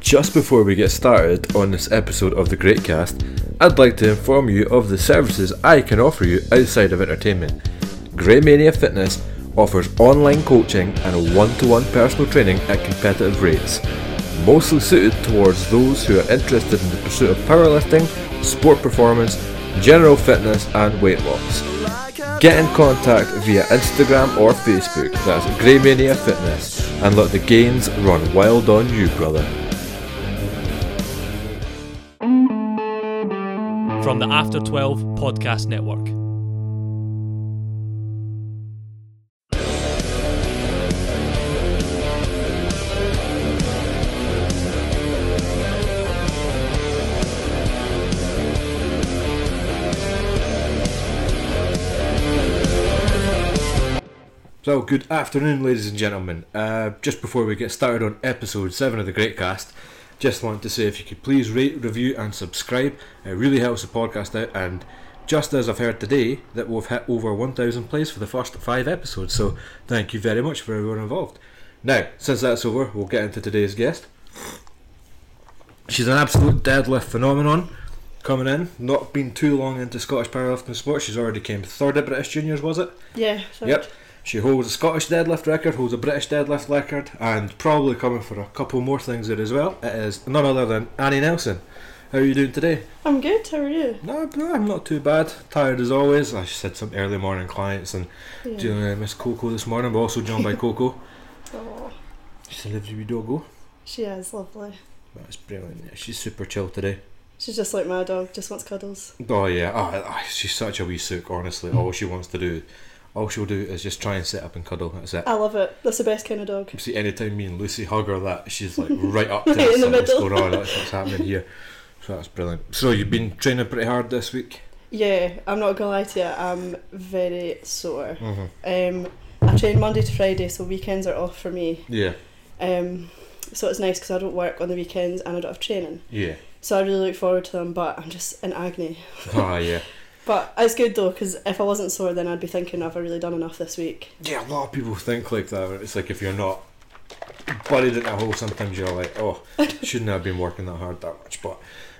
Just before we get started on this episode of The Great Cast, I'd like to inform you of the services I can offer you outside of entertainment. Greymania Fitness offers online coaching and one-to-one personal training at competitive rates, mostly suited towards those who are interested in the pursuit of powerlifting, sport performance, general fitness and weight loss. Get in contact via Instagram or Facebook, that's Greymania Fitness, and let the gains run wild on you, brother. from the After 12 Podcast Network. So, good afternoon, ladies and gentlemen. Uh, just before we get started on episode 7 of the Great Cast, just want to say if you could please rate, review, and subscribe. It really helps the podcast out. And just as I've heard today, that we've hit over 1,000 plays for the first five episodes. So, thank you very much for everyone involved. Now, since that's over, we'll get into today's guest. She's an absolute deadlift phenomenon. Coming in, not been too long into Scottish powerlifting sport. She's already came third at British Juniors, was it? Yeah. so- Yep. She holds a Scottish deadlift record, holds a British deadlift record, and probably coming for a couple more things there as well. It is none other than Annie Nelson. How are you doing today? I'm good. How are you? No, no, I'm not too bad. Tired as always. I just had some early morning clients and Yeah. dealing with Miss Coco this morning, but also joined by Coco. Aw, She's a lovely wee doggo. Oh, she is lovely. That's brilliant. Yeah, she's super chill today. She's just like my dog. Just wants cuddles. Oh yeah, Ah, ah, she's such a wee sook. Honestly, all she wants to do, all she'll do is just try and sit up and cuddle. That's it. I love it. That's the best kind of dog. See, anytime me and Lucy hug her, that she's like right up to Right in the something's middle. going on. That's what's happening here. So that's brilliant. So you've been training pretty hard this week. Yeah, I'm not gonna lie to you. I'm very sore. Mm-hmm. Um, I train Monday to Friday, so weekends are off for me. Yeah, Um, so it's nice because I don't work on the weekends and I don't have training. yeah, So I really look forward to them, but I'm just in agony. ah, yeah, But it's good though, because if I wasn't sore, then I'd be thinking, have I really done enough this week? yeah. A lot of people think like that. It's like if you're not buried in a hole, sometimes you're like, oh, shouldn't I have been working that hard that much. But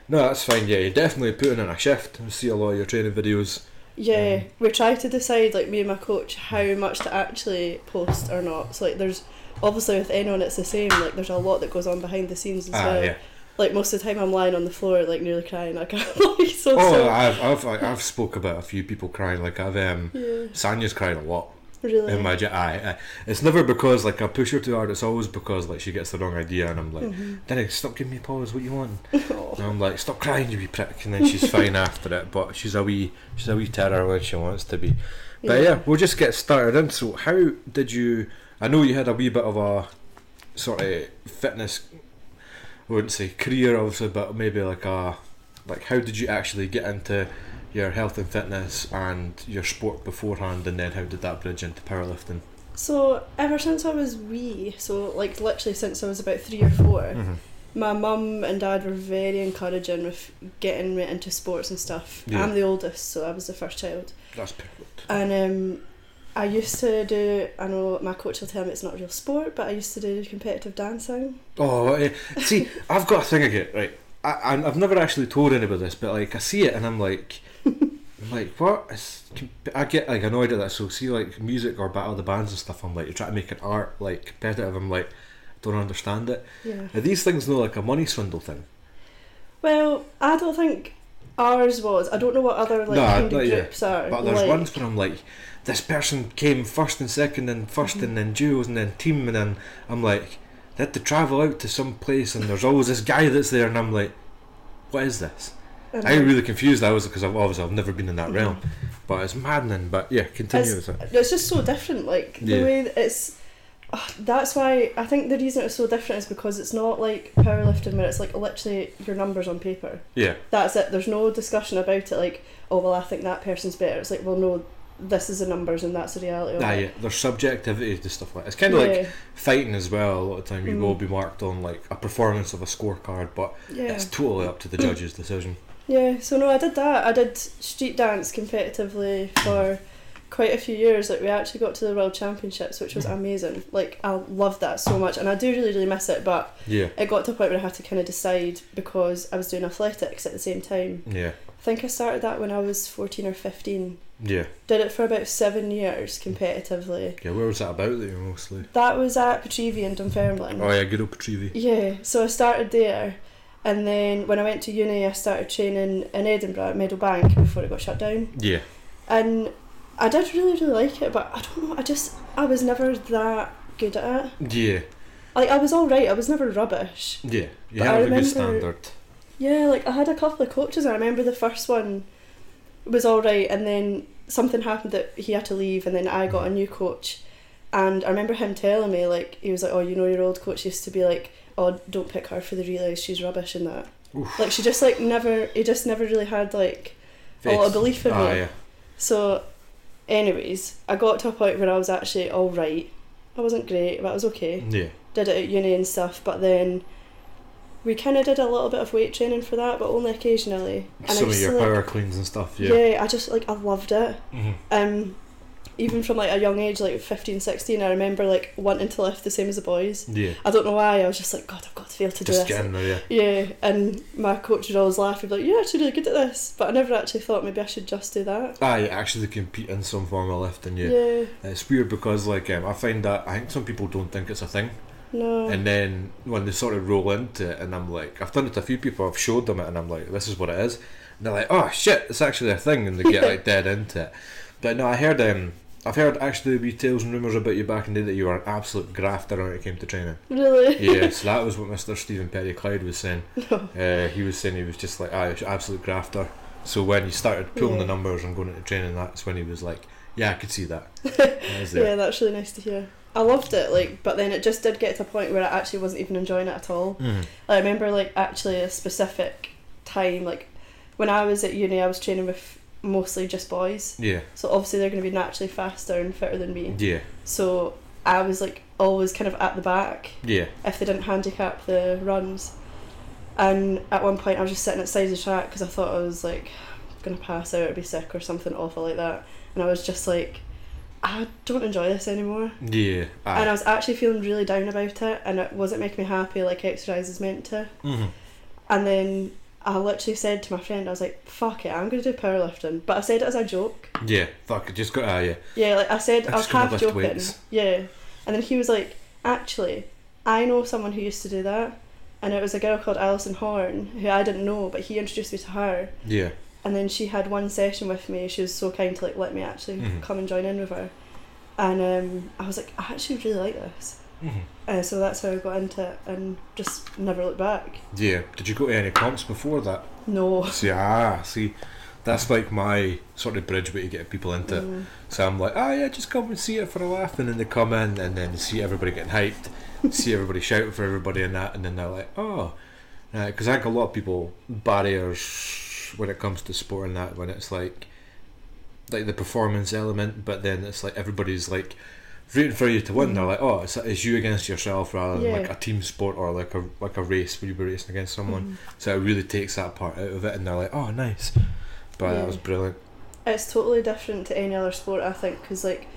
no, that's fine. Yeah, you're definitely putting in a shift. I see a lot of your training videos. Yeah, Um, we try to decide, like me and my coach, how much to actually post or not. So like, there's obviously with anyone, it's the same. Like, there's a lot that goes on behind the scenes as Ah, well. yeah. Like most of the time, I'm lying on the floor, like nearly crying. I can't be so Oh, sore. I've I've I've spoke about a few people crying. Like I've um, Yeah, Sanya's crying a lot. really. In my j- aye, aye. It's never because like I push her too hard. It's always because like she gets the wrong idea, and I'm like, Derek, stop giving me pause. What you want? Oh, And I'm like, stop crying, you wee prick. And then she's fine after it. But she's a wee, she's a wee terror when she wants to be. But yeah, Yeah. we'll just get started in. So how did you? I know you had a wee bit of a sort of fitness. I wouldn't say career, obviously, but maybe like a like how did you actually get into your health and fitness and your sport beforehand, and then how did that bridge into powerlifting? So ever since I was wee, so like literally since I was about three or 4 Mm-hmm. my mum and dad were very encouraging with getting me into sports and stuff. Yeah. I'm the oldest, so I was the first child. That's perfect. And um, I used to do, I know my coach will tell me it's not a real sport, but I used to do competitive dancing. Oh, eh, see, I've got a thing again, right? I, I'm- I've never actually told anybody this, but like I see it and I'm like, I'm like what? It's, I get like annoyed at that. So see, like music or battle of the bands and stuff. I'm like, you try to make an art like competitive. I'm like, don't understand it. Yeah. Are these things no like a money swindle thing? Well, I don't think ours was. I don't know what other like No, kind not of yet. groups are. But there's like, ones where I'm like, this person came first and second and 1st and then duos and then team and then I'm like, they had to travel out to some place and there's always this guy that's there and I'm like, what is this? and I get really confused. I was because I've obviously I've never been in that realm, but it's maddening. But yeah, continue It's, with that. it's just so different. Like Yeah. the way that it's. ah, that's why I think the reason it's so different is because it's not like powerlifting where it's like literally your numbers on paper. Yeah, That's it. There's no discussion about it. Like, oh well, I think that person's better. It's like, well, no, this is the numbers and that's the reality. of ah, it. yeah. There's subjectivity to stuff like it's kind of like Yeah, fighting as well. A lot of time you Mm. will be marked on like a performance of a scorecard, but yeah. it's totally up to the judge's decision. Yeah, so no, I did that. I did street dance competitively for quite a few years, like we actually got to the World Championships, which was Mm-hmm. amazing. Like I loved that so much, and I do really really miss it. But Yeah. it got to a point where I had to kind of decide because I was doing athletics at the same time. Yeah. I think I started that when I was fourteen or fifteen. Yeah. Did it for about seven years competitively. Yeah. Where was that about though, mostly? That was at Petrivie in Dunfermline. Oh yeah, good old Petrivie. Yeah, so I started there, and then when I went to uni, I started training in Edinburgh at Meadowbank before it got shut down. Yeah. And I did really, really like it, but I don't know, I just, I was never that good at it. Yeah. Like, I was alright, I was never rubbish. Yeah. You But I had a good remember- standard. Yeah, like, I had a couple of coaches, and I remember the first one was alright, and then something happened that he had to leave, and then I got a new coach. And I remember him telling me, like, he was like, oh, you know, your old coach used to be like, oh, don't pick her for the relays, she's rubbish and that. Oof. Like she just like never he just never really had like a lot of belief in Ah me. yeah. So anyways, I got to a point where I was actually alright. I wasn't great, but I was okay. Yeah. Did it at uni and stuff, but then we kinda did a little bit of weight training for that, but only occasionally. And I Some of just, your like, power cleans and stuff. Yeah. yeah. I just like I loved it. Mhm. Um even from like a young age, like 15, 16, I remember like wanting to lift the same as the boys. Yeah. I don't know why, I was just like, God, I've got to be able to do Just this. get in there. Yeah. Yeah, and my coach would always laugh and be like, You're actually really good at this. But I never actually thought maybe I should just do that. Ah, yeah, actually compete in some form of lifting. Yeah. Yeah, It's weird because like um, I find that I think some people don't think it's a thing. no. And then when they sort of roll into it, and I'm like, I've done it to a few people, I've showed them it, and I'm like, this is what it is. And they're like, oh shit, it's actually a thing, and they get like dead into it. But no, I heard, um, I've heard actually wee tales and rumours about you back in the day that you were an absolute grafter when it came to training. really? Yeah, so that was what Mr. Stephen Petty Clyde was saying. No. Uh, he was saying he was just like, ah, he's an absolute grafter. So when he started pulling Yeah. the numbers and going into training, that's when he was like, yeah, I could see that. That was Yeah. it. that's really nice to hear. I loved it, like, but then it just did get to a point where I actually wasn't even enjoying it at all. Mhm. I remember, like, actually a specific time, like, when I was at uni, I was training with mostly just boys. Yeah, So obviously they're going to be naturally faster and fitter than me. yeah, So I was, like, always kind of at the back. yeah. if they didn't handicap the runs. And at one point, I was just sitting at the side of the track because I thought I was like gonna pass out or be sick or something awful like that. And I was just like, I don't enjoy this anymore. Yeah, aye. And I was actually feeling really down about it, and it wasn't making me happy like exercise is meant to. Mhm. And then I literally said to my friend, I was like, "Fuck it, I'm gonna do powerlifting." But I said it as a joke. Yeah, fuck, I just got, ah, yeah. Yeah, like I said, I'm I was just gonna half lift joking. weights. Yeah, and then he was like, "Actually, I know someone who used to do that, and it was a girl called Alison Horn who I didn't know, but he introduced me to her, Yeah, and then she had one session with me. She was so kind to like let me actually Mhm. come and join in with her, and um, I was like, I actually really like this, Mhm. uh, so that's how I got into it, and just never looked back. yeah. Did you go to any comps before that? No. See, ah, see, that's like my sort of bridge way to get people into it. Mm. So I'm like, ah, yeah, just come and see it for a laugh, and then they come in, and then see everybody getting hyped, see everybody shouting for everybody and that, and then they're like, oh, because I think a lot of people barriers when it comes to sport and that when it's like like the performance element, but then it's like everybody's like rooting for you to win. They're like, oh, it's, it's you against yourself rather than like Yeah. a team sport or like a like a race where you were racing against someone. Mm-hmm. So it really takes that part out of it, and they're like, "Oh, nice!" But Yeah. that was brilliant. it's totally different to any other sport i think because like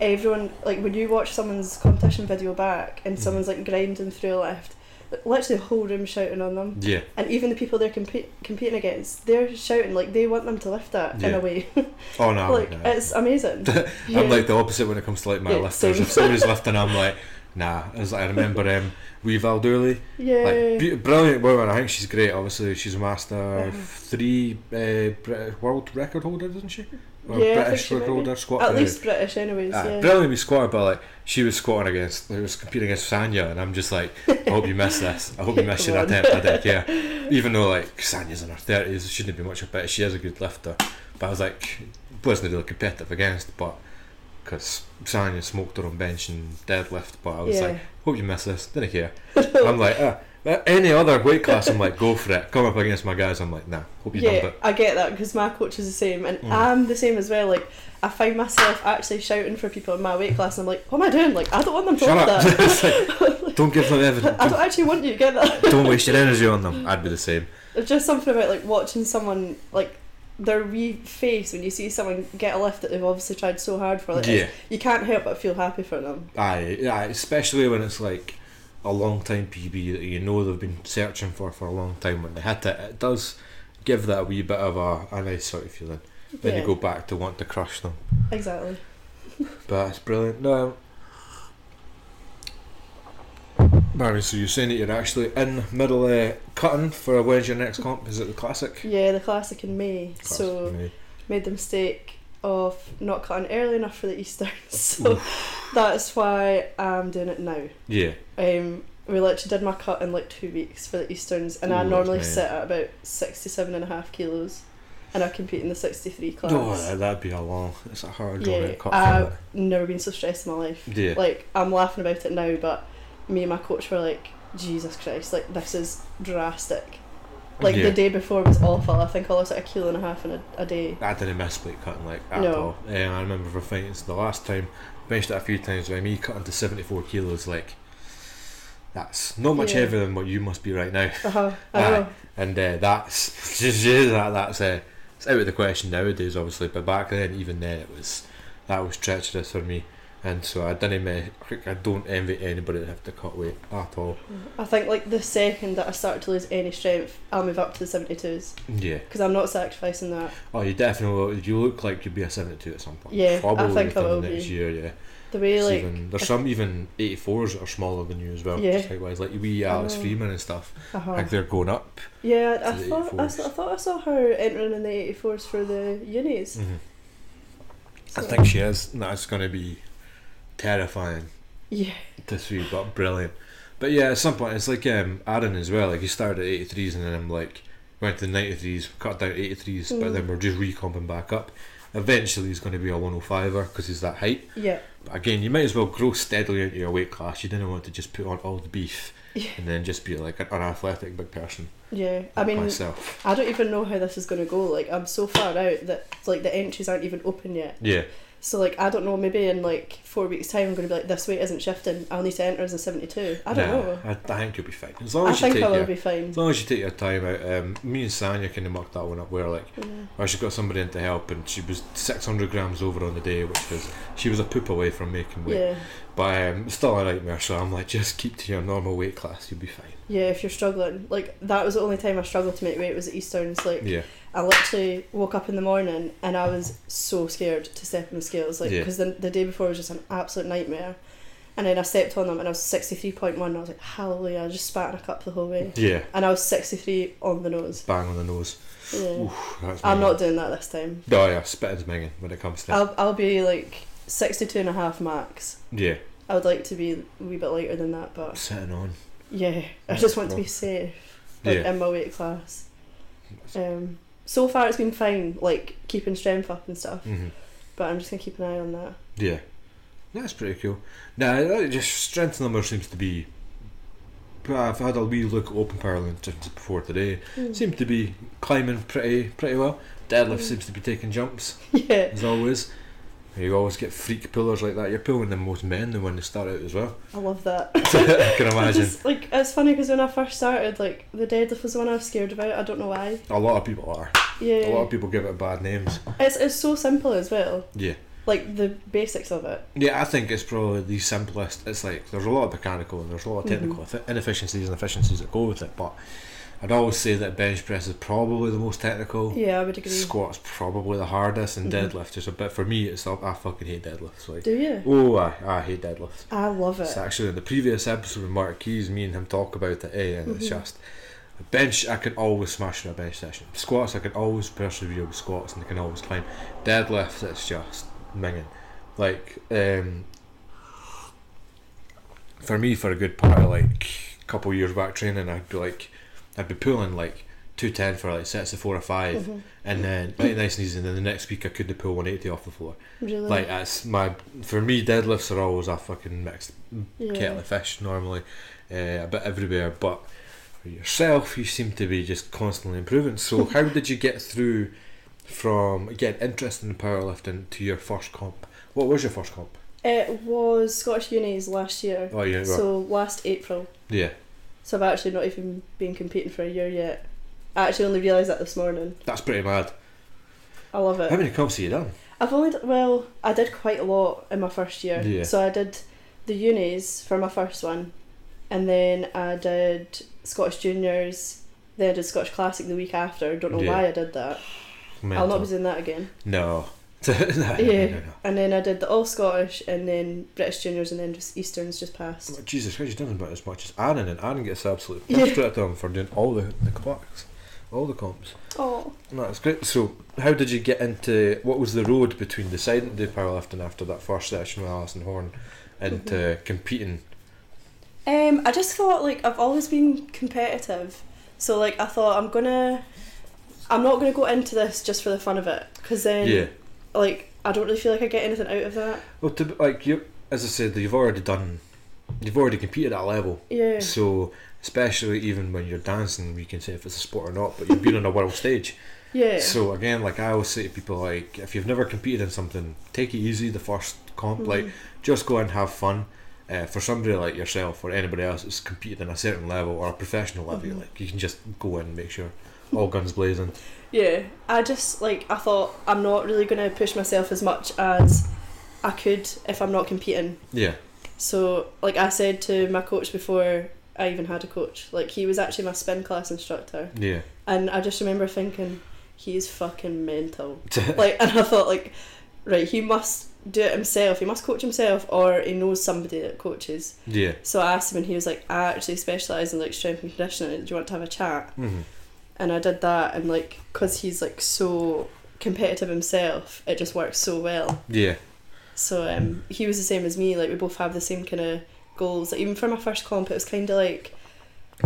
everyone like when you watch someone's competition video back and Mhm. someone's like grinding through a lift like, literally the whole room shouting on them Yeah, and even the people they're compe- competing against they're shouting like they want them to lift that in Yeah. a way oh no, like no. it's amazing yeah. I'm like the opposite when it comes to like my Yeah, lifters. same. If somebody's lifting, I'm like, "Nah." I was like, I remember um, Wee Val Dooley, yeah like be- brilliant woman. I think she's great. Obviously, she's a master Mhm. three uh, Brit- world record holder, isn't she? Or Yeah, I think British she might record be. holder squat. at uh, least british anyways Ah, yeah Brilliant wee squatter, but like she was squatting against, like, was competing against Sanya, and I'm just like, I hope you miss this. I hope you miss Come your on. attempt. I did, yeah. Even though like Sanya's in her thirties, shouldn't be much of a better. She is a good lifter, but I was like, wasn't really competitive against, but because Sanya smoked her on bench and deadlift, but I was Yeah. like, hope you miss this. Didn't care. I'm like, ah. but Any other weight class, I'm like, go for it. Come up against my guys, I'm like, nah, hope you yeah, dump it. I get that because my coach is the same, and Mm. I'm the same as well. Like, I find myself actually shouting for people in my weight class, and I'm like, "What am I doing? Like, I don't want them to Shut lift up. that. It's like, don't give them evidence. I don't actually want you to get that." Don't waste your energy on them. I'd be the same. There's just something about like watching someone like their wee face when you see someone get a lift that they've obviously tried so hard for. Like, yeah. You can't help but feel happy for them. Aye, aye, especially when it's like a long time PB that you know they've been searching for for a long time. When they hit it, it does give that a wee bit of a, a nice sort of feeling. Then Yeah, you go back to want to crush them. Exactly. But it's brilliant. No. um, Barry, so you're saying that you're actually in middle uh, cutting for when's your next comp? Is it the classic? Yeah, the classic in May. so Classic, aye. made the mistake of not cutting early enough for the Easter. So that's why I'm doing it now. yeah, Um, we literally did my cut in like two weeks for the Easterns, and Ooh, I that's normally nice. sit at about 67 and a half kilos, and I compete in the 63 class. no, aye, that'd be a long. It's a hard Yeah, uh, one to cut I've for never been so stressed in my life. that. Yeah, Like, I'm laughing about it now, but me and my coach were like, Jesus Christ, like, this is drastic. Like, yeah. the day before was awful. I think I lost like a kilo and a half in a, a day. I didn't miss weight cutting like at No. all. Um, I remember for fighting the last time, mentioned it a few times by me cutting to 74 kilos. Like, that's not much Yeah. heavier than what you must be right now. Uh-huh, I Aye. know. And uh, that's that, that's uh, it's out of the question nowadays, obviously. But back then, even then, it was that was treacherous for me, and so I didn't. Me- I don't envy anybody that have to cut weight at all. I think like the second that I start to lose any strength, I'll move up to the seventy twos Yeah. because I'm not sacrificing that. Oh, you definitely. You look like you'd be a seventy-two at some point. Yeah, I Probably think I within will the next be. year. Yeah. The way It's like even, there's some even eighty-fours that are smaller than you as well. Yeah. just Likewise, like wee Alice Oh. Freeman and stuff. uh-huh. Like they're going up. yeah, to I the thought I, 84s. saw- I thought I saw her entering in the eighty fours for the unis. Mhm. I So- think she is. and That's going to be terrifying. yeah, to see, but brilliant. But yeah, at some point, it's like um, Aaron as well. Like he started at 83s and then I'm like went to the 93s, cut down to 83s, but Mm. then we're just recomping back up. Eventually, he's going to be a 105er because he's that height. yeah, But again, you might as well grow steadily into your weight class. You didn't want to just put on all the beef Yeah. and then just be like an unathletic big person. yeah. I like mean, myself. I don't even know how this is gonna go. Like I'm so far out that like the entries aren't even open yet. Yeah, So like I don't know. Maybe in like four weeks time, I'm gonna be like this weight isn't shifting. I'll need to enter as a seventy two. I don't Nah, know. I, I think you'll be fine as long I as you think take I will your be fine. as long as you take your time out. Um, me and Sanya kind of mucked that one up where like Yeah. Or she got somebody in to help, and she was 600 grams over on the day, which was she was a poop away from making weight. yeah. But um, still a nightmare. So I'm like, just keep to your normal weight class, you'll be fine. Yeah, if you're struggling, like that was the only time I struggled to make weight was at Easterns. Like Yeah, I literally woke up in the morning and I was so scared to step on the scales, like Yeah. because the, the day before was just an absolute nightmare. And then I stepped on them and I was sixty three point one. I was like, hallelujah! I just spat in a cup the whole way, yeah, and I was sixty three on the nose. bang on the nose. Yeah. Oof, that's I'm minging. not doing that this time. No, yeah, spit is minging when it comes to. I'll I'll be like 62 and a half max. yeah, I would like to be a wee bit lighter than that, but sitting on. yeah, I Yeah, just want to well. be safe. like, yeah, in my weight class. Um, so far, it's been fine, like keeping strength up and stuff. hmm But I'm just gonna keep an eye on that. yeah. That's pretty cool. Now, nah, just strength number seems to be. I've had a wee look at open powerlifting just before today. Hmm. Seems to be climbing pretty pretty well. Deadlift Mm. seems to be taking jumps. yeah, as always. You always get freak pullers like that. You're pulling the most men than when they start out as well. I love that. I can I imagine. just, like it's funny because when I first started, like the deadlift was the one I was scared about. I don't know why. A lot of people are. A lot Yeah, of people give it bad names. it's it's so simple as well. Yeah. Like the basics of it. Yeah, I think it's probably the simplest. It's like there's a lot of mechanical and there's a lot of technical Mm-hmm. effi- inefficiencies and efficiencies that go with it. But I'd always say that bench press is probably the most technical. Yeah, I would agree. Squats probably the hardest, and Mhm. deadlift just a bit. For me, it's I fucking hate deadlifts. Like, Do you? oh, I, I hate deadlifts. I love it. It's actually in the previous episode with Mark Keys, me and him talk about it, eh? And it's Mhm. just a bench. I can always smash in a bench session. Squats, I can always persevere with squats, and I can always climb. Deadlifts, it's just minging. Like um, for me, for a good part, of like a couple years back training, I'd be like, I'd be pulling like two ten for like sets of four or 5 Mhm. and then right nice and easy. And then the next week, I couldn't pull one eighty off the floor. Really? Like that's my for me, deadlifts are always a fucking mixed yeah. kettle of fish normally, uh, a bit everywhere. But for yourself, you seem to be just constantly improving. So how did you get through from again interest in powerlifting to your first comp? What was your first comp? It was Scottish Unis last year. Oh yeah, well, so last April. yeah. So I've actually not even been competing for a year yet. I actually only realised that this morning. That's pretty mad. I love it. How many comps have you done? I've only d- well, I did quite a lot in my first year. Yeah. So I did the unis for my first one, and then I did Scottish juniors. Then I did Scottish classic the week after. Don't know Yeah. why I did that. I'll not be doing that again. No. no, no, yeah. no, no, no. And then I did the all Scottish, and then British juniors, and then just Easterns just passed. Well, Jesus Christ, you've done about as much as Aaron, and Aaron gets absolutely Yeah. pissed at him for doing all the, the clocks, all the comps. Oh. No, that's great. So, how did you get into what was the road between deciding to do powerlifting after that first session with Alison Horn and uh, Mm-hmm. competing? Um, I just thought like I've always been competitive, so like I thought I'm gonna, I'm not gonna go into this just for the fun of it, because then yeah. like I don't really feel like I get anything out of that. Well, to, be- like you, as I said, you've already done, you've already competed at that level. Yeah. So, especially even when you're dancing, you can say if it's a sport or not, but you've been on a world stage. Yeah. So again, like I always say to people, like if you've never competed in something, take it easy the first comp. Mm-hmm. Like just go and have fun. Uh, for somebody like yourself or anybody else that's competed in a certain level or a professional level, Mhm. like you can just go in and make sure all guns blazing. yeah. I just like I thought I'm not really gonna push myself as much as I could if I'm not competing. Yeah, So like I said to my coach before I even had a coach, like he was actually my spin class instructor, yeah. and I just remember thinking he's fucking mental. like and I thought like right he must do it himself he must coach himself or he knows somebody that coaches yeah. so I asked him and he was like I actually specialise in like strength and conditioning do you want to have a chat hmm and I did that and like because he's like so competitive himself it just works so well Yeah. so um he was the same as me like we both have the same kind of goals like even for my first comp it was kind of like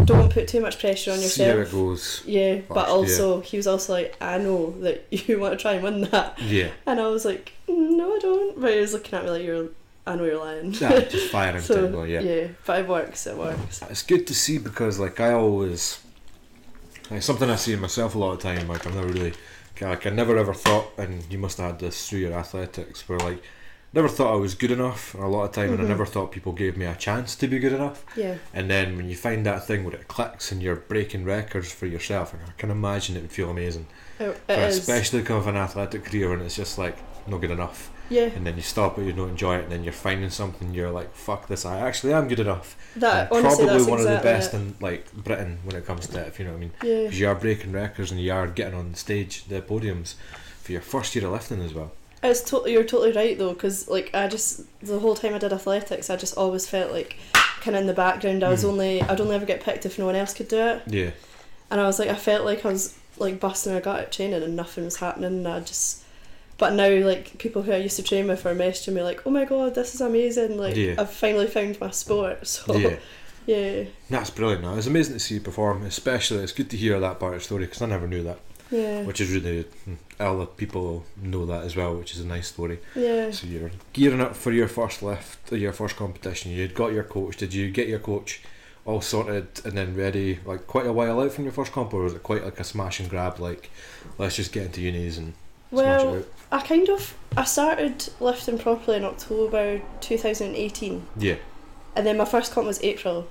don't put too much pressure on See how it yourself goes. yeah Fuck, but yeah. also he was also like I know that you want to try and win that Yeah. and I was like, no, I don't. But he was looking at me like, you're, I know you're lying. Nah, just firing so, so, yeah. but it works, it works. It's good to see because like I always like something I see in myself a lot of time, like I've never really like I never ever thought and you must have had this through your athletics where like never thought I was good enough a lot of time and I Mhm. never thought people gave me a chance to be good enough. Yeah, And then when you find that thing where it clicks and you're breaking records for yourself and I can imagine it would feel amazing. it, But it is. especially coming from an athletic career and it's just like not good enough. yeah, And then you stop it, you don't enjoy it, and then you're finding something you're like, fuck this, I actually am good enough. that, And Uh, honestly, probably that's one exactly of the best it. in like Britain when it comes to that, if you know what I mean. Yeah, Because you are breaking records and you are getting on stage, the podiums, for your first year of lifting as well. it's totally, you're totally right though, because like I just, the whole time I did athletics, I just always felt like kind of in the background, I was Mhm. only, I'd only ever get picked if no one else could do it. Yeah, And I was like, I felt like I was like busting my gut at training and nothing was happening. And I just, but now like people who I used to train with are messaging me like, oh my god, this is amazing! Like Yeah. I've finally found my sport. So yeah. yeah, yeah, That's brilliant. Now it's amazing to see you perform, especially it's good to hear that part of the story because I never knew that, yeah, which is really all the people know that as well, which is a nice story. yeah. So you're gearing up for your first lift, or your first competition. You'd got your coach. Did you get your coach all sorted and then ready like quite a while out from your first comp, or was it quite like a smash and grab? Like, let's just get into unis and smash Well, it out. I kind of I started lifting properly in October 2018, Yeah, and then my first comp was April.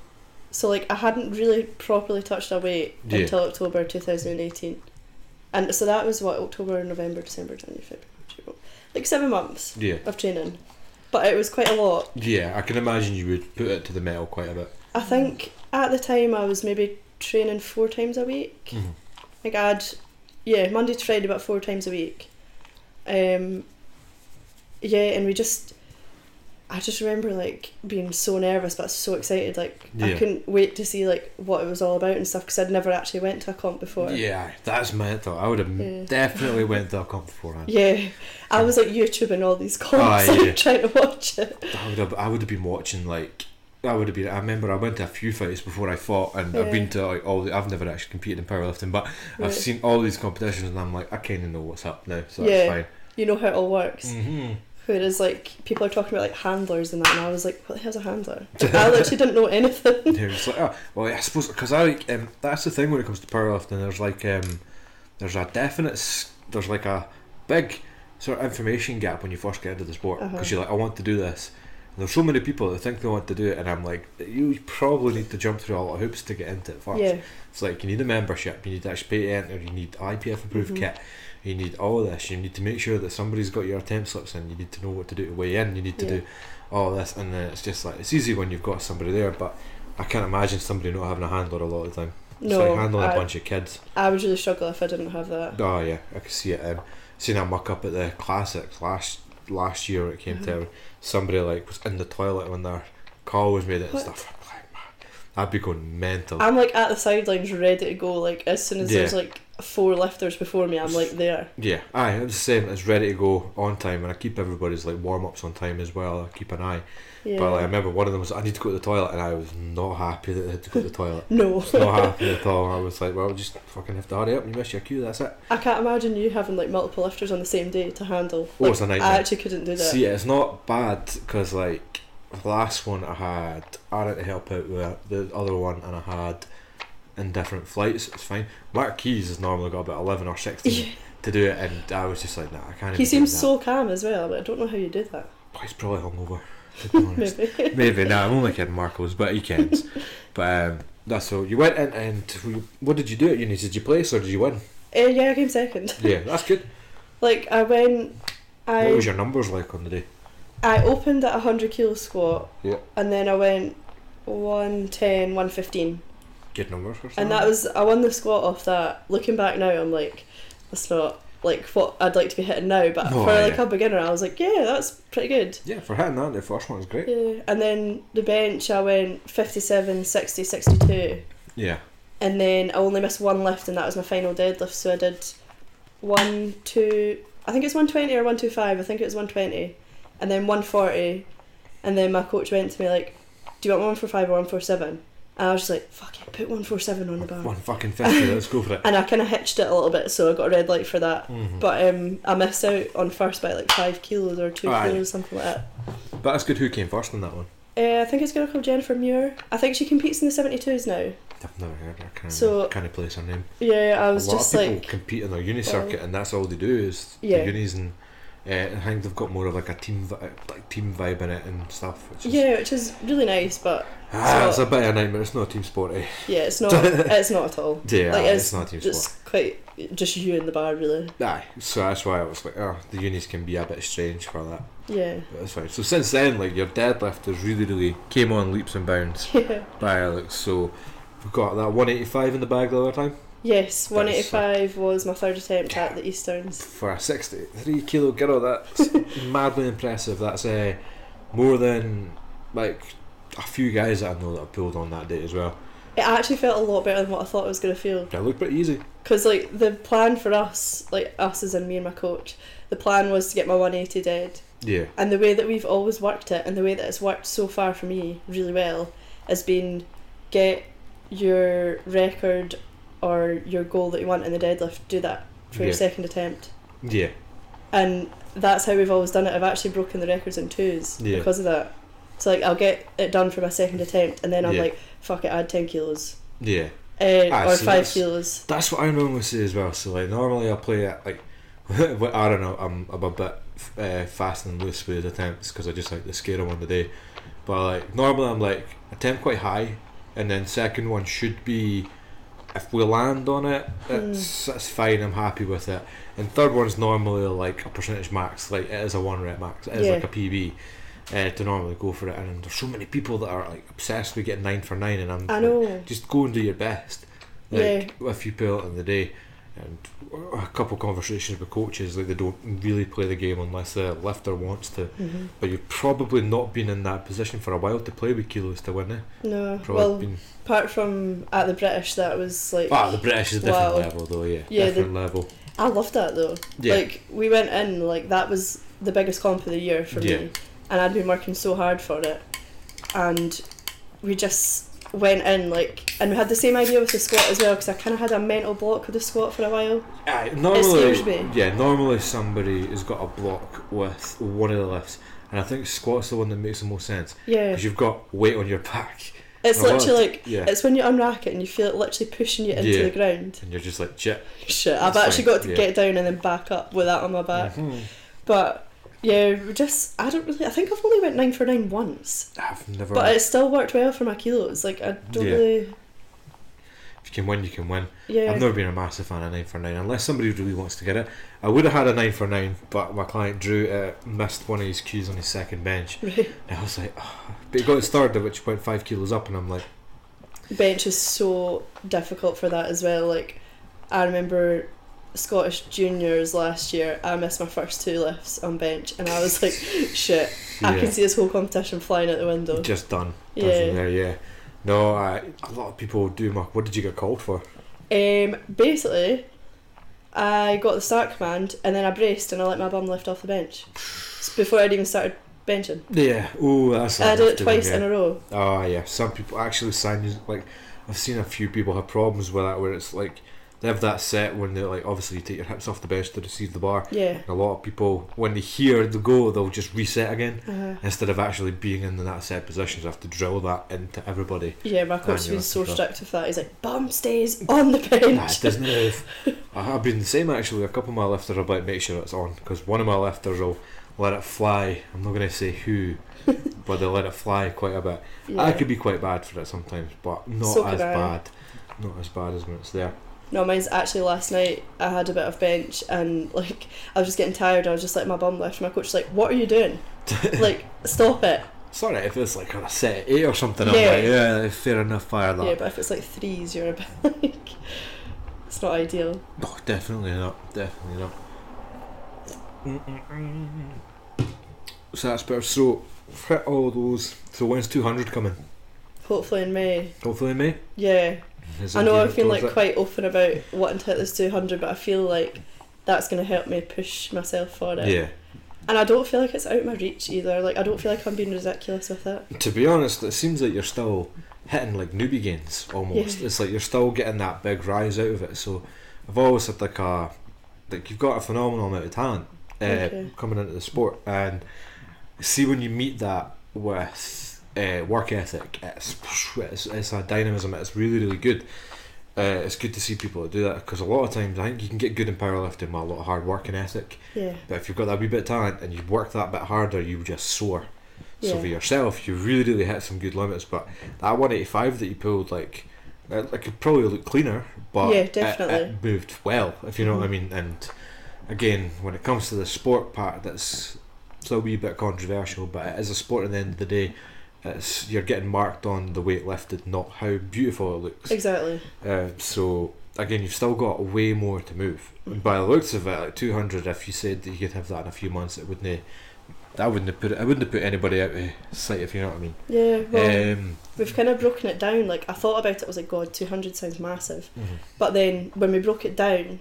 So like I hadn't really properly touched a weight Yeah. until October 2018, and so that was what October, November, December, January, February, March, April. like seven months. yeah, of training, but it was quite a lot. yeah. I can imagine you would put it to the metal quite a bit. I think at the time I was maybe training four times a week. Like I'd, yeah, Monday to Friday, about four times a week. Um, yeah, and we just, I just remember like being so nervous but so excited. Like Yeah. I couldn't wait to see like what it was all about and stuff because I'd never actually went to a comp before. Yeah, that's mental. I would have Yeah. definitely went to a comp beforehand. Yeah, I was like YouTubing all these Ah, comps and yeah. trying to watch it. I would have. I would have been watching like. I would have been. I remember I went to a few fights before I fought, and I've Yeah. been to like all. The, I've never actually competed in powerlifting, but Right. I've seen all these competitions, and I'm like, I kind of know what's up now, so Yeah. that's You know how it all works. fine. Mm-hmm. Whereas like people are talking about like handlers and that, and I was like, what the hell's a handler? Like, I literally didn't know anything. They're just like, oh, well, yeah, I suppose because I like um, that's the thing when it comes to powerlifting. There's like um, there's a definite s- there's like a big sort of information gap when you first get into the sport Uh-huh. because you're like, I want to do this, there's so many people that think they want to do it, and I'm like, you probably need to jump through a lot of hoops to get into it first. Yeah. It's like you need a membership, you need to actually pay to enter, you need IPF approved Mhm. kit, you need all of this, you need to make sure that somebody's got your temp slips in, you need to know what to do to weigh in, you need to Yeah. do all this, and then it's just like it's easy when you've got somebody there, but I can't imagine somebody not having a handler a lot of the time. No, it's like handling a I- bunch of kids. I would really struggle if I didn't have that. Oh yeah, I could see it. Um, seen a muck up at the classics last last year when it came Mm-hmm. to somebody like was in the toilet when their call was made and What? stuff. I'm like, man, I'd be going mental. I'm like at the sidelines ready to go. Like as soon as Yeah. there's like four lifters before me, I'm like there. yeah, aye, it's the same. It's ready to go on time, and I keep everybody's like warm ups on time as well. I keep an eye. Yeah. But um, like, I remember one of them was I need to go to the toilet, and I was not happy that they had to go to the toilet. no, Not happy at all. I was like, well, just fucking have to hurry up. You miss your cue. That's it. I can't imagine you having like multiple lifters on the same day to handle. Oh, Like, it's a nightmare. I actually couldn't do that. See, it's not bad because like the last one I had, I had to help out with the other one, and I had in different flights. It's fine. Mark Keys has normally got about eleven or sixteen to do it, and I was just like, nah, I can't. he even do seems that. so calm as well, but I don't know how you do that. Oh, he's probably hungover. To be honest. Maybe. Maybe no, I'm only kidding, Marcos, but he can. but um, that's so. You went in, and we, what did you do at uni? Did you place or did you win? Uh, yeah, I came second. Yeah, that's good. Like I went, I what was your numbers like on the day? I opened at a hundred kilo squat, Yeah. and then I went 110, 115. Good numbers or something. and that was I won the squat off that. Looking back now, I'm like, that's not like what I'd like to be hitting now. But Oh, for like yeah. a beginner, I was like, yeah, that's pretty good. yeah for hitting that. The first one was great. Yeah. And then the bench, I went 57, 60, 62. yeah. And then I only missed one lift, and that was my final deadlift. So I did one, two, I think it's 120 or 125. I think it was 120. And then 140. And then my coach went to me, like, do you want 145 or 147? And I was just like, fuck it, put 147 on the bar. One fucking fifty. Let's go for it. and Oh I kind of hitched it a little bit, so I got a red light for that. Mhm. But um, I missed out on first by like five kilos or two Aye. kilos, something like that. But that's good. Who came first in that one? Uh, I think it's a girl called Jennifer Muir. I think she competes in the 72s now. I've never heard. I can't. So- can't place her name. Yeah, I A was lot just of people like, compete in their uni circuit, and that's all they do is the Yeah. unis and. Uh, I think they've got more of like a team, vi- like team vibe in it and stuff. Which is, yeah, which is really nice, but ah, it's so- a bit of a nightmare. It's not a team sport. Eh? yeah, it's not, it's not at all. Yeah, Like, it's, it's not a team sport. It's quite just you in the bar, really. Aye, so that's why I was like, oh, the unis can be a bit strange for that. Yeah, But that's fine. So since then, like your deadlift has really, really came on leaps and bounds yeah. by Alex. So we've got that 185 in the bag the other time. Yes, 185 was my third attempt at the Easterns. for a 63 kilo girl that's madly impressive that's uh, more than like a few guys that I know that have pulled on that day as well It actually felt a lot better than what I thought it was going to feel. it looked pretty easy Because like the plan for us, like us as in me and my coach, the plan was to get my 180 dead. yeah And the way that we've always worked it, and the way that it's worked so far for me really well, has been get your record or your goal that you want in the deadlift. Do that for your Yeah. second attempt, yeah and that's how we've always done it. I've actually broken the records in twos Yeah. because of that. So like I'll get it done for my second attempt, and then I'm Yeah. like, fuck it, add ten kilos yeah uh, Ah, or see, five that's- kilos. that's what I normally say as well so like normally I play it like I don't know I'm, I'm a bit uh, fast and loose with attempts because I just like to scare them on the day but like normally I'm like attempt quite high and then second one should be if we land on it, Hmm. it's, that's fine. I'm happy with it. And third one's normally like a percentage max, like it is a one rep max. It is Yeah. like a PB uh, to normally go for it. And there's so many people that are like obsessed with getting nine for nine, and I'm I like, know. just go and do your best. Like if you pull it in the day, and a couple conversations with coaches, like they don't really play the game unless the lifter wants to. Mhm. But you've probably not been in that position for a while to play with kilos to win it. No, Probably well, been apart from at the British, that was like ah the British is a different Wow. level though, yeah, Yeah, the- different level. I loved that though. Yeah. Like we went in like that was the biggest comp of the year for Yeah. me, and I'd been working so hard for it, and we just went in like and we had the same idea with the squat as well because I kind of had a mental block with the squat for a while. Aye, scares normally, me. yeah, normally somebody has got a block with one of the lifts, and I think squat's the one that makes the most sense Yeah, because you've got weight on your back, it's a lot. literally like yeah, it's when you unrack it and you feel it literally pushing you into Yeah. the ground. and you're just like, shit, Shit, I've That's actually fine, got to yeah. Hmm. get down and then back up with that on my back, but. Yeah, we just I don't really. I think I've only went nine for nine once, I've never. but it still worked well for my kilos. Like I don't Yeah. really. if you can win, you can win. Yeah. I've never been a massive fan of nine for nine unless somebody really wants to get it. I would have had a nine for nine, but my client drew uh, missed one of his cues on his second bench. Right. And I was like, oh. but he got his third, at which point five kilos up, and I'm like, bench is so difficult for that as well. Like, I remember Scottish juniors last year, I missed my first two lifts on bench, and I was like, shit, I Yeah. can see this whole competition flying out the window. just done. Done Yeah. From there, yeah. No, I, a lot of people do mock. What did you get called for? Um, basically, I got the start command, and then I braced and I let my bum lift off the bench It's before I'd even started benching. Yeah. Oh, that's. I did it a rough twice doing, in yeah. a row. Oh yeah, some people actually sign you like I've seen a few people have problems with that where it's like they have that set when they're like obviously you take your hips off the bench to receive the bar. Yeah. And a lot of people when they hear the go they'll just reset again Uh, instead of actually being in that set position. So I have to drill that into everybody. yeah, my coach's you been must so have got- strict with that. He's like, bum stays on the bench. Nah, it doesn't move. I- I've been the same actually. A couple of my lifters are about make sure it's on because one of my lifters will let it fly. I'm not going to say who, but they'll let it fly quite a bit. I Yeah. could be quite bad for it sometimes, but not So as could I. bad. Not as bad as when it's there. No, mine's actually last night. I had a bit of bench and like I was just getting tired. I was just like my bum lift. My coach was like, "What are you doing? like, stop it!" Sorry if it's like on a set of eight or something. Yeah. I'm like, yeah, fair enough, fire that. Yeah, but if it's like threes, you're a bit like, it's not ideal. Oh, definitely not. Definitely not. So that's better. So hit all those. So when's 200 coming? Hopefully in May. Hopefully in May. Yeah, Is I it know geared I've been towards like it? quite open about wanting to hit this 200, but I feel like that's gonna help me push myself for it. Yeah. And I don't feel like it's out of my reach either. Like I don't feel like I'm being ridiculous with it. To be honest, it seems like you're still hitting like newbie gains almost. Yeah. It's like you're still getting that big rise out of it. So I've always had like a like you've got a phenomenal amount of talent uh, Okay. coming into the sport, and see when you meet that with uh, work ethic, it's, it's it's a dynamism. It's really really good. Uh, it's good to see people that do that because a lot of times I think you can get good in powerlifting with a lot of hard work and ethic. Yeah, But if you've got that wee bit of talent and you work that bit harder, you just soar. So Yeah. for yourself, you really, really hit some good limits. But that 185 that you pulled, like, it, it could probably look cleaner, but Yeah, it- It, definitely. Mm-hmm. moved well, if you know what I mean. And again, when it comes to the sport part, that's still a wee bit controversial, but it is a sport at the end of the day. It's, you're getting marked on the weight lifted, not how beautiful it looks. exactly. Uh, so again, you've still got way more to move. And by the looks of it, like two hundred, if you said that you could have that in a few months, it wouldn't. That wouldn't have put. I wouldn't have put anybody out of sight if you know what I mean. Yeah. Well, um, we've kind of broken it down. Like I thought about it, I was like, God, two hundred sounds massive. But then when we broke it down,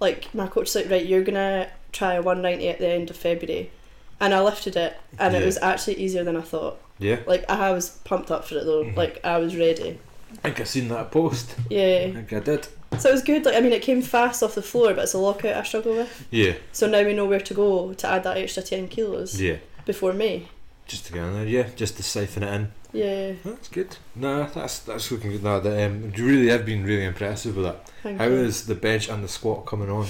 like my coach was like, right, you're gonna try a one ninety at the end of February, and I lifted it, and Yeah. it was actually easier than I thought. yeah, Like I was pumped up for it though. Mhm. Like I was ready. I think I seen that post. I Yeah. think I did. So it was good. Like I mean, it came fast off the floor, but it's a lockout I struggle with. Yeah, So now we know where to go to add that extra ten kilos yeah. before May. Just to get on there, yeah. Just to siphon it in. Yeah. That's good. Nah, that's that's looking good. Now that um, you really have been really impressive with that. Thank How you. is the bench and the squat coming on?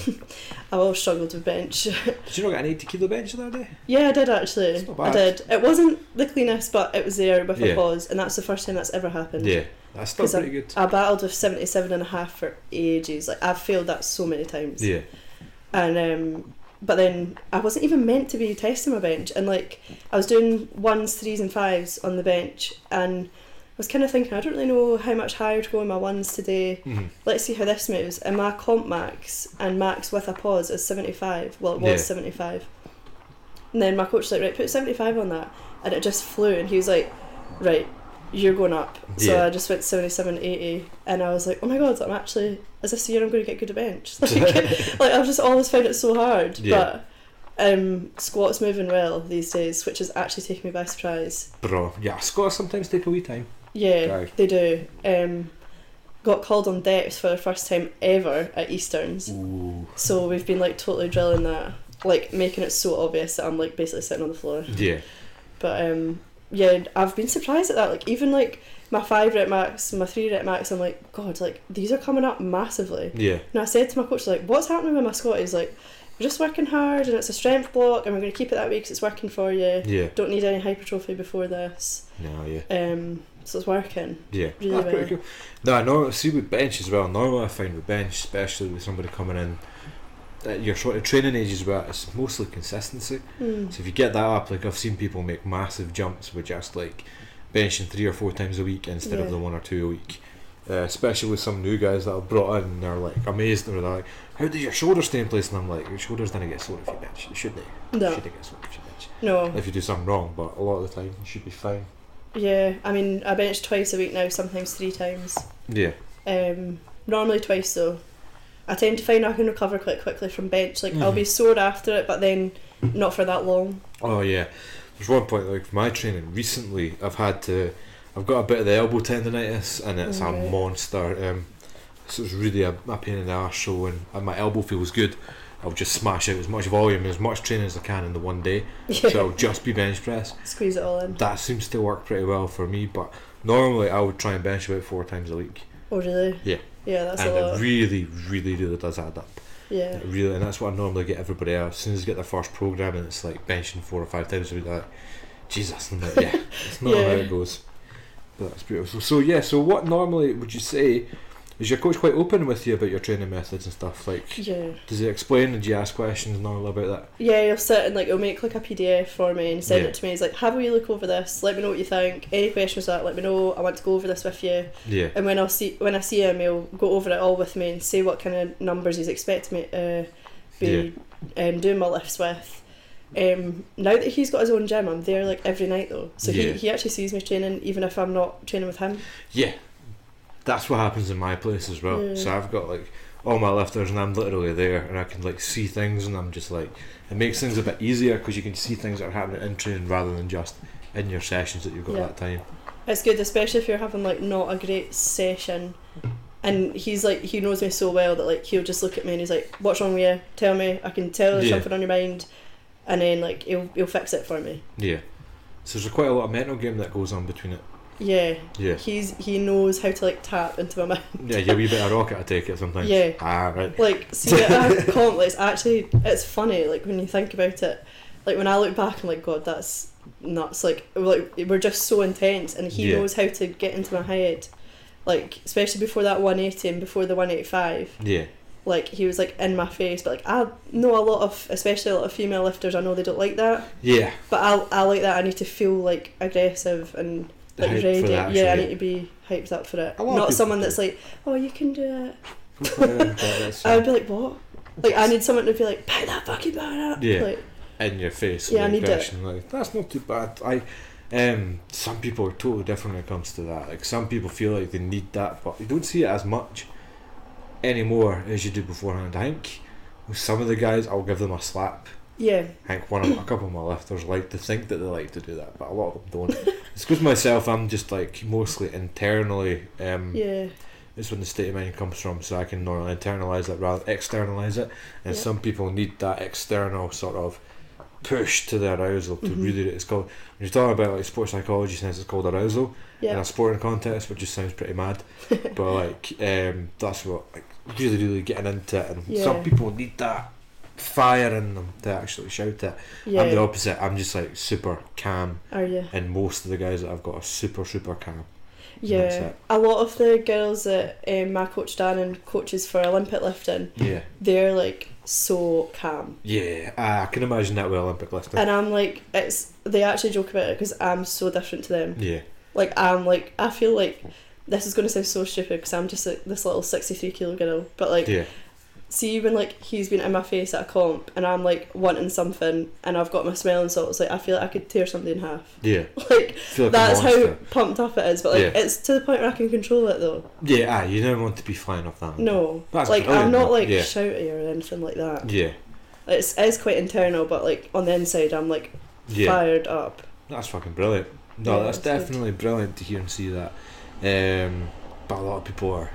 I've always struggled with bench. did you not get an eighty kilo bench the other day? Yeah, I did actually. It's not bad. I did. It wasn't the cleanest, but it was there with Yeah. a pause, and that's the first time that's ever happened. Yeah, that's still 'Cause I- pretty good. I battled with 77 and a half for ages. Like, I've failed that so many times. Yeah, And, um, but then I wasn't even meant to be testing my bench. And, like, I was doing ones, threes, and fives on the bench. And I was kind of thinking, I don't really know how much higher to go in my ones today. Mhm. Let's see how this moves. And my comp max and max with a pause is 75. Well, it was Yeah. 75. And then my coach was like, right, put 75 on that. And it just flew. And he was like, right, you're going up. So Yeah. I just went 77, 80. And I was like, oh my God, I'm actually, is this the year I'm going to get good at bench? Like, like I've just always found it so hard. Yeah. But um, squats moving well these days, which has actually taken me by surprise. bro. Yeah, squats sometimes take a wee time. Yeah, Right. they do. Um, got called on depth for the first time ever at Easterns. Ooh. So we've been like totally drilling that, like making it so obvious that I'm like basically sitting on the floor. Yeah. But um, yeah, I've been surprised at that. Like even like my five rep max, my three rep max, I'm like, God, like these are coming up massively. Yeah. And I said to my coach, like, what's happening with my squat? He's like, we're just working hard and it's a strength block and we're going to keep it that way because it's working for you. Yeah. Don't need any hypertrophy before this. No, yeah. Um, so it's working. Yeah. Really That's Ah, pretty well. cool. No, no, see with bench as well. Normally I find with bench, especially with somebody coming in at your sort of training age as well, it's mostly consistency. Mm. So if you get that up, like I've seen people make massive jumps with just like benching three or four times a week instead of Yeah. the one or two a week. Uh, especially with some new guys that I've brought in, and they're like amazed, and they're like, "How does your shoulder stay in place?" And I'm like, "Your shoulders didn't get sore if you bench. It shouldn't. It No, shouldn't get sore if you bench. no. If you do something wrong, but a lot of the time you should be fine." Yeah, I mean, I bench twice a week now, sometimes three times. Yeah, Um, normally twice though. I tend to find I can recover quite quickly from bench. Like I'll Mm-hmm. be sore after it, but then not for that long. Oh yeah, there's one point like my training recently. I've had to, I've got a bit of the elbow tendonitis, and it's Right. a monster. Um, so it's really a, a pain in the arse. So when my elbow feels good, I'll just smash out as much volume and as much training as I can in the one day. Yeah, So I'll just be bench press. squeeze it all in. That seems to work pretty well for me. But normally I would try and bench about four times a week, Oh really? Yeah. Yeah, that's and a lot. it really, really, really does add up. yeah. It really, and that's what I normally get everybody else. As soon as you get their first program, and it's like benching four or five times a week, they're like Jesus, and like, yeah, it's not how Yeah. it goes. But that's beautiful. So yeah, so what normally would you say? Is your coach quite open with you about your training methods and stuff? Like, Yeah. does he explain? and Do you ask questions normally about Yeah, he'll sit and like he'll make like a PDF for me and send Yeah. it to me. He's like, "Have a wee look over this. Let me know what you think. Any questions that, let me know. I want to go over this with you." that? Yeah, And when I will see when I see him, he'll go over it all with me and say what kind of numbers he's expecting me to be um, doing my lifts with. Um, now that he's got his own gym, I'm there like every night though, so Yeah. he, he actually sees me training even if I'm not training with him. yeah. That's what happens in my place as well. Mm. So I've got like all my lifters, and I'm literally there, and I can like see things, and I'm just like, it makes things a bit easier because you can see things that are happening in training rather than just in your sessions that you've got Yeah. that time. It's good, especially if you're having like not a great session. And he's like, he knows me so well that like he'll just look at me and he's like, "What's wrong with you? Tell me. I can tell there's Yeah. something on your mind." And then like he'll he'll fix it for me. Yeah. So there's quite a lot of mental game that goes on between it. Yeah, Yeah. he's he knows how to like tap into my mind. Yeah, you're a wee bit of rocket, I take it sometimes. Yeah. Ah, right. Like see, that complex. Actually, it's funny. Like when you think about it, like when I look back, I'm like, God, that's nuts. Like like we're just so intense, and he Yeah. knows how to get into my head. Like especially before that 180 and before the 185. Yeah. like he was like in my face but like I know a lot of especially a lot of female lifters I know they don't like that Yeah. but I, I like that I need to feel like aggressive and like Hyped for ready that, yeah I actually. need to be hyped up for it A lot of not people someone do. that's like oh you can do it That's I would be like what like I need someone to be like pick that fucking bar up Yeah. like in your face. Yeah, Yeah, I need it. Like, that's not too bad. I, um, some people are totally different when it comes to that. Like some people feel like they need that, but you don't see it as much anymore as you did beforehand. I think with some of the guys, I'll give them a slap. yeah I think one of a couple of my lifters like to think that they like to do that, but a lot of them don't. it's because myself, I'm just like mostly internally. Um, yeah it's when the state of mind comes from, so I can normally internalize it rather externalize it. And Yeah. some people need that external sort of push to the arousal to Mhm. really. It's called when you're talking about like sports psychology, since it's called arousal in yeah a sporting context, which just sounds pretty mad. but like um, that's what like really really getting into it, and Yeah. some people need that fire in them to actually shout it. I'm the yeah Oh, opposite. I'm just like super calm, are you and most of the guys that I've got are super super calm. That's yeah it. a lot of the girls that um, my coach Darren coaches for Olympic lifting Yeah, they're like so calm yeah. I can imagine that with Olympic lifting. And I'm like, it's they actually joke about it because I'm so different to them. Yeah, Like I'm like, I feel like this is gonna sound so stupid because I'm just like this little sixty-three kilo girl. But like, yeah, see when like he's been in my face at a comp and I'm like wanting something and I've got my smelling salts, like I feel like I could tear something in half. yeah. Like Feel like that's a how monster. pumped up it is. But like, Yeah. it's to the point where I can control it though. Yeah, aye, you don't want to be flying off that. No, That's like brilliant, I'm not though. like Yeah. shouty or anything like that. Yeah, It's it's quite internal, but like on the inside, I'm like yeah. fired up. That's fucking brilliant. No, Yeah, that's that's good. definitely brilliant to hear and see that. Um, but a lot of people are.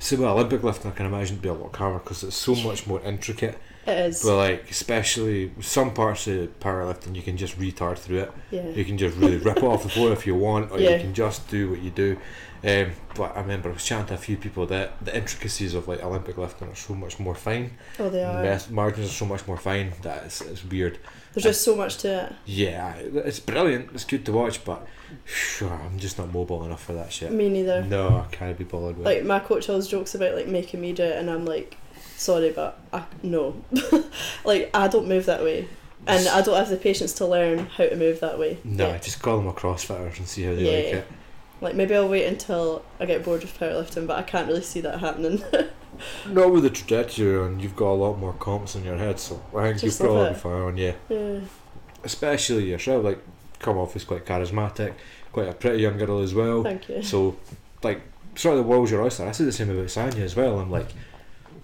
See, with Olympic lifting, I can imagine it'd be a lot calmer because it's so much more intricate It is. But like, especially some parts of powerlifting, you can just retard through it. yeah. You can just really rip it off the floor if you want, or you Yeah. can just do what you do. Um, but I remember I was chatting to a few people that the intricacies of like Olympic lifting are so much more fine. Oh, they are. Mes- margins are so much more fine that it's, it's weird. There's just so much to it. Yeah, it's brilliant. It's good to watch, but sure, I'm just not mobile enough for that shit. Me neither. No, I can't be bothered with. Like my coach always jokes about like making me do it, and I'm like, sorry, but I no, like I don't move that way, and I don't have the patience to learn how to move that way. no, yet. just call them a CrossFitter and see how they Yeah. like it. Like maybe I'll wait until I get bored of powerlifting, but I can't really see that happening. Not with the trajectory you're on, you've got a lot more comps in your head, so I think Just you'll love probably it. be fine. Yeah, yeah. especially yourself. Like, come off as quite charismatic, quite a pretty young girl as well. Thank you. So, like, sort of the world's your oyster. I said the same about Sanya as well. I'm like,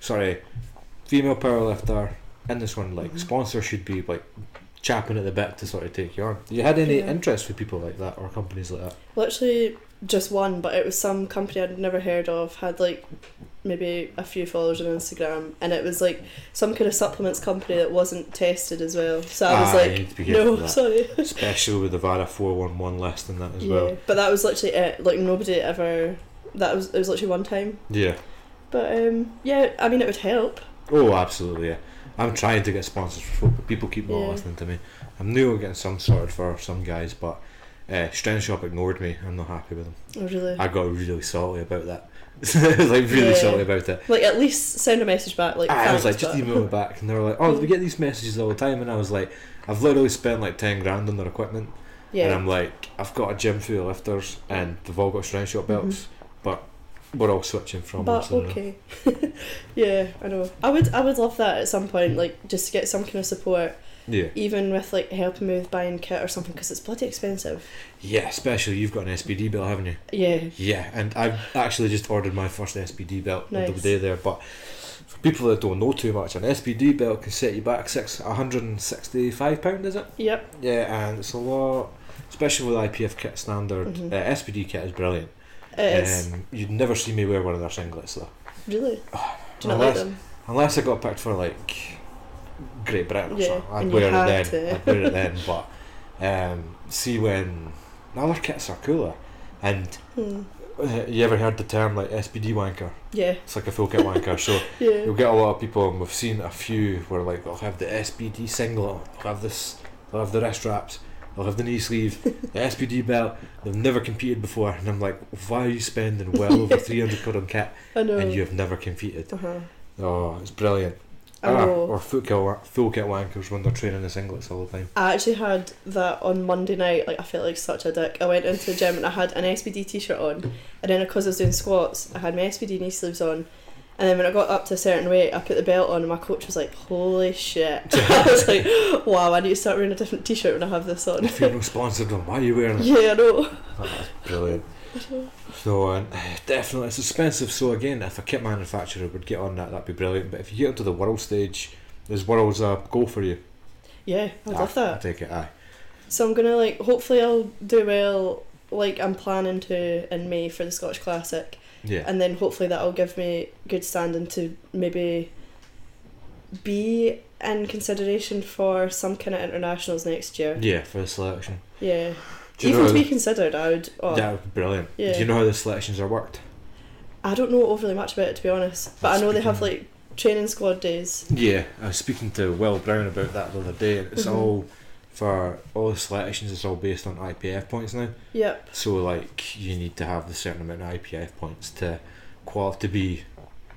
sorry, female powerlifter in this one, like, Mhm. sponsor should be like chapping at the bit to sort of take you on. You had any Yeah. interest with people like that or companies like that? Literally just one, but it was some company I'd never heard of, had like maybe a few followers on Instagram, and it was like some kind of supplements company that wasn't tested as well. So I was Ah, you like, need to be careful no, with that." sorry. Especially with the VADA 411 list and that as well. But that was literally it. Like nobody ever. That was it was literally one time. Yeah. But um, yeah, I mean it would help. Oh, absolutely. Yeah. I'm trying to get sponsors for folk, but people keep not Yeah. listening to me. I'm new at getting some sorted for some guys, but uh, Strength Shop ignored me. I'm not happy with them. Oh really? I got really salty about that. like, really Yeah. salty about it. like at least send a message back. Like I was thanks, like, just but- email me back, and they were like, "Oh, we get these messages all the time," and I was like, "I've literally spent like ten grand on their equipment, and Yeah. I'm like, I've got a gym full of lifters, and they've all got strength shot belts, but we're all switching from." Mm-hmm. But us, you know." okay. yeah, I know. I would I would love that at some point. Like just to get some kind of support, Yeah, even with like helping me with buying kit or something, because it's bloody expensive. yeah. Especially you've got an SPD belt, haven't you? Yeah. Yeah, and I've actually just ordered my first SPD belt the other Nice. day there, but. For people that don't know too much, an SPD belt can set you back six, 165 pound, is it? Yep. Yeah, and it's a lot, especially with IPF kit standard. Mhm. Uh, SPD kit is brilliant. It is Um, you'd never see me wear one of their singlets though, really. Do you not like unless- them? unless I got picked for like Great Britain or Yeah, something. I'd and you wear it then. had to. I'd wear it then, but um, see when now their kits are cooler. And Hmm. uh, you ever heard the term like SPD wanker? Yeah. It's like a full kit wanker. So Yeah. you'll get a lot of people, and we've seen a few where like they'll have the SPD singlet, they'll have this, they'll have the wrist wraps, they'll have the knee sleeve, the SPD belt. They've never competed before, and I'm like, why are you spending well over three hundred quid on kit? I know. and you have never competed. Uh-huh. Oh, it's brilliant. I Ah, know. or full kit, wa- full kit wankers when they're training the singlets all the time. I actually had that on Monday night. Like I felt like such a dick. I went into the gym and I had an SPD t-shirt on, and then because I was doing squats, I had my SPD knee sleeves on, and then when I got up to a certain weight, I put the belt on, and my coach was like, "Holy shit!" I was like, "Wow, I need to start wearing a different t-shirt when I have this on." If you're not sponsored them, why are you wearing it? yeah, I know. That's brilliant. So, and definitely, it's expensive. So, again, if a kit manufacturer would get on that, that'd be brilliant. But if you get onto the world stage, there's worlds a goal for you. Yeah, I Ah, love I'll that. take it, aye. So I'm gonna like. Hopefully, I'll do well. Like I'm planning to in May for the Scottish Classic. Yeah. and then hopefully that'll give me good standing to maybe be in consideration for some kind of internationals next year. yeah, for the selection. Yeah, Do you even know to be considered, I would. Oh, that would be brilliant. Yeah. Do you know how the selections are worked? I don't know overly much about it to be honest, but I know they have like training squad days. Yeah, I was speaking to Will Brown about that the other day, and it's Mhm. all for all the selections, it's all based on IPF points now. Yep. So like you need to have a certain amount of IPF points to qual to be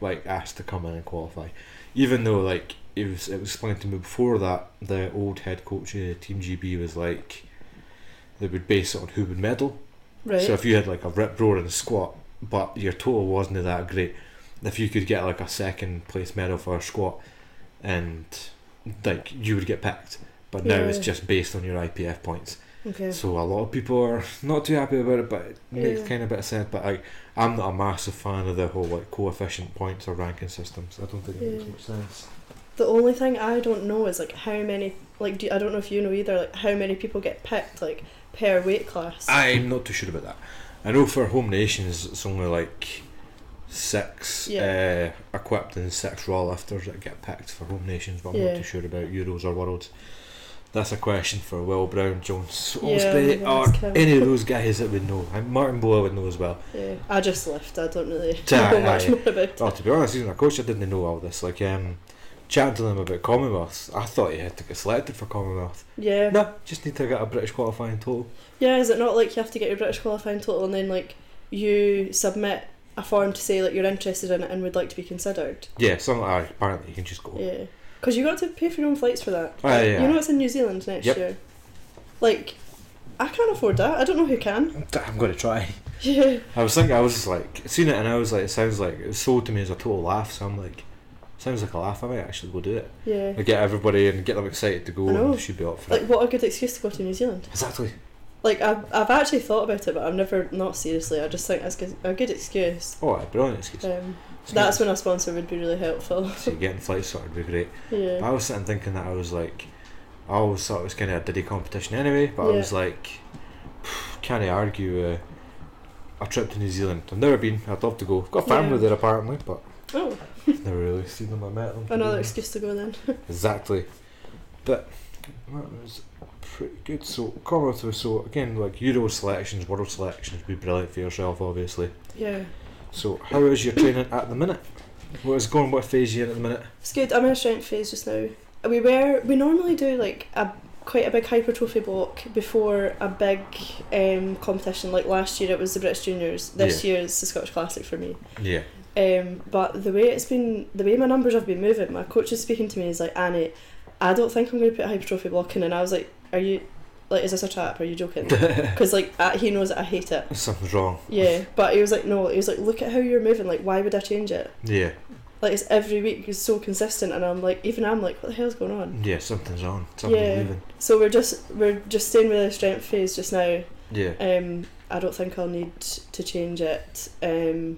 like asked to come in and qualify. Even though like it was it was explained to me before that the old head coach of Team GB was like they would base it on who would medal. Right. So if you had like a rip roar and squat, but your total wasn't that great, if you could get like a second place medal for a squat, and like you would get picked. But now it's Yeah. just based on your IPF points. okay. So a lot of people are not too happy about it, but it makes Yeah. kind of a bit of sense. But like, I'm not a massive fan of the whole like coefficient points or ranking systems. I don't think it makes Yeah. much sense. The only thing I don't know is like how many like do I don't know if you know either like how many people get picked like per weight class. I'm not too sure about that. I know for home nations, it's only like six Yeah. uh, equipped and six raw lifters that get picked for home nations, but I'm Yeah. not too sure about Euros or Worlds. That's a question for Will Brown, Jones, Yeah, Olsby, I'm gonna ask or him. any of those guys that would know. And Martin Boa would know as well. Yeah, I just left. I don't really Yeah, know much aye. more about it. Oh, to be honest, even a coach, I didn't know all this. Like, um, chatting to them about Commonwealth, I thought you had to get selected for Commonwealth. Yeah, No, just need to get a British qualifying total. yeah. Is it not like you have to get your British qualifying total and then like you submit a form to say like you're interested in it and would like to be considered? Yeah, some aye, apparently you can just go. Yeah, because you got to pay for your own flights for that. Aye, Oh, yeah. You know it's in New Zealand next Yep. year. Like, I can't afford that. I don't know who can. I'm gonna try. Yeah, I was thinking, I was just like, seen it, and I was like, it sounds like it was sold to me as a total laugh. So I'm like, sounds like a laugh. I might actually go do it. yeah. I get everybody and get them excited to go. I know. and should be up for Like, it. what a good excuse to go to New Zealand. Exactly. Like, I've, I've actually thought about it, but I've never, not seriously, I just think it's good- a good excuse. Oh, aye, brilliant excuse. Um, So that's when a sponsor would be really helpful. so getting flights sorted would be great. But yeah. I was sitting thinking that I was like, I always thought it was kind of a diddy competition anyway, but I Yeah. was like, can't I argue uh, a trip to New Zealand? I've never been, I'd love to go. I've got family Yeah. there apparently, but Oh, never really seen them or met them. another excuse to go then. Exactly. But that was pretty good. So, Commonwealth was so, again, like Euro selections, World selections would be brilliant for yourself, obviously. Yeah. So, how is your training at the minute? What is going, what phase are you in at the minute? It's good. I'm in a strength phase just now. We were we normally do like a quite a big hypertrophy block before a big um, competition. Like last year, it was the British Juniors. This year, it's the Scottish Classic for me. Yeah. Um, but the way it's been, the way my numbers have been moving, my coach is speaking to me. He's like, Annie, I don't think I'm going to put hypertrophy block in. And I was like, Are you like, is this a trap? Are you joking? Because like uh, he knows that I hate it. Something's wrong. Yeah, but he was like, no. He was like, look at how you're moving. Like, why would I change it? Yeah. like it's every week is so consistent and I'm like even I'm like what the hell's going on Yeah, something's on. Something's Yeah. moving. so we're just we're just staying with the strength phase just now Yeah. um I don't think I'll need to change it um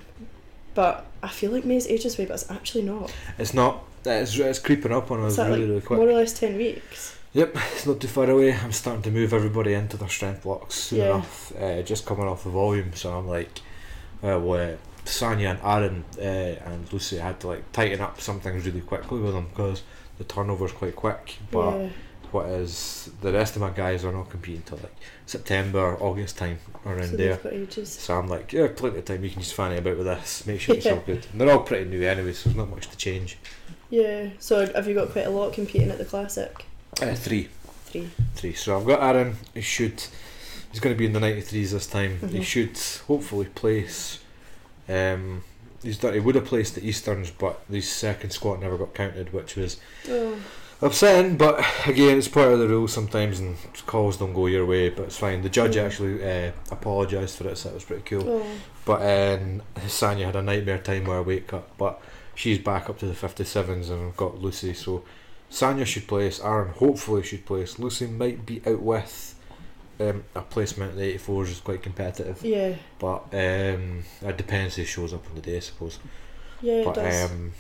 but I feel like May's ages away but it's actually not It's not. It's, it's creeping up on us it's that really, like really quick. more or less 10 weeks Yep, it's not too far away. I'm starting to move everybody into their strength blocks soon Yeah. enough. Uh, just coming off the volume, so I'm like, uh, well, uh, Sanya and Aaron uh, and Lucy had to like tighten up some things really quickly with them because the turnover's quite quick. But yeah what is the rest of my guys are not competing till like September, August time around so there. they've got ages So I'm like, yeah, plenty of time. You can just fanny about with this. Make sure it's all Yeah. good. And they're all pretty new anyway, so there's not much to change. yeah so have you got quite a lot competing at the classic Uh, three. three three. So I've got Aaron. He should. He's going to be in the ninety threes this time. He Mhm. should hopefully place. Um, he's done. He would have placed the Easterns, but the second squat never got counted, which was oh upsetting. But again, it's part of the rules sometimes, and calls don't go your way. But it's fine. The judge Mhm. actually uh, apologised for it, so that was pretty cool. oh But um, Sanya had a nightmare time where I wake up, but she's back up to the 57s and I've got Lucy. So Sanya should place, Aaron hopefully should place. Lucy might be out with um, a placement. The 84s is quite competitive, yeah but um, it depends who shows up on the day, I suppose. yeah it but does um,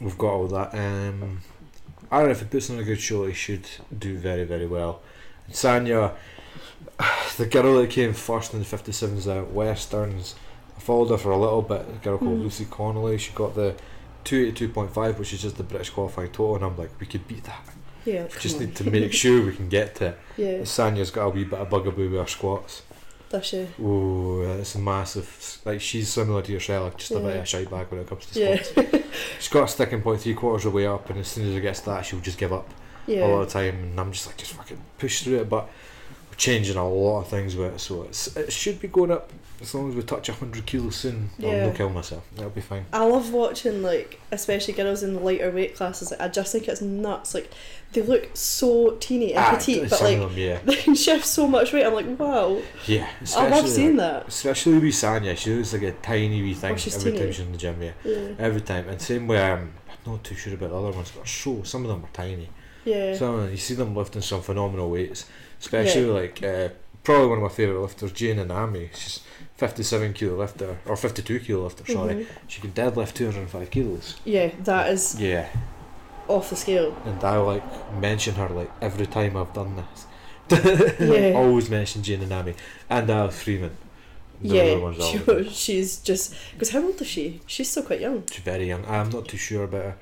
we've got all that. Um, Aaron, if he puts on a good show, he should do very, very well. And Sanya, the girl that came first in the 57s at Westerns, I followed her for a little bit. A girl called Mm. Lucy Connolly, she got the 282.5, which is just the British qualifying total, and I'm like, we could beat that. yeah We come just on. need to make sure we can get to it. yeah Sanya's got a wee bit of bugaboo with her squats. that's you Oh, that's massive. Like, she's similar to yourself, just a bit of Yeah. a shite bag when it comes to squats. yeah She's got a sticking point three quarters of the way up, and as soon as it gets to that, she'll just give up a lot yeah of time. And I'm just like, just fucking push through it. But we're changing a lot of things with it, so it's, it should be going up as long as we touch 100 kilos soon. I'll Yeah. not kill myself, that'll be fine. I love watching like especially girls in the lighter weight classes. Like, I just think it's nuts. Like they look so teeny and Ah, petite, but some like of them, yeah, they can shift so much weight. I'm like, wow, yeah. I especially, love seeing like- that. Especially with Sanya, she looks like a tiny wee thing she's every time teeny. she's in the gym. Yeah, Yeah, every time. And same way, um, I'm not too sure about the other ones, but so some of them are tiny. yeah, Some of them- you see them lifting some phenomenal weights, especially Yeah. like uh, probably one of my favourite lifters, Jane Inami. She's 57 kilo lifter or 52 kilo lifter. Sorry, Mhm. she can deadlift 205 kilos. yeah. That is Yeah, off the scale. and I like mention her like every time I've done this. Yeah. Always mention Jane Inami and Al Freeman. The yeah, other one's she- older. she's just because how old is she? She's still quite young. She's very young. I'm not too sure about her.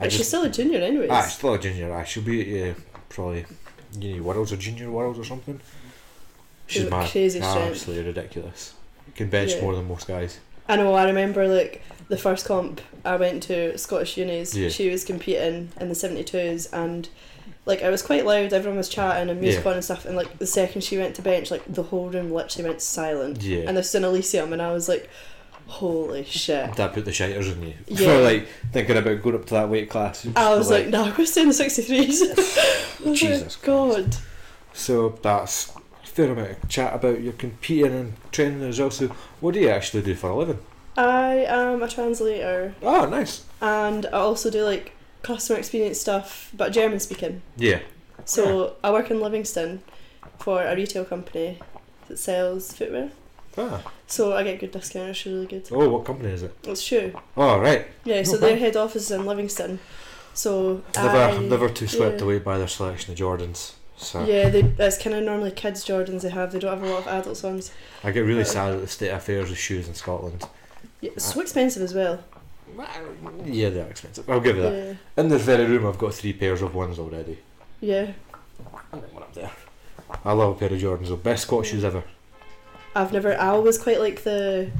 Like, she's still a junior, anyways. Ah, still a junior. Ah, she'll be at, uh, probably uni worlds or junior worlds or something. She's She's got mad. crazy strength. Absolutely ridiculous. Can bench Yeah. more than most guys. I know. I remember like the first comp I went to Scottish Unis. Yeah. She was competing in the seventy twos, and like I was quite loud. Everyone was chatting and music Yeah. on and stuff. And like the second she went to bench, like the whole room literally went silent. Yeah. And this is in Elysium, and I was like, holy shit. That put the shiters in you. Yeah. For like thinking about going up to that weight class. It's I just was like, no, I'm staying in the 63s. Oh my Jesus God. So that's a fair amount of chat about your competing and training as well. So what do you actually do for a living? I am a translator Oh, nice. and I also do like customer experience stuff, but German speaking. Yeah. So I work in Livingston for a retail company that sells footwear. Ah. So I get good discount, it's really good. Oh, what company is it? It's true. Oh, right. Yeah, so Okay. their head office is in Livingston. So Never, I, never too swept yeah. away by their selection of Jordans. So Yeah, they, that's kind of normally kids' Jordans they have. They don't have a lot of adults ones. I get really sad at the state of affairs of shoes in Scotland. Yeah, it's Ah. so expensive as well. Yeah, they're expensive. I'll give you that. Yeah, In this very room, I've got three pairs of ones already. yeah. And then one up there. I love a pair of Jordans. The best Scotch shoes ever. I've never. I always quite like the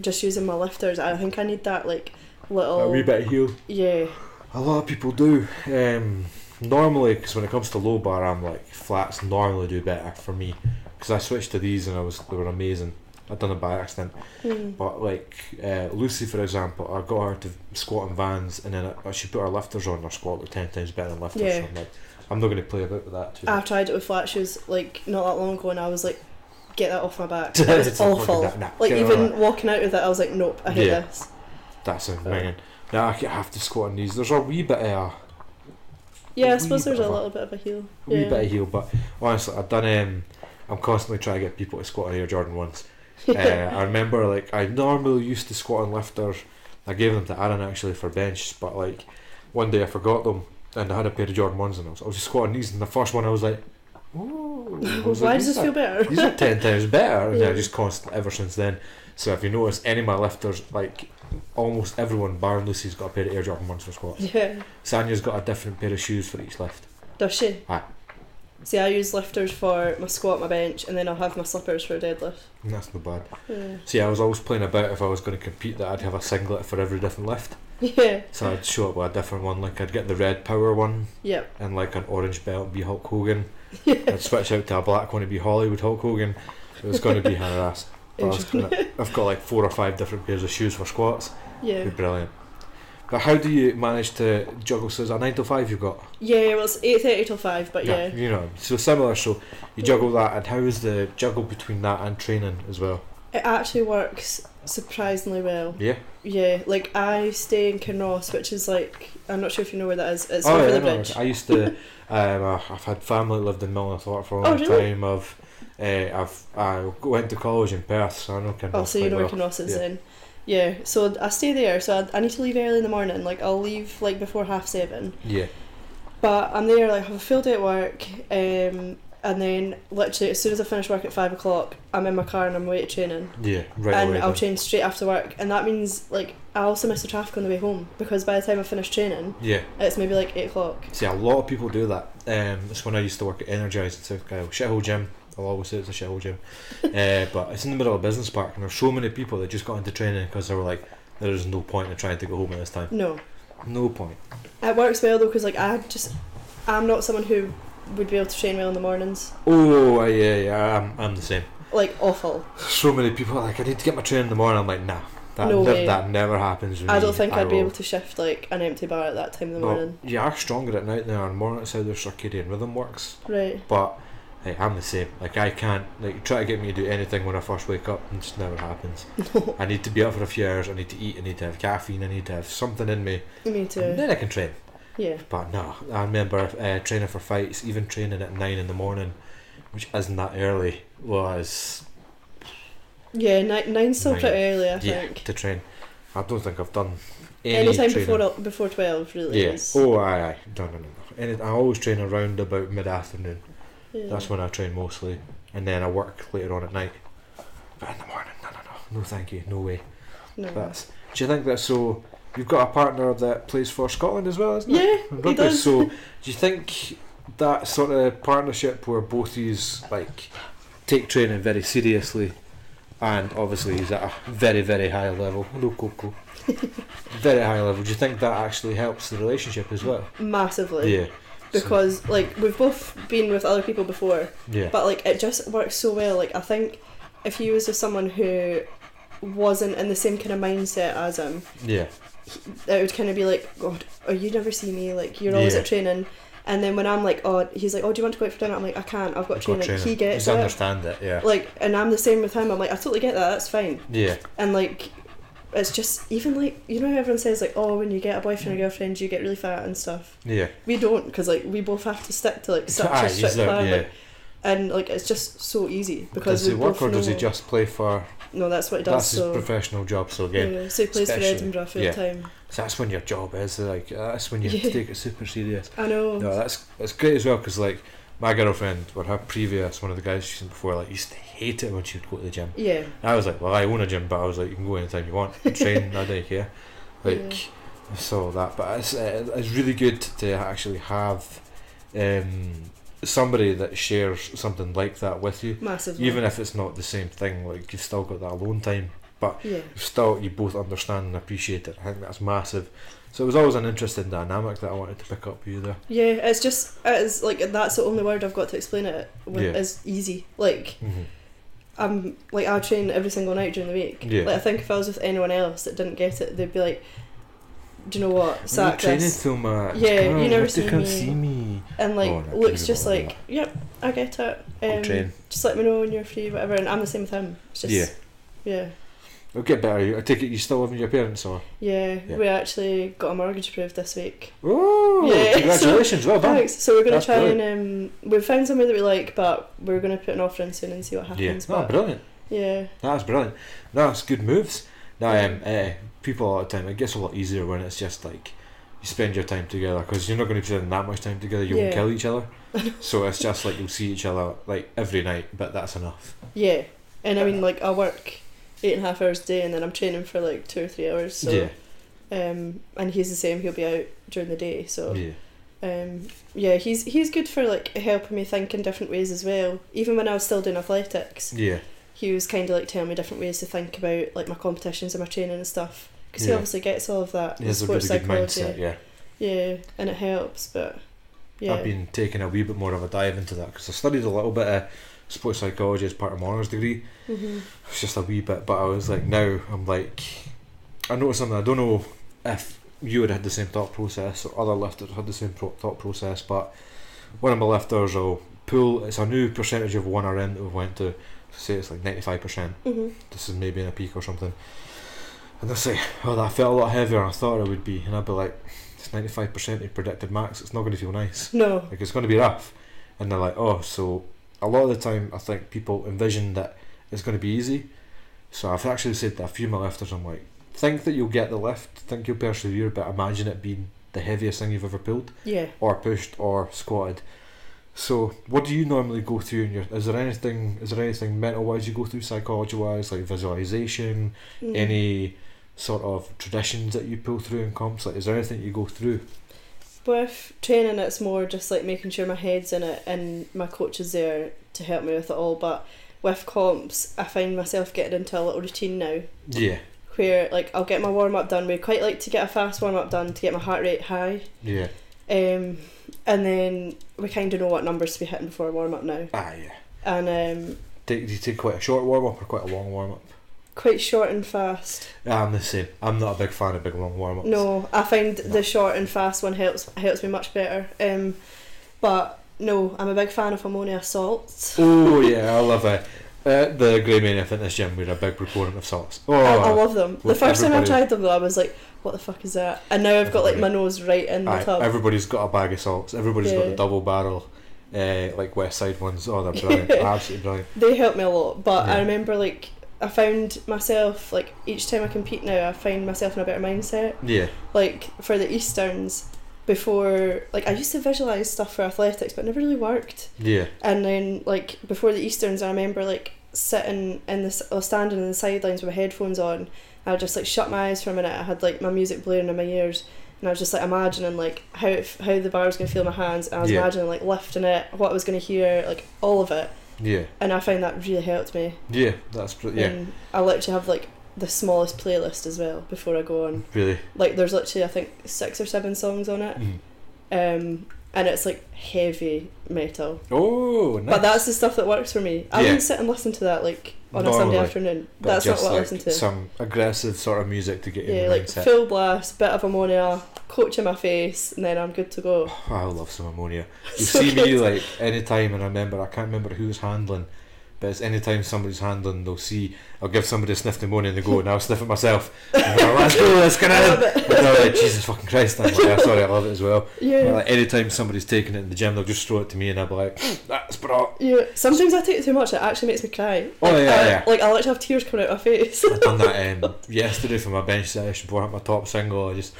just using my lifters. I think I need that like little. A wee bit of heel. Yeah, A lot of people do. Um, normally, because when it comes to low bar, I'm like flats normally do better for me. Because I switched to these and I was they were amazing. I'd done it by accident. Hmm. But like uh, Lucy, for example, I got her to squat in vans, and then I, I should put her lifters on. Her squat looked ten times better than lifters. Yeah. Ah, So I'm like, I'm not going to play about with that too. I tried it with flat shoes like not that long ago, and I was like, "Get that off my back." That was It's not awful. fucking that- nah, like get it even off. walking out with it, I was like, "Nope, I hate Yeah. this." That's a minging. Now I ca- I have to squat on these. There's a wee bit of a Yeah, I Wee suppose there's bit a of a- little bit of a heel. wee Yeah. bit of heel, but honestly, I've done. Um, I'm constantly trying to get people to squat on Air Jordan ones. uh, I remember like I normally used to squat on lifters. I gave them to Aaron actually for benches, but like one day I forgot them and I had a pair of Jordan ones and I was, I was just squatting these and the first one I was like, Ooh, I was Why like, "These does this are- feel better? These are ten times better. And Yeah. I just constant ever since then. So if you notice any of my lifters, like almost everyone, Baron Lucy's got a pair of Air Jordan ones for squats. yeah, Sanya's got a different pair of shoes for each lift. does she? Aye. See, I use lifters for my squat, my bench, and then I'll have my slippers for a deadlift. And that's not bad. Yeah. See, I was always playing about if I was going to compete that I'd have a singlet for every different lift. Yeah. So I'd show up with a different one. Like I'd get the red power one Yep. and like an orange belt and be Hulk Hogan. Yeah. I'd switch out to a black one and be Hollywood Hulk Hogan. It was going to be Hannah Ass. But I was gonna, I've got like four or five different pairs of shoes for squats. Yeah. It'd be brilliant. But how do you manage to juggle? So is that nine to five you've got? Yeah, well, it's 8.30 till 5, but yeah. You know, so similar. So you juggle that, and how is the juggle between that and training as well? It actually works surprisingly well. Yeah. Yeah, like I stay in Kinross, which is like, I'm not sure if you know where that is. It's oh, over yeah, the I know. bridge. I used to. um, uh, I've had family that lived in Milnathorpe for a Oh, long really? time. I've, uh, I've I went to college in Perth, so I know kind Oh, so you know where well. Kinross is Yeah. then. Yeah, so I stay there, so I, I need to leave early in the morning. Like, I'll leave like before half seven. Yeah, But I'm there, like, have a full day at work, um, and then literally as soon as I finish work at five o'clock, I'm in my car and I'm away to training. yeah, right and away. I'll then. train straight after work, and that means like I also miss the traffic on the way home because by the time I finish training, yeah, it's maybe like eight o'clock. see, a lot of people do that. Um, it's when I used to work at Energize in South Kyle, shithole gym. I'll always say it's a shithole gym, uh, but it's in the middle of a business park, and there's so many people that just got into training because they were like, "There is no point in trying to go home at this time. No, No point." it works well though because like I just I'm not someone who would be able to train well in the mornings. Oh, uh, yeah, yeah, I'm, I'm the same. Like awful. so many people are like, I need to get my train in the morning. I'm like, nah, that, No nev- way. that never happens. with I me. don't think I would be will- able to shift like an empty bar at that time in the Well, morning. you are stronger at night than you are in the morning. That's how their circadian rhythm works. Right. But like, I'm the same. Like I can't like try to get me to do anything when I first wake up. It just never happens. I need to be up for a few hours. I need to eat. I need to have caffeine. I need to have something in me. Me And too. then I can train. Yeah. But no, I remember uh, training for fights, even training at nine in the morning, which isn't that early, was Yeah. Nine, nine's still Nine. pretty early, I yeah think. to train. I don't think I've done any Anytime training. before before twelve, really. Yeah. is. Oh, aye, aye. No, no, no, no. And it- I always train around about mid afternoon. Yeah. That's when I train mostly, and then I work later on at night. But in the morning, no, no, no. no, thank you, no way. No. That's. Do you think that's so? You've got a partner that plays for Scotland as well, isn't it? yeah, In he rugby. does. So, do you think that sort of partnership where both these like take training very seriously, and obviously he's at a very very high level. Hello, Coco. very high level. Do you think that actually helps the relationship as well? Massively. yeah. Because like we've both been with other people before, yeah. but like it just works so well. Like I think if he was with someone who wasn't in the same kind of mindset as him, yeah. it would kind of be like, God, oh, you never see me. Like you're always Yeah. at training. And then when I'm like, oh, he's like, oh, do you want to go out for dinner? I'm like, I can't. I've got I've got training. He training. gets Just it. understand it. Yeah. Like, and I'm the same with him. I'm like, I totally get that. That's fine. yeah. And like, it's just even like you know how everyone says like, oh, when you get a Mm. boyfriend or girlfriend, you get really fat and stuff. Yeah. We don't because like we both have to stick to like such Aye, a he's strict there, plan. yeah. Like, and like it's just so easy because does he we work both or does he know- just play for? No, that's what he That's does. his So. professional job. So again, yeah, so he plays for Especially- Edinburgh full yeah. time. so that's when your job is. Like uh, that's when you have to Yeah. take it super serious. I know. No, that's that's great as well because like my girlfriend or her previous one of the guys she's in before like used to hate it when she would go to the gym. Yeah, I was like, well, I own a gym, but I was like, you can go anytime you want, and train, I don't care. Like I saw that, but it's uh, it's really good to actually have um, somebody that shares something like that with you, massively. even if it's not the same thing. Like you've still got that alone time, but yeah, still you both understand and appreciate it. I think that's massive. So it was always an interesting dynamic that I wanted to pick up with you there. yeah. It's just it's like that's the only word I've got to explain it. With, Yeah. Is easy. Like hmm I'm like I train every single night during the week. Yeah. Like I think if I was with anyone else that didn't get it, they'd be like, "Do you know what? You're Sack training this." so much. Yeah, Come you on, never have to see come me. see me. And like Oh, no, looks couldn't just be bothered like, "Yep, I get it. I'll Um, train. Just let me know when you're free, whatever." And I'm the same with him. It's just Yeah. yeah, It'll get better. I take it you still living with your parents, or? yeah. Yeah. We actually got a mortgage approved this week. Oh, Yeah, congratulations! well done. Thanks. So we're gonna Oh, That's try and um, we've found somewhere that we like, but we're gonna put an offer in soon and see what Yeah, happens. oh, but brilliant. yeah, That's brilliant. That's good moves. Now, um, uh, people all the time. It gets a lot easier when it's just like you spend your time together because you're not going to be spending that much time together. You won't Yeah. kill each other. so it's just like you'll see each other like every night, but that's enough. yeah. And I mean, like I work eight and a half hours a day, and then I'm training for like two or three hours. So yeah, um, and he's the same. He'll be out during the day. So yeah, um, yeah, he's he's good for like helping me think in different ways as well. Even when I was still doing athletics, yeah, he was kind of like telling me different ways to think about like my competitions and my training and stuff. Because he Yeah. obviously gets all of that. He has a sports really good psychology. mindset. Yeah. Yeah, and it helps, but yeah, I've been taking a wee bit more of a dive into that because I studied a little bit of sports psychology as part of my honours degree. hmm It's just a wee bit, but I was like, now I'm like, I noticed something. I don't know if you would have had the same thought process or other lifters had the same pro- thought process, but one of my lifters will pull. It's a new percentage of one RM that we went to. Say it's like ninety five percent hmm this is maybe in a peak or something. And they'll say, oh, that felt a lot heavier than I thought it would be. And I'd be like, it's 95% of your predicted max, it's not going to feel nice. no, Like, it's going to be rough. And they're like, oh, so a lot of the time, I think people envision that it's going to be easy. So I've actually said to a few of my lifters, I'm like, think that you'll get the lift, think you'll persevere, but imagine it being the heaviest thing you've ever pulled, yeah. or pushed, or squatted. So, what do you normally go through? In your, is there anything? Is there anything mental wise you go through, psychology wise, like visualization, Mm. any sort of traditions that you pull through in comps? Like, is there anything you go through? With training, it's more just like making sure my head's in it and my coach is there to help me with it all. But with comps, I find myself getting into a little routine now Yeah, where like I'll get my warm up done. We quite like to get a fast warm up done to get my heart rate high, yeah, um, and then we kind of know what numbers to be hitting before warm up now. ah, yeah. And um, Take, do you take quite a short warm up or quite a long warm up? quite short and fast. I'm the same. I'm not a big fan of big long warm ups. No, I find No. the short and fast one helps helps me much better. Um, but no, I'm a big fan of ammonia salts. Oh yeah, I love it. At the Grey Mania Fitness Gym, we're a big proponent of salts. Oh, I, I love them. The With first time I everybody- tried them though, I was like, "What the fuck is that?" And now I've got like my nose right in the Aye, tub. everybody's got a bag of salts. Everybody's got the Yeah. double barrel, uh, like West Side ones. Oh, they're brilliant. They're absolutely brilliant. They help me a lot, but Yeah. I remember like I found myself like each time I compete now, I find myself in a better mindset. Yeah, Like for the Easterns, before like I used to visualize stuff for athletics, but it never really worked. yeah, And then like before the Easterns, I remember like sitting in the s- or standing in the sidelines with my headphones on. I would just like shut my eyes for a minute. I had like my music blaring in my ears, and I was just like imagining like how it, f- how the bar was gonna feel in my hands. And I was Yeah. imagining like lifting it, what I was gonna hear, like all of it. Yeah. And I found that really helped me. Yeah. That's pr- yeah. And I literally have like the smallest playlist as well before I go on. Really. Like there's literally I think six or seven songs on it, Mm. um, and it's like heavy metal. Oh, nice. But that's the stuff that works for me. I Yeah. wouldn't sit and listen to that like on a Normally, Sunday afternoon. But That's not just, what I like, listen to. Some aggressive sort of music to get you yeah, in the like mindset. full blast, bit of ammonia, coach in my face, and then I'm good to go. Oh, I love some ammonia. You So see me good. like anytime, and I remember I can't remember who's handling, but it's anytime somebody's handling, they'll see. I'll give somebody a sniff pneumonia, and they go, and I'll sniff it myself. And they're like, let's go, let's get Love in. it. And they're like, Jesus fucking Christ! I'm like, yeah, sorry, I love it as well. Yeah. Like anytime somebody's taking it in the gym, they'll just throw it to me, and I'll be like, "Hmm, that's bra. yeah, sometimes I take it too much. It actually makes me cry. Oh, Like, yeah, I, yeah. Like I literally have tears coming out of my face. I done that um, yesterday for my bench session before I hit my top single. I just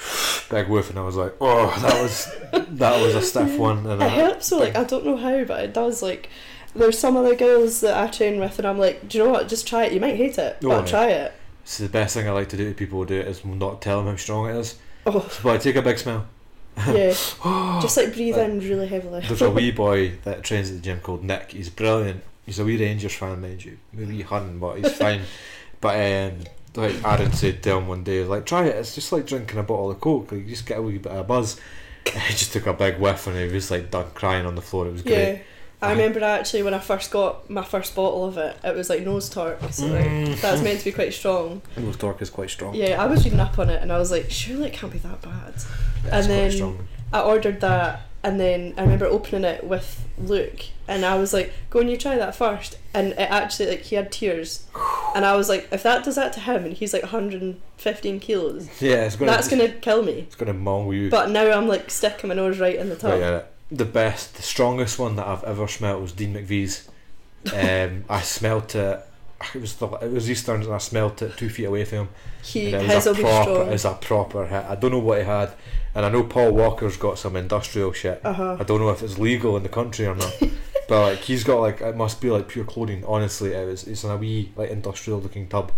big whiff, and I was like, oh, that was that was a stiff one. And it I, helps though. Like I don't know how, but it does. Like there's some other girls that I train with, and I'm like, do you know what? Just try it. You might hate it, Oh, but yeah. try it. It's the best thing I like to do to people who do it is not tell them how strong it is. Oh But I take a big smell. yeah, just like breathe in really heavily. There's a wee boy that trains at the gym called Nick. He's brilliant. He's a wee Rangers fan, mind you. A wee hun, but he's fine. But um, like Aaron said to him one day, like try it. It's just like drinking a bottle of coke. Like you just get a wee bit of a buzz. And he just took a big whiff and he was like done crying on the floor. It was Yeah. great. I Aye. remember actually when I first got my first bottle of it, it was like nose torque, so Mm. like, that's meant to be quite strong. And Nose Torque is quite strong. Yeah, I was reading up on it and I was like, surely it can't be that bad. It's and quite then- strong. I ordered that and then I remember opening it with Luke and I was like, go and you try that first. And it actually, like, he had tears. And I was like, if that does that to him and he's like 115 kilos, yeah, it's gonna that's gonna kill me. it's gonna maul you. But now I'm like sticking my nose right in the top. Right, yeah. The best, the strongest one that I've ever smelt was Dean McVie's. Um, I smelt it. It was the, it was Eastern, and I smelt it two feet away from him. He, and it was his a will be proper, it strong. was a proper hit. I don't know what he had, and I know Paul Walker's got some industrial shit. Uh huh. I don't know if it's legal in the country or not, but like he's got like it must be like pure chlorine. Honestly, it was it's in a wee like industrial looking tub.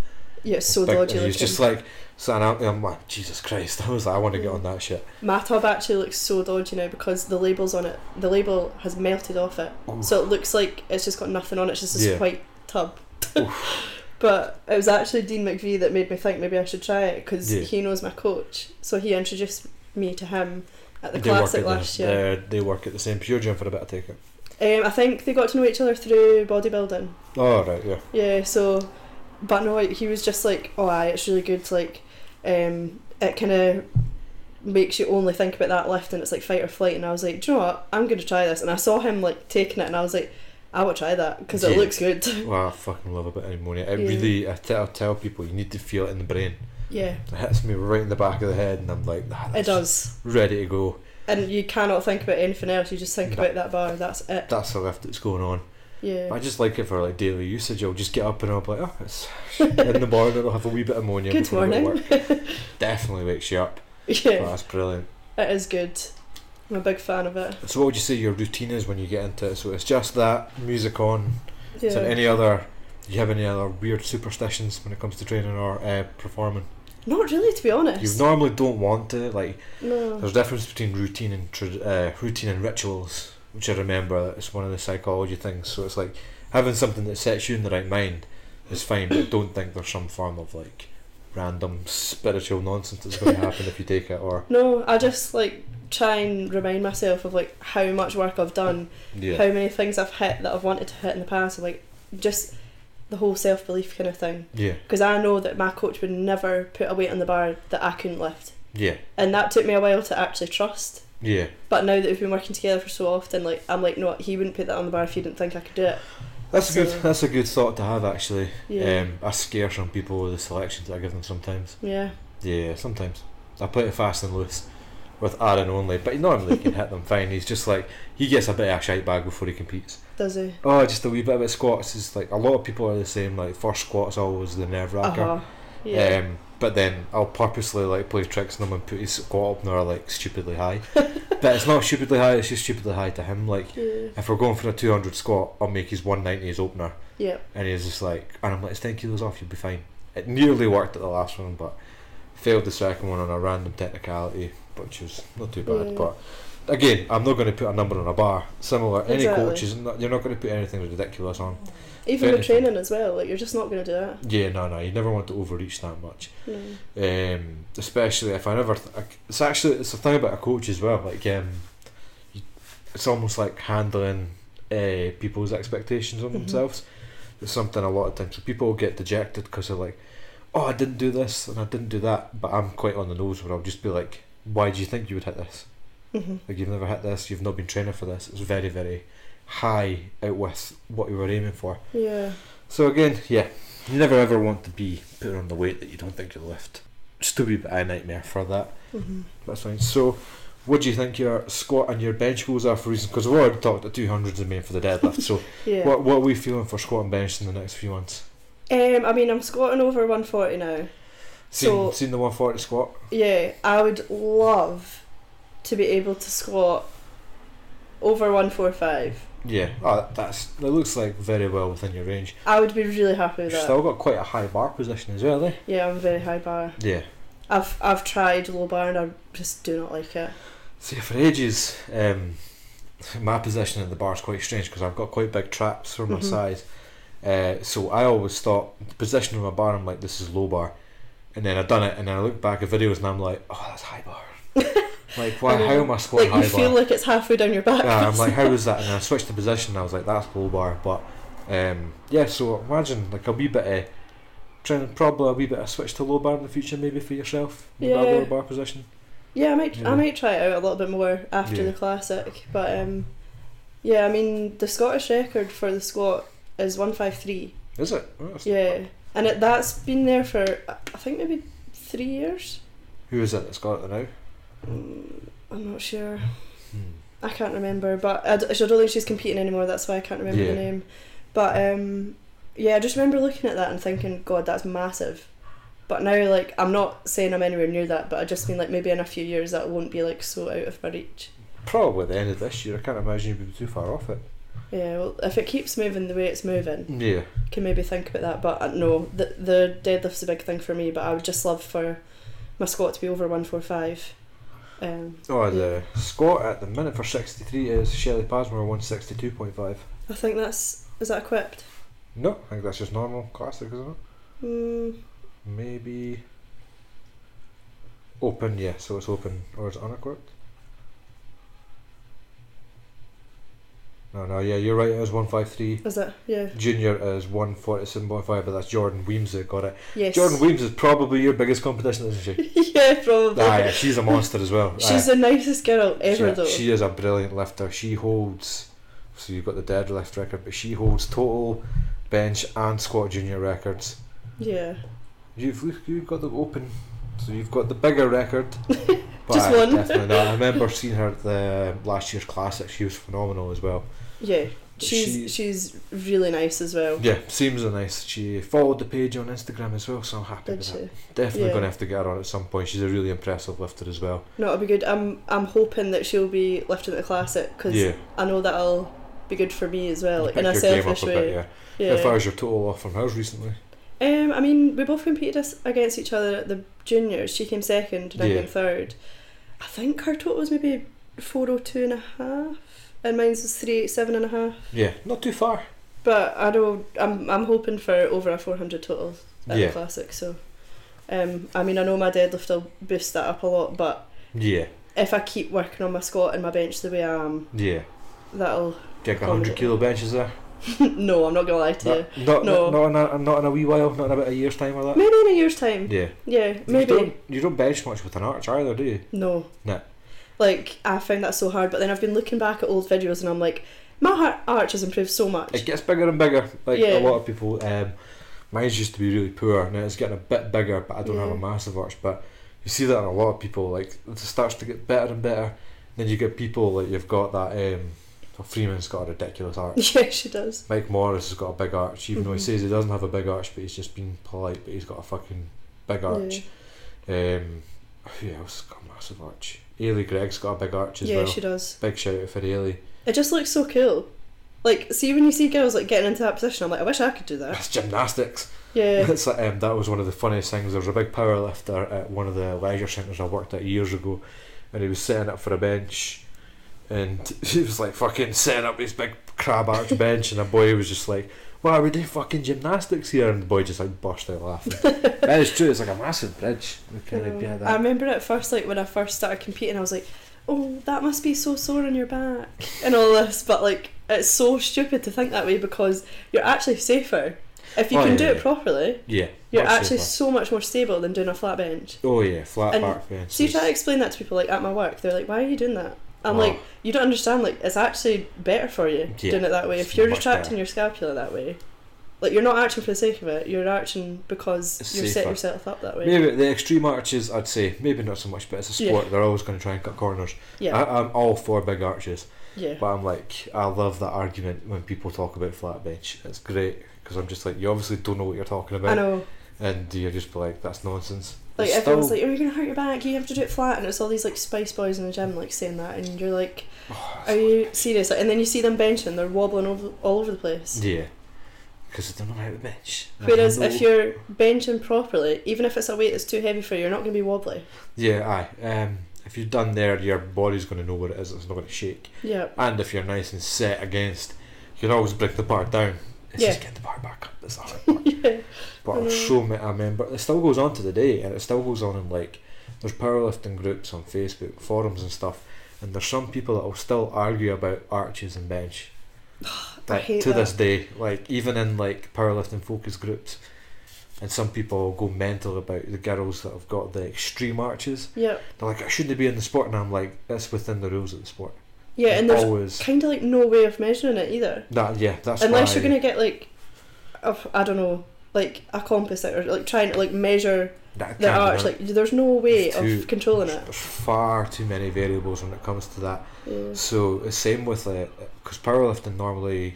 Yeah, it's so Big- and dodgy he looking. Hmm. was just like, so and I'm, I'm like Jesus Christ. I was like, I want to get on that shit. My tub actually looks so dodgy now because the labels on it, the label has melted off it, Oof. so it looks like it's just got nothing on it. It's just this Yeah. white tub. but it was actually Dean McVie that made me think maybe I should try it because Yeah. he knows my coach, so he introduced me to him at the They work classic at last the, year. they're- They work at the same pure gym for a bit. I take it. Um, I think they got to know each other through bodybuilding. Oh right, yeah. Yeah, so but no, he was just like, oh, aye, it's really good. Like, um, it kind of makes you only think about that lift, and it's like fight or flight. And I was like, do you know what? I'm going to try this. And I saw him like taking it, and I was like, I would try that because Yeah. it looks good. Well, I fucking love a bit of ammonia. It Yeah. really, I te- I tell people, you need to feel it in the brain. yeah, It hits me right in the back of the head, and I'm like, nah, it that's does. Ready to go. And you cannot think about anything else. You just think No. about that bar. That's it. That's the lift that's going on. Yeah. I just like it for like daily usage. I'll just get up and I'll be like, oh, it's in the morning. I'll have a wee bit of ammonia. Good before I go to morning. work. Definitely wakes you up. Oh, yeah, that's brilliant. it is good. I'm a big fan of it. So, what would you say your routine is when you get into it? So, it's just that music on. Yeah. Is there any other? Do you have any other weird superstitions when it comes to training or uh, performing? Not really, to be You honest. normally don't want to like. no. There's a difference between routine and tra- uh, routine and rituals, which I remember it's one of the psychology things. So it's like having something that sets you in the right mind is fine, but don't think there's some form of like random spiritual nonsense that's going to happen if you take it. Or No, I just like try and remind myself of like how much work I've done, yeah, how many things I've hit that I've wanted to hit in the past, and like just the whole self belief kind of thing. yeah, Because I know that my coach would never put a weight on the bar that I couldn't lift, yeah, and that took me a while to actually trust. yeah. But now that we've been working together for so often, like I'm like, no, he wouldn't put that on the bar if he didn't think I could do it. That's a good. So- That's a good thought to have actually. Yeah, Um, I scare some people with the selections that I give them sometimes. yeah, Yeah, sometimes. I play it fast and loose with Aaron only, but he normally can hit them fine. He's just like he gets a bit of a shite bag before he competes. does he? Oh, just a wee bit about squats is like a lot of people are the same. Like first squat's always the nerve Um, Uh wracker. huh. Yeah. Um, but then I'll purposely like play tricks on him and put his squat up there like stupidly high, but it's not stupidly high. It's just stupidly high to him. Like Yeah. if we're going for a 200 squat, I'll make his 190 his opener, Yeah. and he's just like, and I'm like, it's 10 kilos off. You'll be fine. It nearly worked at the last one, but failed the second one on a random technicality, which was not too bad. Yeah. But again, I'm not going to put a number on a bar. Similar, any Exactly. coaches, not- you're not going to put anything ridiculous on. Even with Anything. training as well, like you're just not going to do that. Yeah, no, no, you never want to overreach that much. No. um, especially if I never. Th- I c- it's actually it's a thing about a coach as well. Like um, you, it's almost like handling uh, people's expectations on Mhm. themselves. It's something a lot of times people get dejected because they're like, "Oh, I didn't do this and I didn't do that," but I'm quite on the nose where I'll just be like, "Why do you think you would hit this? hmm Like you've never hit this. You've not been training for this. It's very very high out with what you were aiming for." Yeah. So again, yeah, you never ever want to be put on the weight that you don't think you'll lift. Just a wee bit of a nightmare for that. hmm That's fine. So, what do you think your squat and your bench goals are for reason? Because we've already talked the 200s and main for the deadlift. So, Yeah. what, what are we feeling for squat and bench in the next few months? Um, I mean, I'm squatting over 140 now. Seen, So- seen the 140 squat? Yeah, I would love to be able to squat over 145. Yeah, oh, that- that's that looks like very well within your range. I would be really happy You've with that. still got quite a high bar position as well, eh? yeah, I'm very high bar. Yeah. I've I've tried low bar and I just do not like it. See, for ages, um, my position in the bar is quite strange because I've got quite big traps for my Mhm. size. Uh, so I always thought the position of my bar, I'm like, this is low bar, and then I done it, and then I look back at videos and I'm like, oh, that's high bar. like, why? I know. How am I squatting like you high feel bar? like it's halfway down your back. yeah, I'm like, how is that? And I switched the position. and I was like, that's low bar. But um, yeah, so imagine like a wee bit of trying probably a wee bit of switch to low bar in the future, maybe for yourself. Yeah. Yeah. That lower bar position. yeah, I might Yeah. I might try it out a little bit more after Yeah. the classic, but um, yeah, I mean the Scottish record for the squat is 153. Is it? Oh, that's- Yeah, and it, that's been there for I I think maybe three years. Who is it that's got it now? Mm, I'm not sure. Hmm. I can't remember, but I, d- I don't think she's competing anymore. That's why I can't remember Yeah. the name. But um, yeah, I just remember looking at that and thinking, God, that's massive. But now, like, I'm not saying I'm anywhere near that, but I just mean like maybe in a few years that won't be like so out of my reach. Probably at the end of this year. I can't imagine you'd be too far off it. Yeah, well, if it keeps moving the way it's moving, Yeah. can maybe think about that. But uh, no, the the deadlift's a big thing for me. But I would just love for my squat to be over one four five. Um, Oh, the squat at the minute for 63 is Shelley Pasmore 162.5. I think that's is that equipped. No, I think that's just normal classic, isn't it? Mm, Maybe open, yeah, so it's open or it's unequipped. No, no, yeah, you're right, it is 153. is that yeah? Junior is 147.5, but that's Jordan Weems that got it. Yes. Jordan Weems is probably your biggest competition, isn't she? yeah, probably. ah, yeah, she's a monster as well. Aye. She's the nicest girl ever, she, though. she is a brilliant lifter. She holds, so you've got the deadlift record, but she holds total bench and squat junior records. yeah, You've you've got the open, so you've got the bigger record. But Just I one. definitely know- I remember seeing her at the um, last year's classic. She was phenomenal as well. yeah. But She's she- she's really nice as well. Yeah, seems a nice. She followed the page on Instagram as well, so I'm happy Did with that. she? Definitely Yeah. gonna have to get her on at some point. She's a really impressive lifter as well. No, it'll be good. I'm I'm hoping that she'll be lifting the classic because yeah, I know that'll be good for me as well, like in pick a your game up selfish a bit, way. yeah. yeah. If I was your total off from hers recently, Um, I mean, we both competed as- against each other at the juniors. She came second and I Yeah. came third. I think her total was maybe four oh two and a half, and mine's was three eight seven and a half. yeah, not too far. But I know I'm I'm hoping for over a four hundred total at Yeah. the classic. So, um, I mean, I know my deadlift will boost that up a lot, but Yeah, if I keep working on my squat and my bench the way I am, yeah. that'll. Get a hundred kilo benches there. no, I'm not gonna lie to you. Not, not, No. not, in a, not in a wee while. Not in about a year's time or that. Maybe in a year's time. Yeah. Yeah, You don't, maybe. you don't bench much with an arch either, do you? No. No. Like I found that so hard, but then I've been looking back at old videos and I'm like, my heart arch has improved so much. It gets bigger and bigger. Like Yeah. a lot of people, um, mine's used to be really poor. Now it's getting a bit bigger, but I don't have a Yeah. massive arch. But you see that in a lot of people. Like it starts to get better and better. Then you get people like you've got that. Um, well, Freeman's got a ridiculous arch. yeah, she does. Mike Morris has got a big arch, even though he Mhm. says he doesn't have a big arch, but he's just been polite. But he's got a fucking big arch. Um, who else got a massive arch? Ailey Gregg's got a big arch as yeah, well. she does. Big shout out for Ailey. It just looks so cool. Like, see when you see girls like getting into that position, I'm like, I wish I could do that. That's gymnastics. Yeah, It's like, um, that was one of the funniest things. There was a big powerlifter at one of the leisure centres I worked at years ago, and he was setting up for a bench, and he was like fucking setting up his big crab arch bench, and a boy was just like, "Wow, we do fucking gymnastics here," and the boy just like burst out laughing. that is true. It's like a massive bridge. We I, kind of yeah, know. I that. remember at first, like when I first started competing, I was like, "Oh, that must be so sore on your back," and all this. But like, it's so stupid to think that way because you're actually safer if you Oh, can yeah, do yeah. it properly. yeah, You're much actually safer. so much more stable than doing a flat bench. Oh yeah, flat And back fence. So you try to explain that to people like at my work, they're like, "Why are you doing that?" I'm Wow. like, "You don't understand. Like, it's actually better for you Yeah, doing it that way. it's If you're much retracting better. your scapula that way, like you're not arching for the sake of it. You're arching because It's you're safer. setting yourself up that way. Maybe the extreme arches, I'd say, maybe not so much, but it's a sport. They're always going to try and cut corners. Yeah, I, I'm all for big arches. yeah. But I'm like, I love that argument when people talk about flat bench. It's great because I'm just like, you obviously don't know what you're talking I about, know. and you're just like, that's nonsense. Like It's everyone's still- like, "Are you gonna hurt your back? You have to do it flat." And it's all these like Spice Boys in the gym like saying that, and you're like, Oh, "Are you serious?" Like, and then you see them benching, they're wobbling over, all over the place. yeah, because I don't know how to bench. And I Whereas know- if you're benching properly, even if it's a weight that's too heavy for you, you're not going to be wobbly. yeah, aye, um, if you're done there, your body's going to know what it is. It's not going to shake. Yeah. And if you're nice and set against, you can always break the bar down. It's Yeah. just get the bar back up. That's the hard part. yeah. But I know. I'm so many, I remember it still goes on to the day, and it still goes on in like there's powerlifting groups on Facebook forums and stuff, and there's some people that will still argue about arches and bench. Like, hate to that. this day, like even in like powerlifting focus groups, and some people will go mental about the girls that have got the extreme arches. Yeah, They're like, I shouldn't be in the sport, and I'm like, that's within the rules of the sport. yeah, and there's always kind of like no way of measuring it either, that, yeah, that's unless why- you're gonna get like, a, I don't know, like a compass out or like trying to like measure that the can't arch. work. Like, there's no way It's too- of controlling it. there's far too many variables when it comes to that. Yeah. So it's same with it because powerlifting normally,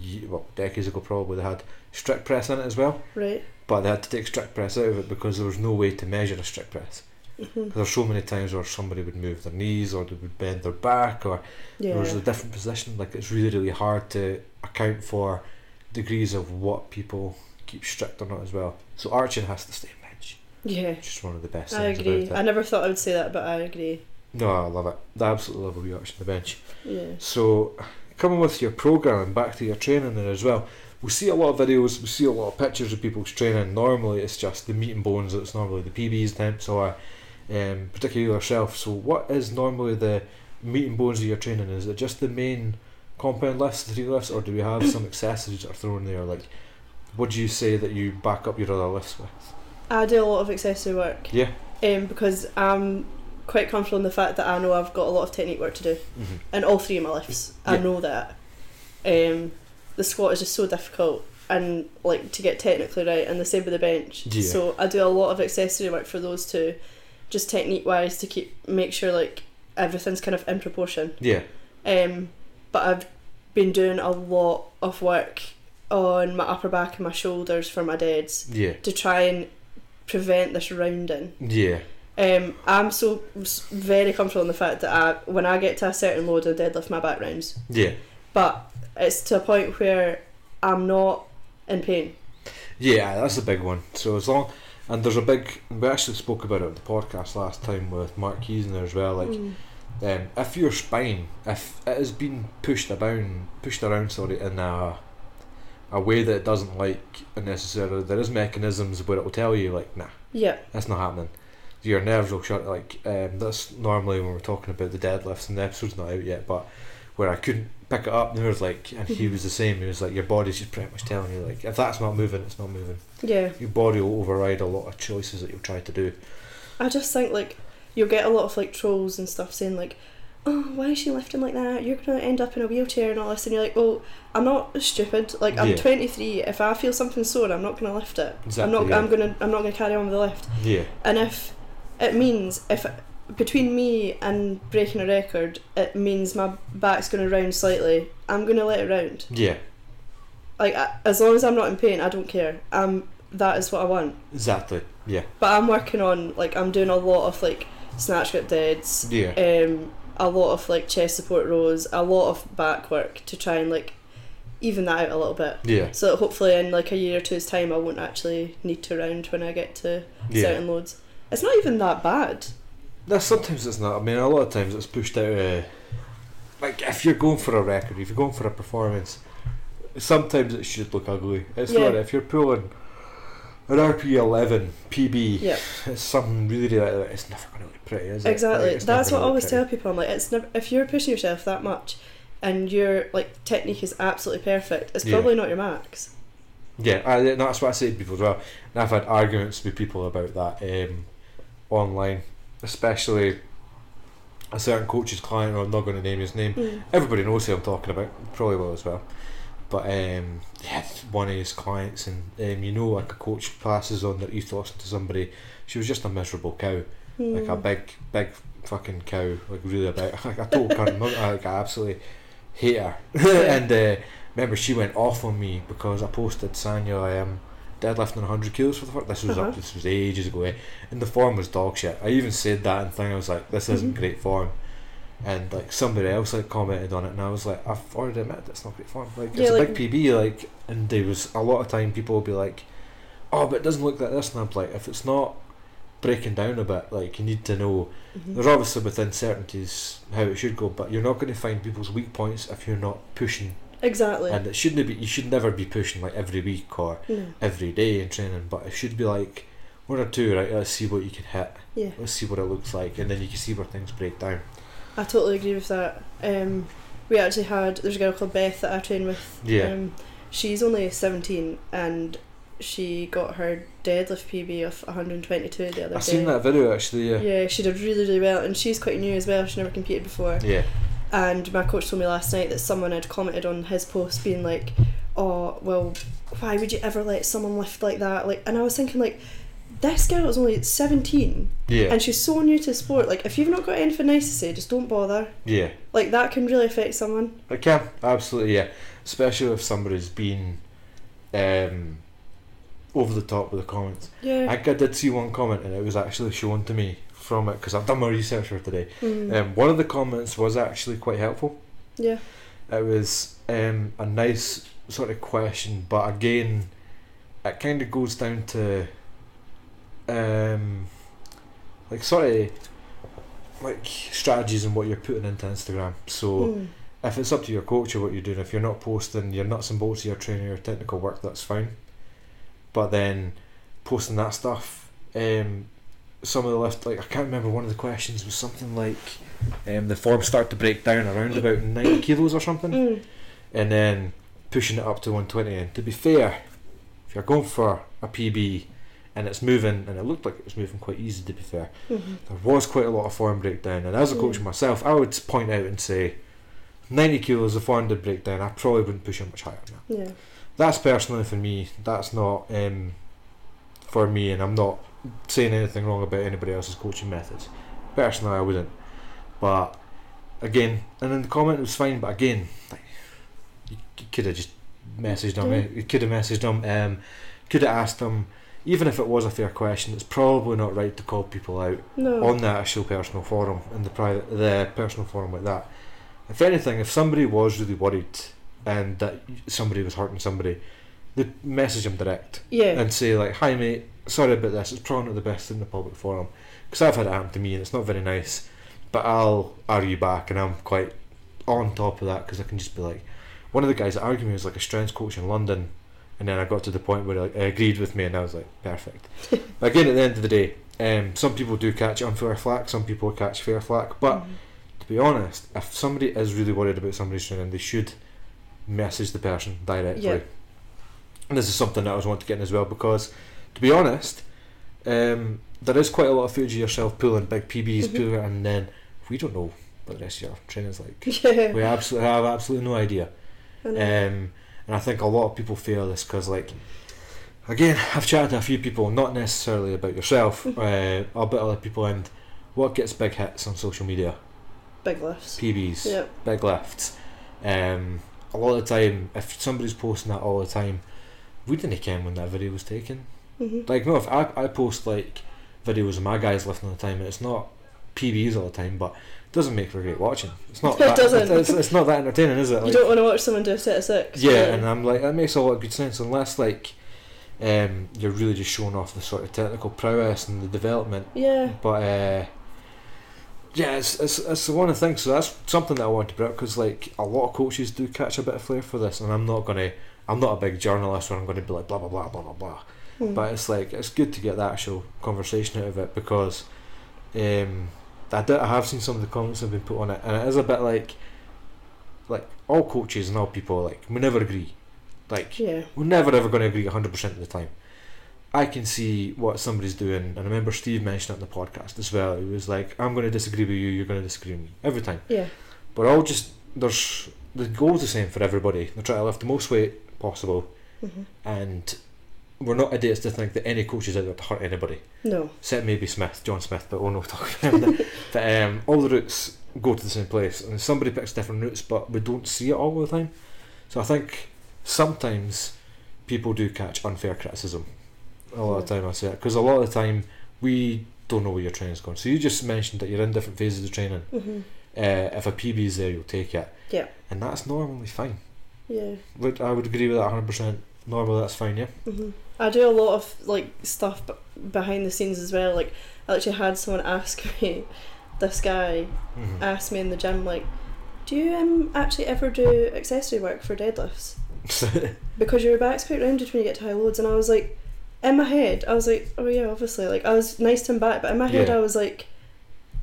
ye- well, decades ago probably they had strict press in it as well, Right. but they had to take strict press out of it because there was no way to measure a strict press. hmm There's so many times where somebody would move their knees or they would bend their back or Yeah. there was a different position. Like it's really really hard to account for degrees of what people keep strict or not as well. So arching has to stay in bench. yeah. Just one of the best I things agree. about I it. never thought I would say that, but I agree. no, I love it. I absolutely love a wee arch on the bench. Yeah. So, coming with your programming back to your training there as well, we see a lot of videos, we see a lot of pictures of people's training. Normally, it's just the meat and bones, it's normally the PBs, temps, or um, particularly yourself. So, what is normally the meat and bones of your training? Is it just the main compound lifts, the three lifts, or do we have some accessories that are thrown there? Like, what do you say that you back up your other lifts with? I do a lot of accessory work. Yeah. Um, because I'm quite comfortable in the fact that I know I've got a lot of technique work to do. Mm-hmm. in all three of my lifts. I Yeah. know that. Um, the squat is just so difficult and like to get technically right, and the same with the bench. Yeah. So I do a lot of accessory work for those two, just technique wise to keep make sure like everything's kind of in proportion. Yeah, Um, but I've been doing a lot of work on my upper back and my shoulders for my deads yeah, to try and prevent this rounding. yeah, Um, I'm so s- very comfortable in the fact that I, when I get to a certain load, I deadlift my back rounds. yeah. But it's to a point where I'm not in pain. Yeah, that's a big one. So as long and there's a big we actually spoke about it on the podcast last time with Mark Keys in there as well, like um, if your spine if it has been pushed around pushed around sorry in a a way that it doesn't like necessarily there is mechanisms where it will tell you like nah yeah, that's not happening your nerves will shut like um, that's normally when we're talking about the deadlifts and the episode's not out yet but where I couldn't pick it up and there was like and he was the same he was like your body's just pretty much telling you like if that's not moving it's not moving yeah. your body will override a lot of choices that you'll try to do. I just think like you'll get a lot of like trolls and stuff saying like, "Oh, why is she lifting like that? You're gonna end up in a wheelchair and all this." And you're like, "Well, I'm not stupid. Like I'm Yeah. 23. If I feel something sore, I'm not gonna lift it. Exactly, I'm not. yeah. I'm gonna. I'm not gonna carry on with the lift. Yeah. And if it means if between me and breaking a record, it means my back's going to round slightly. I'm going to let it round. Yeah. Like I, as long as I'm not in pain, I don't care. Um, that is what I want. Exactly. Yeah. But I'm working on like I'm doing a lot of like snatch grip deads, Yeah. um, a lot of like chest support rows, a lot of back work to try and like even that out a little bit. Yeah. So that hopefully in like a year or two's time, I won't actually need to round when I get to Yeah. certain loads. It's not even that bad. No, sometimes it's not. I mean, a lot of times it's pushed out. Uh, like if you're going for a record, if you're going for a performance, sometimes it should look ugly. It's Yeah. not. If you're pulling an RP eleven PB, Yeah. it's something really like that. It's never going to look pretty, is it? Exactly. Like, it's That's never what I gonna always look tell people. I'm like, it's never, if you're pushing yourself that much, and your like technique is absolutely perfect, it's Yeah. probably not your max. pretty. Yeah, I, and uh, that's what I say to people as well. And I've had arguments with people about that um, online, especially a certain coach's client. I'm not going to name his name. Everybody knows who I'm talking about. Probably will as well. But um, yeah, one of his clients, and um, you know, like a coach passes on their ethos to somebody. She was just a miserable cow, like Mm-hmm. a big, big fucking cow, like really a big, like a total cunt. Not- Like I absolutely hate her. and uh, remember, she went off on me because I posted Sanya I am deadlifting 100 kilos for the first. This was Uh-huh. up. This was ages ago. eh? And the form was dog shit. I even said that and thing. I was like, this isn't Mhm. great form and like somebody else like commented on it, and I was like, I've already admitted it's not great form. Like Yeah, it's like- a big PB, like, and there was a lot of time people would be like, oh, but it doesn't look like this, and I'm like, if it's not breaking down a bit, like you need to know. Mhm. There's obviously within certainties how it should go, but you're not going to find people's weak points if you're not pushing, Exactly. and it shouldn't be. You should never be pushing like every week or no. every day in training, but it should be like one or two. Right, let's see what you can hit. Yeah. Let's see what it looks like, and then you can see where things break down. I totally agree with that. Um, we actually had there's a girl called Beth that I train with. Yeah. Um, she's only 17 and she got her deadlift PB of 122 the other day. I've seen that video actually. Yeah. Yeah, she did really really well, and she's quite new as well. She never competed before. Yeah. And my coach told me last night that someone had commented on his post being like, "Oh, well, why would you ever let someone lift like that?" Like, and I was thinking like, this girl is only 17 Yeah. and she's so new to the sport. Like, if you've not got anything nice to say, just don't bother. yeah. Like that can really affect someone. It can, absolutely, yeah. Especially if somebody's been um, over the top with the comments. I Yeah. think I did see one comment and it was actually shown to me from it because I've done my research for today. Mm. Um, one of the comments was actually quite helpful. Yeah. It was um, a nice sort of question, but again, it kind of goes down to um, like sort of like strategies and what you're putting into Instagram. So Mm. if it's up to your coach or what you're doing, if you're not posting your nuts and bolts of your training or technical work, that's fine. But then posting that stuff, um, some of the lift, like I can't remember, one of the questions was something like um, the form started to break down around about 90 kilos or something, Mm. and then pushing it up to 120. And to be fair, if you're going for a PB and it's moving, and it looked like it was moving quite easy, to be fair, Mhm. there was quite a lot of form breakdown, and as a coach Mm. myself, I would point out and say, 90 kilos of form did breakdown. I probably wouldn't push it much higher than that. Yeah. That's personally for me. That's not um, for me, and I'm not saying anything wrong about anybody else's coaching methods. Personally, I wouldn't. But again, and then the comment was fine. But again, like, you could have just messaged them. Mm. You could have messaged them. Um, could have asked them. Even if it was a fair question, it's probably not right to call people out No. on the actual personal forum and the private the personal forum like that. If anything, if somebody was really worried and that somebody was hurting somebody, they'd message them direct yeah. and say like, "Hi mate, sorry about this. It's probably not the best in the public forum because I've had it happen to me and it's not very nice." But I'll argue back, and I'm quite on top of that because I can just be like, one of the guys that argued with me was like a strength coach in London, and then I got to the point where like, he agreed with me, and I was like, perfect. Again, at the end of the day, um, some people do catch unfair flack, some people catch fair flack, but Mhm. to be honest, if somebody is really worried about somebody's training, they should message the person directly. Yeah. And this is something that I was wanting to get in as well because, to be honest, um, there is quite a lot of footage of yourself pulling big PBs, Mhm. pulling, and then we don't know what the rest of your training's like. yeah. we absolutely have absolutely no idea. I know. Um, and I think a lot of people feel this because, like, again, I've chatted to a few people, not necessarily about yourself, Mm-hmm. uh, about other people, and what gets big hits on social media? Big lifts. PBs, Yeah. big lifts. Um, a lot of the time, if somebody's posting that all the time, we didn't care when that video was taken. Mhm. Like, no, if I, I post like videos of my guys lifting all the time, and it's not PVs all the time, but it doesn't make for great watching. It's It not. That, doesn't. It's, it's not that entertaining, is it? you Like, don't want to watch someone do a set of six. yeah, and uh, I'm like that makes a lot of good sense unless like um, you're really just showing off the sort of technical prowess and the development yeah, but uh, yeah, it's, it's, it's one of the things. So that's something that I wanted to bring up because like a lot of coaches do catch a bit of flair for this, and I'm not gonna. I'm not a big journalist where I'm going to be like blah blah blah blah blah blah. Hmm. But it's like it's good to get that actual conversation out of it because um, I, do, I have seen some of the comments that have been put on it, and it is a bit like like all coaches and all people like we never agree. Like yeah, we're never ever going to agree 100% of the time. I can see what somebody's doing, and I remember Steve mentioned it in the podcast as well. He was like, I'm going to disagree with you, you're going to disagree with me. Every time. yeah, But all just, there's, the goal's the same for everybody. They're trying to lift the most weight possible, hmm and we're not idiots to think that any coach is out there to hurt anybody. no, Except maybe Smith, John Smith, but we'll not talk about that. but um, all the routes go to the same place, and somebody picks different routes, but we don't see it all the time. So I think sometimes people do catch unfair criticism. A lot of Yeah. time I say it because a lot of the time we don't know where your training's going. So you just mentioned that you're in different phases of training. hmm Uh, if a PB is there, you'll take it. Yeah. And that's normally fine. yeah. Would I would agree with that 100%. Normally that's fine, yeah. hmm I do a lot of like stuff b- behind the scenes as well. Like I actually had someone ask me, this guy Mm-hmm. asked me in the gym, like, do you um, actually ever do accessory work for deadlifts? Mm-hmm. Because your back's quite rounded when you get to high loads, and I was like, in my head, I was like, oh yeah, obviously. Like I was nice to him back, but in my head, Yeah. I was like,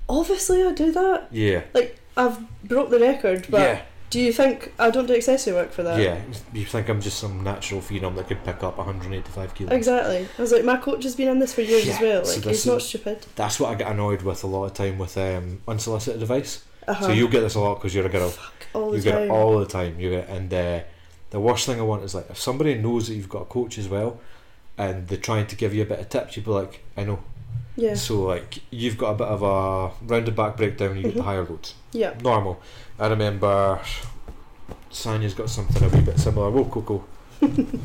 obviously I do that. yeah. Like I've broke the record, but yeah. do you think I don't do accessory work for that? Yeah, you think I'm just some natural phenom that could pick up 185 kilos. Exactly. I was like, my coach has been in this for years as Yeah, well. so Like, this he's not is- stupid. That's what I get annoyed with a lot of time with um, unsolicited advice. Uh-huh. So you'll get this a lot because you're a girl. Fuck, all the You get time. it all the time. You get and uh, the worst thing I want is like if somebody knows that you've got a coach as well, and they're trying to give you a bit of tips, you'd be like, I know. yeah. So like you've got a bit of a rounded back breakdown. You get the Mhm. higher loads. Yeah. normal. I remember Sanya's got something a wee bit similar. Whoa, Coco,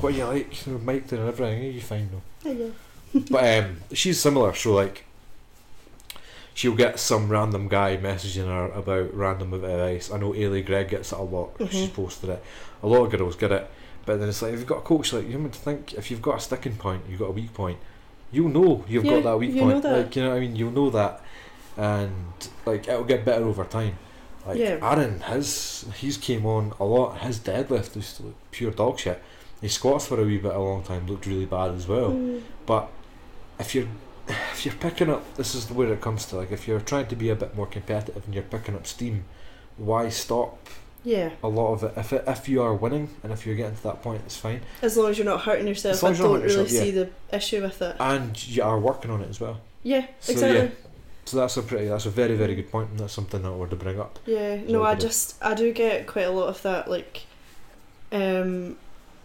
what are you like? Mike and everything. Are you fine though? Yeah, yeah. But um, she's similar, so like she'll get some random guy messaging her about random advice. I know Ailey Gregg gets it a lot. She's Mhm. posted it. A lot of girls get it. But then it's like if you've got a coach, like you would think if you've got a sticking point, you've got a weak point. You know you've Yeah, got that weak you point. know that. Like you know what I mean. You'll know that, and like it'll get better over time. Like Yeah. Aaron, his he's came on a lot. His deadlift used to look pure dog shit. His squats for a wee bit a long time looked really bad as well. Mm, But if you're if you're picking up, this is where it comes to. Like if you're trying to be a bit more competitive and you're picking up steam, why stop yeah. a lot of it? If it, if you are winning and if you're getting to that point, it's fine. As long as you're not hurting As yourself, I long don't as you're not really hurting yourself, see the issue with it. And you are working on it as well. Yeah, So, exactly. So that's a pretty that's a very very good point, and that's something that I wanted to bring up. Yeah. So No, I good. just I do get quite a lot of that. Like, um,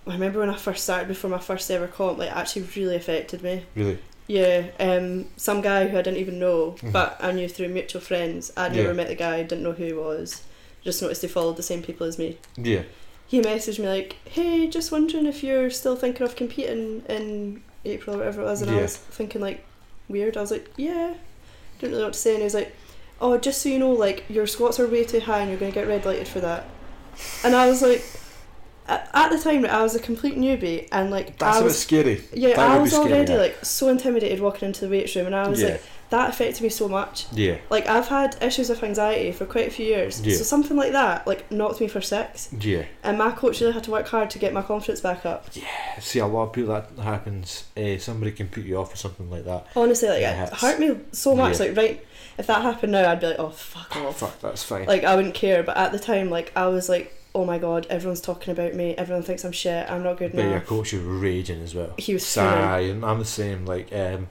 I remember when I first started before my first ever comp, like actually really affected me. Really, Yeah, um, some guy who I didn't even know, Mhm. but I knew through mutual friends. I'd never Yeah. met the guy, didn't know who he was. Just noticed he followed the same people as me. yeah, He messaged me like, "Hey, just wondering if you're still thinking of competing in April or whatever it was." And I Yeah. was thinking like, weird. I was like, "Yeah," didn't really know what to say. And he was like, "Oh, just so you know, like your squats are way too high, and you're going to get red lighted for that." And I was like, at at the time, I was a complete newbie, and like that's I a bit was scary. yeah, That I would be was scary, already yeah. like so intimidated walking into the weights room, and I was yeah, like, that affected me so much. yeah, Like I've had issues with anxiety for quite a few years, Yeah. so something like that like knocked me for six, yeah. and my coach really had to work hard to get my confidence back up. See, a lot of people that happens. Uh, somebody can put you off or something like that. Honestly, like Yeah, it it's- hurt me so much. yeah. Like right, if that happened now, I'd be like, oh fuck Oh, off. fuck, that's fine. Like I wouldn't care, but at the time, like I was like, oh my god, everyone's talking about me. Everyone thinks I'm shit. I'm not good But your enough. coach was raging as well. He was Sigh, and I'm the same. Like, um,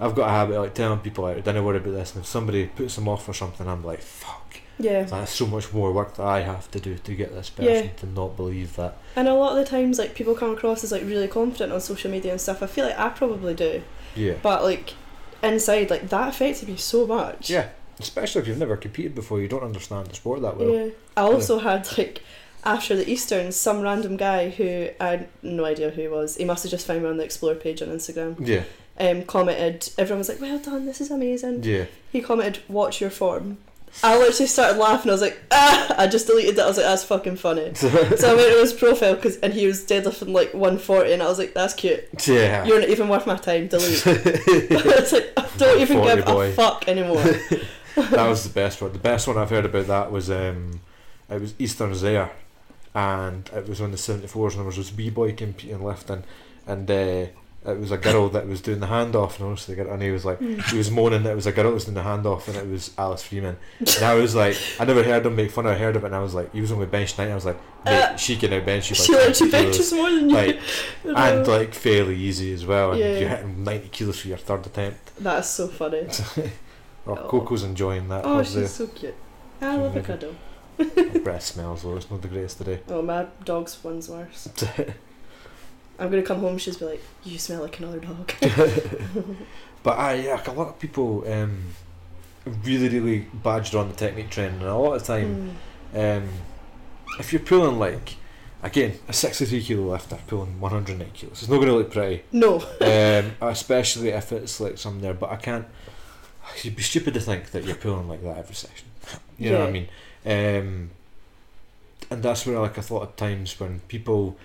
I've got a habit of like telling people like, "Don't worry about this." And if somebody puts them off or something, I'm like, "Fuck!" Yeah. That's so much more work that I have to do to get this person Yeah. to not believe that. And a lot of the times, like people come across as like really confident on social media and stuff. I feel like I probably do, Yeah, but like inside, like that affected me so much. yeah. Especially if you've never competed before, you don't understand the sport that well. yeah. I also had like after the Easterns, some random guy who I had no idea who he was. He must have just found me on the Explore page on Instagram. Yeah, um, commented, everyone was like, well done, this is amazing. Yeah. He commented, watch your form. I literally started laughing. I was like, ah! I just deleted that. I was like, that's fucking funny. so I went to his profile cause, and he was deadlifting like 140, and I was like, that's cute. Yeah. You're not even worth my time. Delete. it's like, I don't even Forty give boy. a fuck anymore. that was the best one. The best one I've heard about that was um, it was Eastern Zaire, and it was on the seventy fours, and there was this wee boy competing lifting, and uh, it was a girl that was doing the handoff, and honestly, the girl- and he was like, he was moaning that it was a girl that was doing the handoff, and it was Alice Freeman, and I was like, I never heard him make fun. of it, I heard of it, and I was like, he was on with bench night, and I was like, mate, Uh, she can out bench you she like, 20 literally kilos. benches more than you. like and like fairly easy as well, and Yeah. you're hitting ninety kilos for your third attempt. that's so funny. Oh, Oh. Coco's enjoying that. Oh, was she's there. so cute. I love a cuddle. My breath smells though, it's not the greatest today. Oh, my dog's one's worse. I'm gonna come home. She's be like, "You smell like another dog." but aye, yeah, a lot of people um, really, really badger on the technique training, and a lot of time, Mm. um, if you're pulling like, again, a 63 kilo lifter pulling 108 kilos, it's not going to look pretty, No. um, especially if it's like something there, but I can't, you'd be stupid to think that you're pulling like that every session. You know what I mean? Yeah. Um, and that's where like I thought at times when people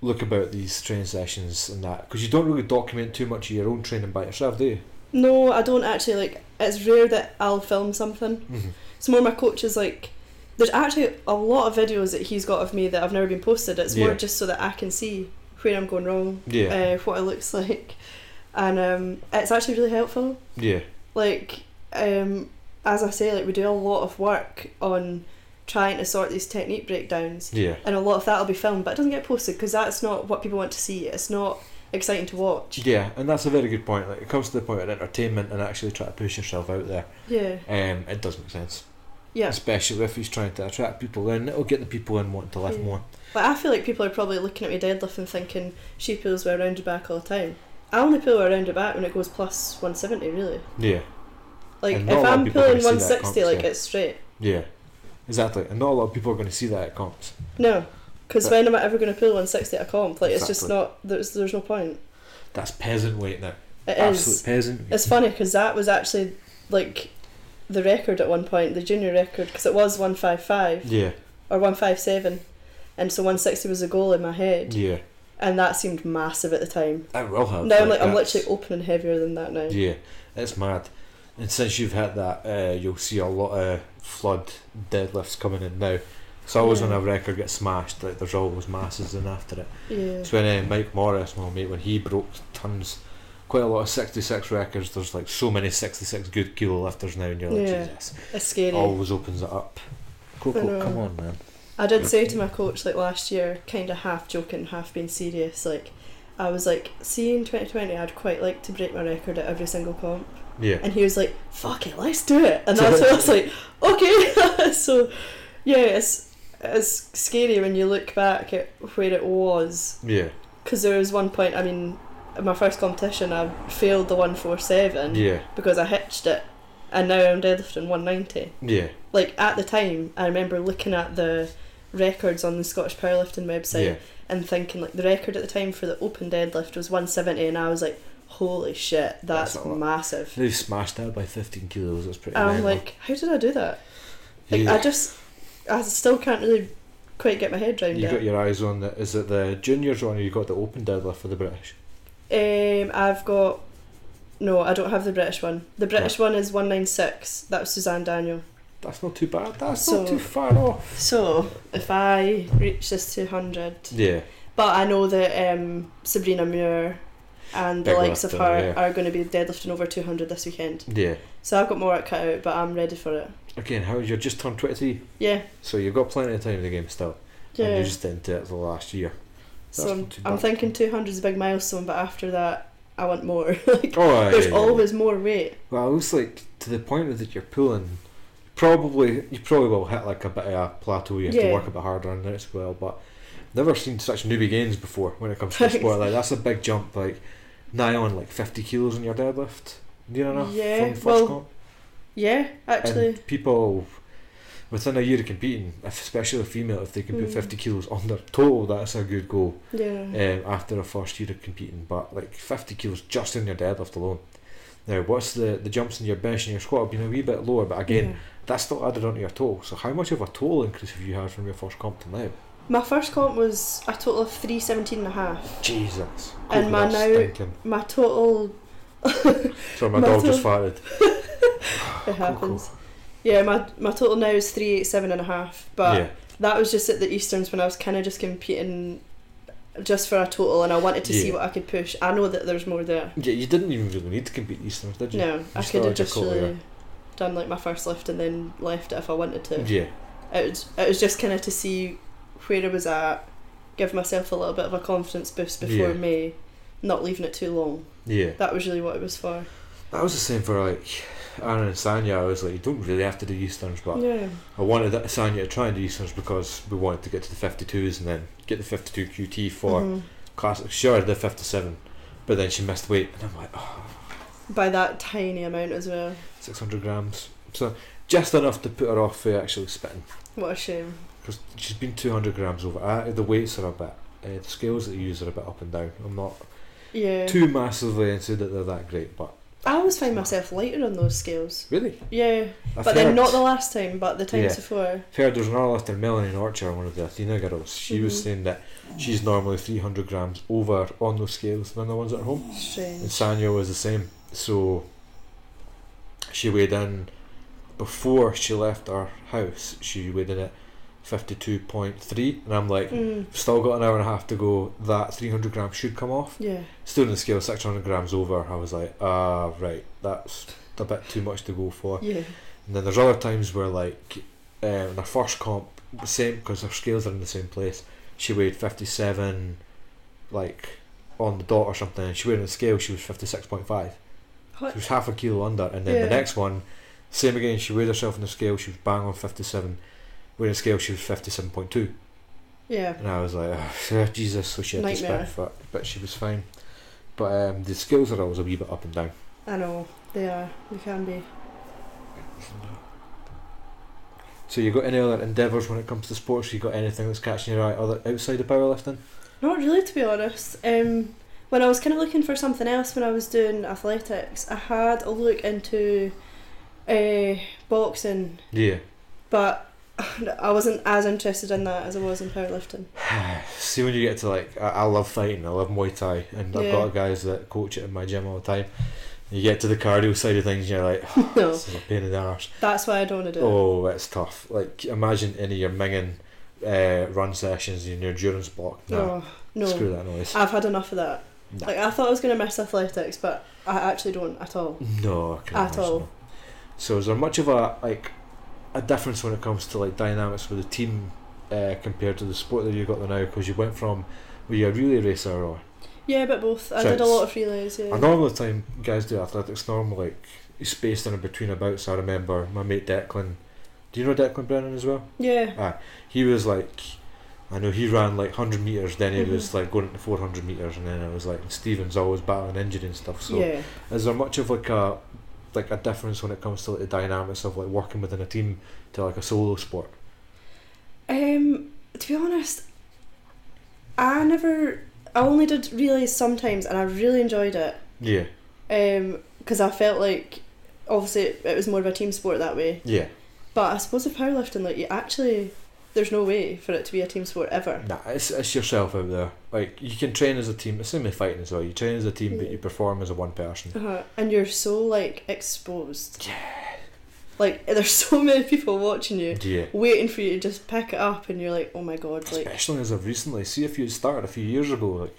look about these training sessions and that because you don't really document too much of your own training by yourself, do you? No, I don't actually like. It's rare that I'll film something. It's more my coach is like. There's actually a lot of videos that he's got of me that have never been posted. It's Yeah. more just so that I can see where I'm going wrong, Yeah, uh, what it looks like, and um, it's actually really helpful. yeah, like um, as I say, like we do a lot of work on trying to sort these technique breakdowns, yeah, and a lot of that will be filmed, but it doesn't get posted because that's not what people want to see. It's not exciting to watch. yeah. And that's a very good point. Like it comes to the point of entertainment and actually try to push yourself out there. Yeah, Um, it does make sense, yeah. especially if he's trying to attract people. Then it'll get the people in wanting to lift Yeah. more. But I feel like people are probably looking at me deadlift and thinking she pulls well rounded back all the time. I only pull well rounded back when it goes plus one seventy, really. Yeah, Like And if not a lot of I'm people are gonna pulling see that one sixty, comps, like yeah. it's straight. yeah, exactly. And not a lot of people are going to see that at comps. No. Because But- when am I ever going to pull 160 at a comp? Like, it's just Exactly. not, there's, there's no point. That's peasant weight now. It is. Absolute peasant. weight. It's funny because that was actually like the record at one point, the junior record, because it was 155 Yeah, or 157. And so 160 was the goal in my head, yeah. and that seemed massive at the time. I will have. now I'm like, I'm that's- literally opening heavier than that now. Yeah, it's mad. And since you've hit that, uh, you'll see a lot of flood deadlifts coming in now. It's always Yeah. when a record gets smashed, like there's always masses in after it. Yeah. It's when uh, Mike Morris, my mate, when he broke tons, quite a lot of 66 records. There's like so many 66 good kilo lifters now, and you're like, Yeah. Jesus, It's scary. always opens it up. I Coco, know. come on, man. I did say to my coach like last year, kind of half joking, half being serious, like, I was like, see in 2020, I'd quite like to break my record at every single comp. Yeah, And he was like, fuck it, let's do it. And that's when I was like, okay. so, yeah, it's, it's scary when you look back at where it was. yeah, Because there was one point, I mean, in my first competition, I failed the 147 yeah, because I hitched it. And now I'm deadlifting 190. yeah, Like, at the time, I remember looking at the records on the Scottish Powerlifting website yeah. and thinking, like, the record at the time for the open deadlift was 170. And I was like, holy shit, That's that's, a lot. massive. They've smashed that by 15 kilos. That's pretty. And I'm mental. Um, like, how did I do that? Like, Yeah. I just, I still can't really quite get my head round You got it. your eyes on the. Is it the juniors one or you got the open deadlift for the British? Um, I've got, no, I don't have the British one. The British one is 196. That was Suzanne Daniel. That's not too bad. That's not So- too far off. So if I reach this 200, Yeah. but I know that um, Sabrina Muir and the Big likes of lifter, her yeah. are going to be deadlifting over 200 this weekend. Yeah. So I've got more work cut out, but I'm ready for it. Again, how you're just turned 23, Yeah, so you've got plenty of time in the game still. And yeah. you're just into it the last year. So that's I'm, not too I'm bad. thinking 200 is a big milestone, but after that, I want more. like, Oh, aye, there's aye, aye. always more weight. Well, it looks like to the point that you're pulling. Probably, you probably will hit like a bit of a plateau. You have to Yeah. work a bit harder on it as well. But never seen such newbie gains before when it comes to the sport. Like that's a big jump. Like nigh on like fifty kilos in your deadlift. Near enough Yeah, from first well, comp. Yeah, actually. And people, within a year of competing, if, especially a female, if they can put Mm. 50 kilos on their total, that's a good goal um, Yeah. after a first year of competing. But like 50 kilos just in your deadlift alone. Now, what's the, the jumps in your bench and your squat have been a wee bit lower, but again, Yeah. that's still added onto your total. So, how much of a total increase have you had from your first comp to now? My first comp was a total of 317 and a half. Jesus. And my Coconut's now- stinking. My total. Sorry, my, my dog just farted. It happens. Yeah, my, my total now is 387 and a half. But yeah, that was just at the Easterns when I was kind of just competing just for a total and I wanted to see Yeah. what I could push. I know that there's more there. yeah. You didn't even really need to compete these things, did you? No, I just could like have a just couple, really done like my first lift and then left it if I wanted to. Yeah, It was, it was just kind of to see where I was at, give myself a little bit of a confidence boost before Yeah. May, not leaving it too long. yeah. That was really what it was for. That was the same for like Aaron and Sanya. I was like, you don't really have to do Easterns, but Yeah. I wanted that Sanya to try and do Easterns because we wanted to get to the 52s and then get the 52 QT for Mhm. classic. Sure, the 57, but then she missed weight, and I'm like, oh, By that tiny amount as well. 600 grams. So just enough to put her off for actually spitting What a shame. because she's been 200 grams over. Uh, the weights are a bit. Uh, the scales that they use are a bit up and down. I'm not Yeah. too massively into that they're that great, but I always find myself lighter on those scales. really, Yeah. I've but then heard- not the last time, but the times Yeah. before. I've heard there's an lifter, Melanie Archer, one of the Athena girls. She was Mhm. saying that she's normally 300 grams over on those scales than the ones at her home. And Strange. Sanya was the same. So she weighed in before she left our house. She weighed in at 52.3, and I'm like, Mm. still got an hour and a half to go. That 300 grams should come off. Yeah. Still in the scale, 600 grams over. I was like, ah, right, that's a bit too much to go for. Yeah. And then there's other times where like um, in her first comp, the same because her scales are in the same place. She weighed fifty seven, like on the dot or something. and She weighed on the scale. She was fifty six point five. She What? was half a kilo under. And then Yeah. the next one, same again. She weighed herself on the scale. She was bang on fifty seven. Weighed on the scale. She was fifty seven point two. Yeah. And I was like, oh, Jesus. So she had to spin Nightmare. for it, but she was fine. But um, the scales are always a wee bit up and down. I know. They are. They can be. So you got any other endeavours when it comes to sports? You got anything that's catching your eye other outside of powerlifting? Not really, to be honest. Um, when I was kind of looking for something else when I was doing athletics, I had a look into uh, boxing, Yeah. but I wasn't as interested in that as I was in powerlifting. See when you get to like, I, I love fighting. I love Muay Thai, and I've Yeah. got guys that coach it in my gym all the time. You get to the cardio side of things, and you're like, oh, No. this is a pain in the arse. That's why I don't want to do it. Oh, it's tough. Like imagine any of your minging uh, run sessions in your endurance block. No, No, no. screw that noise. I've had enough of that. Nah. Like I thought I was going to miss athletics, but I actually don't at all. No, I can't At all. imagine. So is there much of a like a difference when it comes to like dynamics with the team uh, compared to the sport that you got there now? Because you went from were you a relay racer or Yeah, but both. So I did a it's- lot of relays. Yeah. I normal time guys do athletics normal like you spaced in between abouts. I remember my mate Declan. Do you know Declan Brennan as well? Yeah. He was like. I know he ran like 100 metres, then he Mhm. was like going into 400 metres, and then I was like, Steven's always battling injury and stuff, so yeah. is there much of like a like a difference when it comes to like the dynamics of like working within a team to like a solo sport? Um, to be honest, I never. I only did relays sometimes, and I really enjoyed it. Yeah, Um, because I felt like, obviously, it, it was more of a team sport that way. yeah. But I suppose with powerlifting, like you actually, there's no way for it to be a team sport ever. Nah, it's it's yourself out there. Like you can train as a team. It's same with fighting as well. You train as a team, but Yeah. you perform as a one person. Uh-huh. And you're so like exposed. Yeah. Like there's so many people watching you, Yeah. waiting for you to just pick it up, and you're like, oh my god, like Especially as of recently. See if you started a few years ago, like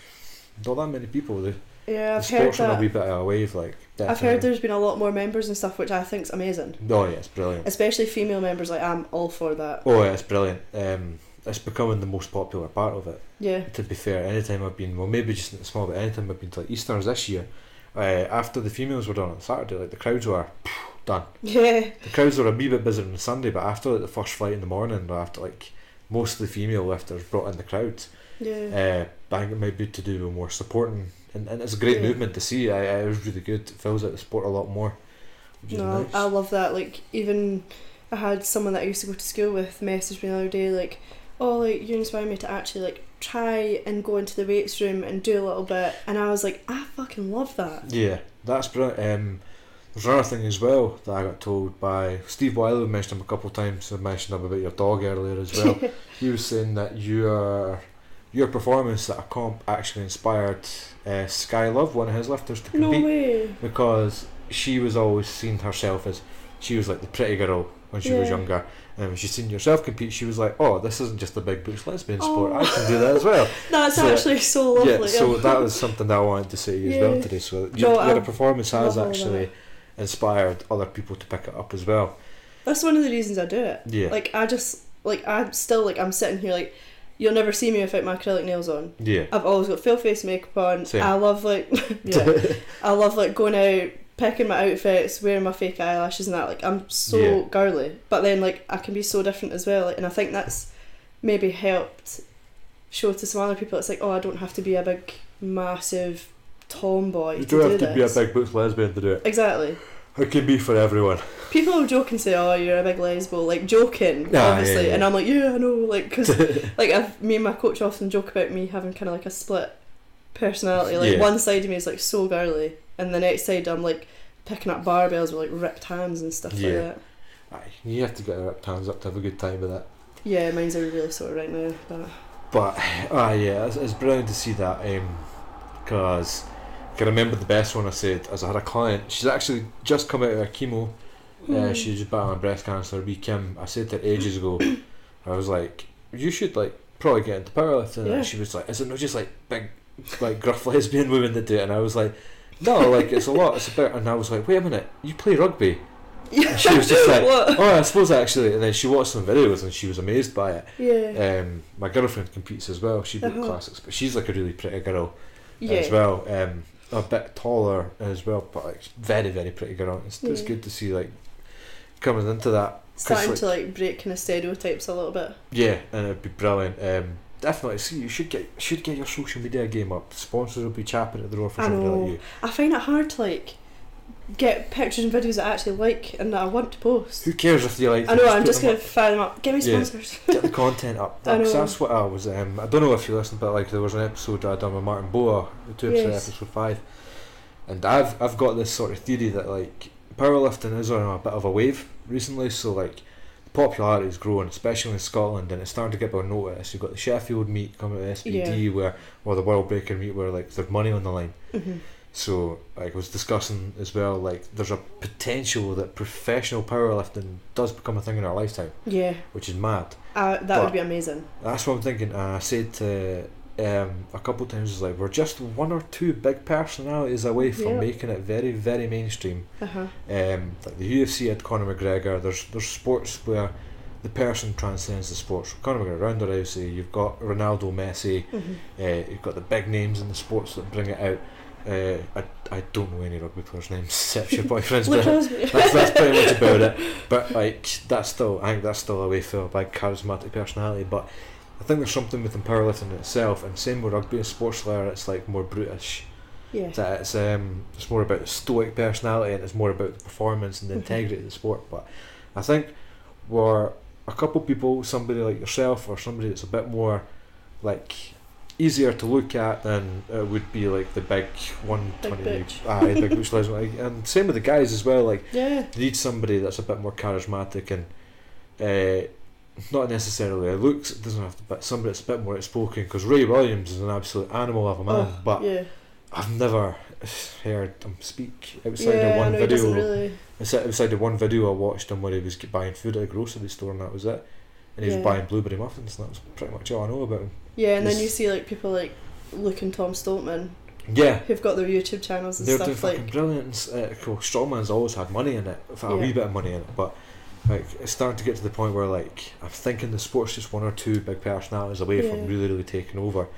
not that many people. The, yeah, the I've heard sports on a wee that. bit of a wave. Like I've heard definitely. there's been a lot more members and stuff, which I think's amazing. Oh yeah, it's brilliant. especially female members like i'm all for that Oh yeah, it's brilliant. Um, it's becoming the most popular part of it. yeah to be fair, anytime I've been, well, maybe just in small, but anytime I've been to like Easterns this year, uh, after the females were done on Saturday, like the crowds were done. yeah The crowds were a wee bit busier on Sunday, but after like the first flight in the morning, or after like most of the female lifters brought in the crowds, yeah uh, but I think it might be to do with more supporting, and, and it's a great Yeah. movement to see. I, I, it was really good. It fills out the sport a lot more. Which is no nice. i love that like even I had someone that I used to go to school with message me the other day like, "Oh, like you inspire me to actually like try and go into the weights room and do a little bit," and I was like, "I fucking love that." Yeah, that's brilliant. Um, there's another thing as well that I got told by Steve Wiley. We mentioned him a couple of times. I mentioned him about your dog earlier as well. he was saying that your your performance at a comp actually inspired uh, Sky Love, one of his lifters, to no compete way. because she was always seen herself as she was like the pretty girl when she was Yeah. younger, and when she seen yourself compete, she was like, "Oh, this isn't just a big boots lesbian sport. I can do that as well." That's So- actually so lovely. Yeah, so that was something that I wanted to say as well Yeah. today. So that No, your, your I performance has love all actually inspired other people to pick it up as well. That's one of the reasons I do it. Yeah, Like I just like I'm still like I'm sitting here like you'll never see me without my acrylic nails on. yeah, I've always got full face makeup on. Same. I love like yeah, I love like going out, picking my outfits, wearing my fake eyelashes and that. Like I'm so Yeah. girly, but then like I can be so different as well. Like, and I think that's maybe helped show to some other people. It's like oh, I don't have to be a big massive tomboy. you to don't have do to be a this. big boots lesbian to do it. Exactly. It can be for everyone. People will joke and say, "Oh, you're a big lesbo," like joking, Ah, obviously, yeah, yeah. and I'm like, "Yeah, I know," like because like I've, me and my coach often joke about me having kind of like a split personality. Like Yeah. one side of me is like so girly, and the next side I'm like picking up barbells with like ripped hands and stuff Yeah. like that. Aye, you have to get your ripped hands up to have a good time with it. Yeah, mine's are really sore right now, but But ah, yeah, it's, it's brilliant to see that. Um, cause I can remember the best one I said as I had a client. She's actually just come out of her chemo. Uh, Mm. she's just battling breast cancer. We Kim. I said to her ages ago. I was like, you should like probably get into powerlifting. Yeah. And she was like, is it not just like big, like gruff lesbian women that do it? And I was like, no, like it's a lot. It's about. And I was like, wait a minute, you play rugby? yeah, She was just like, what? oh, I suppose actually. And then she watched some videos and she was amazed by it. yeah, Um, my girlfriend competes as well. She broke Uh-huh. classics, but she's like a really pretty girl yeah, as well. Um, a bit taller as well, but like very, very pretty girl. It's, it's Yeah. good to see like coming into that. starting like- to like break kind of stereotypes a little bit. Yeah, and it'd be brilliant. Um, definitely, see, you should get should get your social media game up. Sponsors will be chapping at the door for I somebody know. like you. I find it hard to like get pictures and videos that I actually like and that I want to post. Who cares if you like? I them, know, I'm put just them gonna up. fire them up. Give me Yeah. sponsors. get the content up. I That's, know. that's what I was. Um, I don't know if you listened, but like there was an episode I done with Martin Boa, the two episode Yes. episode five, and I've I've got this sort of theory that like powerlifting is on a bit of a wave recently. So like popularity is growing, especially in Scotland, and it's starting to get more notice. You've got the Sheffield meet coming to SBD, where or the World Breaker meet, where like there's money on the line. hmm So, like I was discussing as well, like there's a potential that professional powerlifting does become a thing in our lifetime, Yeah, which is mad. uh, that But- would be amazing. That's what I'm thinking. And I said to um, a couple times, is like we're just one or two big personalities away from Yeah. making it very, very mainstream. Uh huh. Um, like the UFC had Conor McGregor. There's there's sports where the person transcends the sports. Conor McGregor, Ronda Rousey. You've got Ronaldo, Messi. hmm Uh, you've got the big names in the sports that bring it out. Uh, I, I don't know any rugby players' names except your boyfriend's. Look, but- husband. that's, that's pretty much about it. But like that's still I think that's still a way for a big charismatic personality. But I think there's something within powerlifting itself, and same with rugby and sports layer, it's like more brutish. Yeah. That it's um it's more about the stoic personality and it's more about the performance and the Mhm. integrity of the sport. But I think where a couple people, somebody like yourself or somebody that's a bit more like easier to look at than it would be like the big one twenty butch. aye, big butch lesbian. Like, and same with the guys as well, like Yeah. need somebody that's a bit more charismatic and uh, not necessarily a looks it doesn't have to but somebody that's a bit more outspoken because Ray Williams is an absolute animal of a man Oh, but yeah. I've never heard him speak outside yeah, of I one know he doesn't video really. outside outside of one video I watched him where he was buying food at a grocery store and that was it and he Yeah. was buying blueberry muffins and that was pretty much all I know about him Yeah, and then you He's- see like people like Luke and Tom Stoltman yeah who've got their YouTube channels and They're doing stuff fucking like. brilliant. Uh, cool. Strongman's always had money in it, for a Yeah. wee bit of money in it, but like it's starting to get to the point where like I'm thinking the sport's just one or two big personalities away from Yeah. really, really taking over.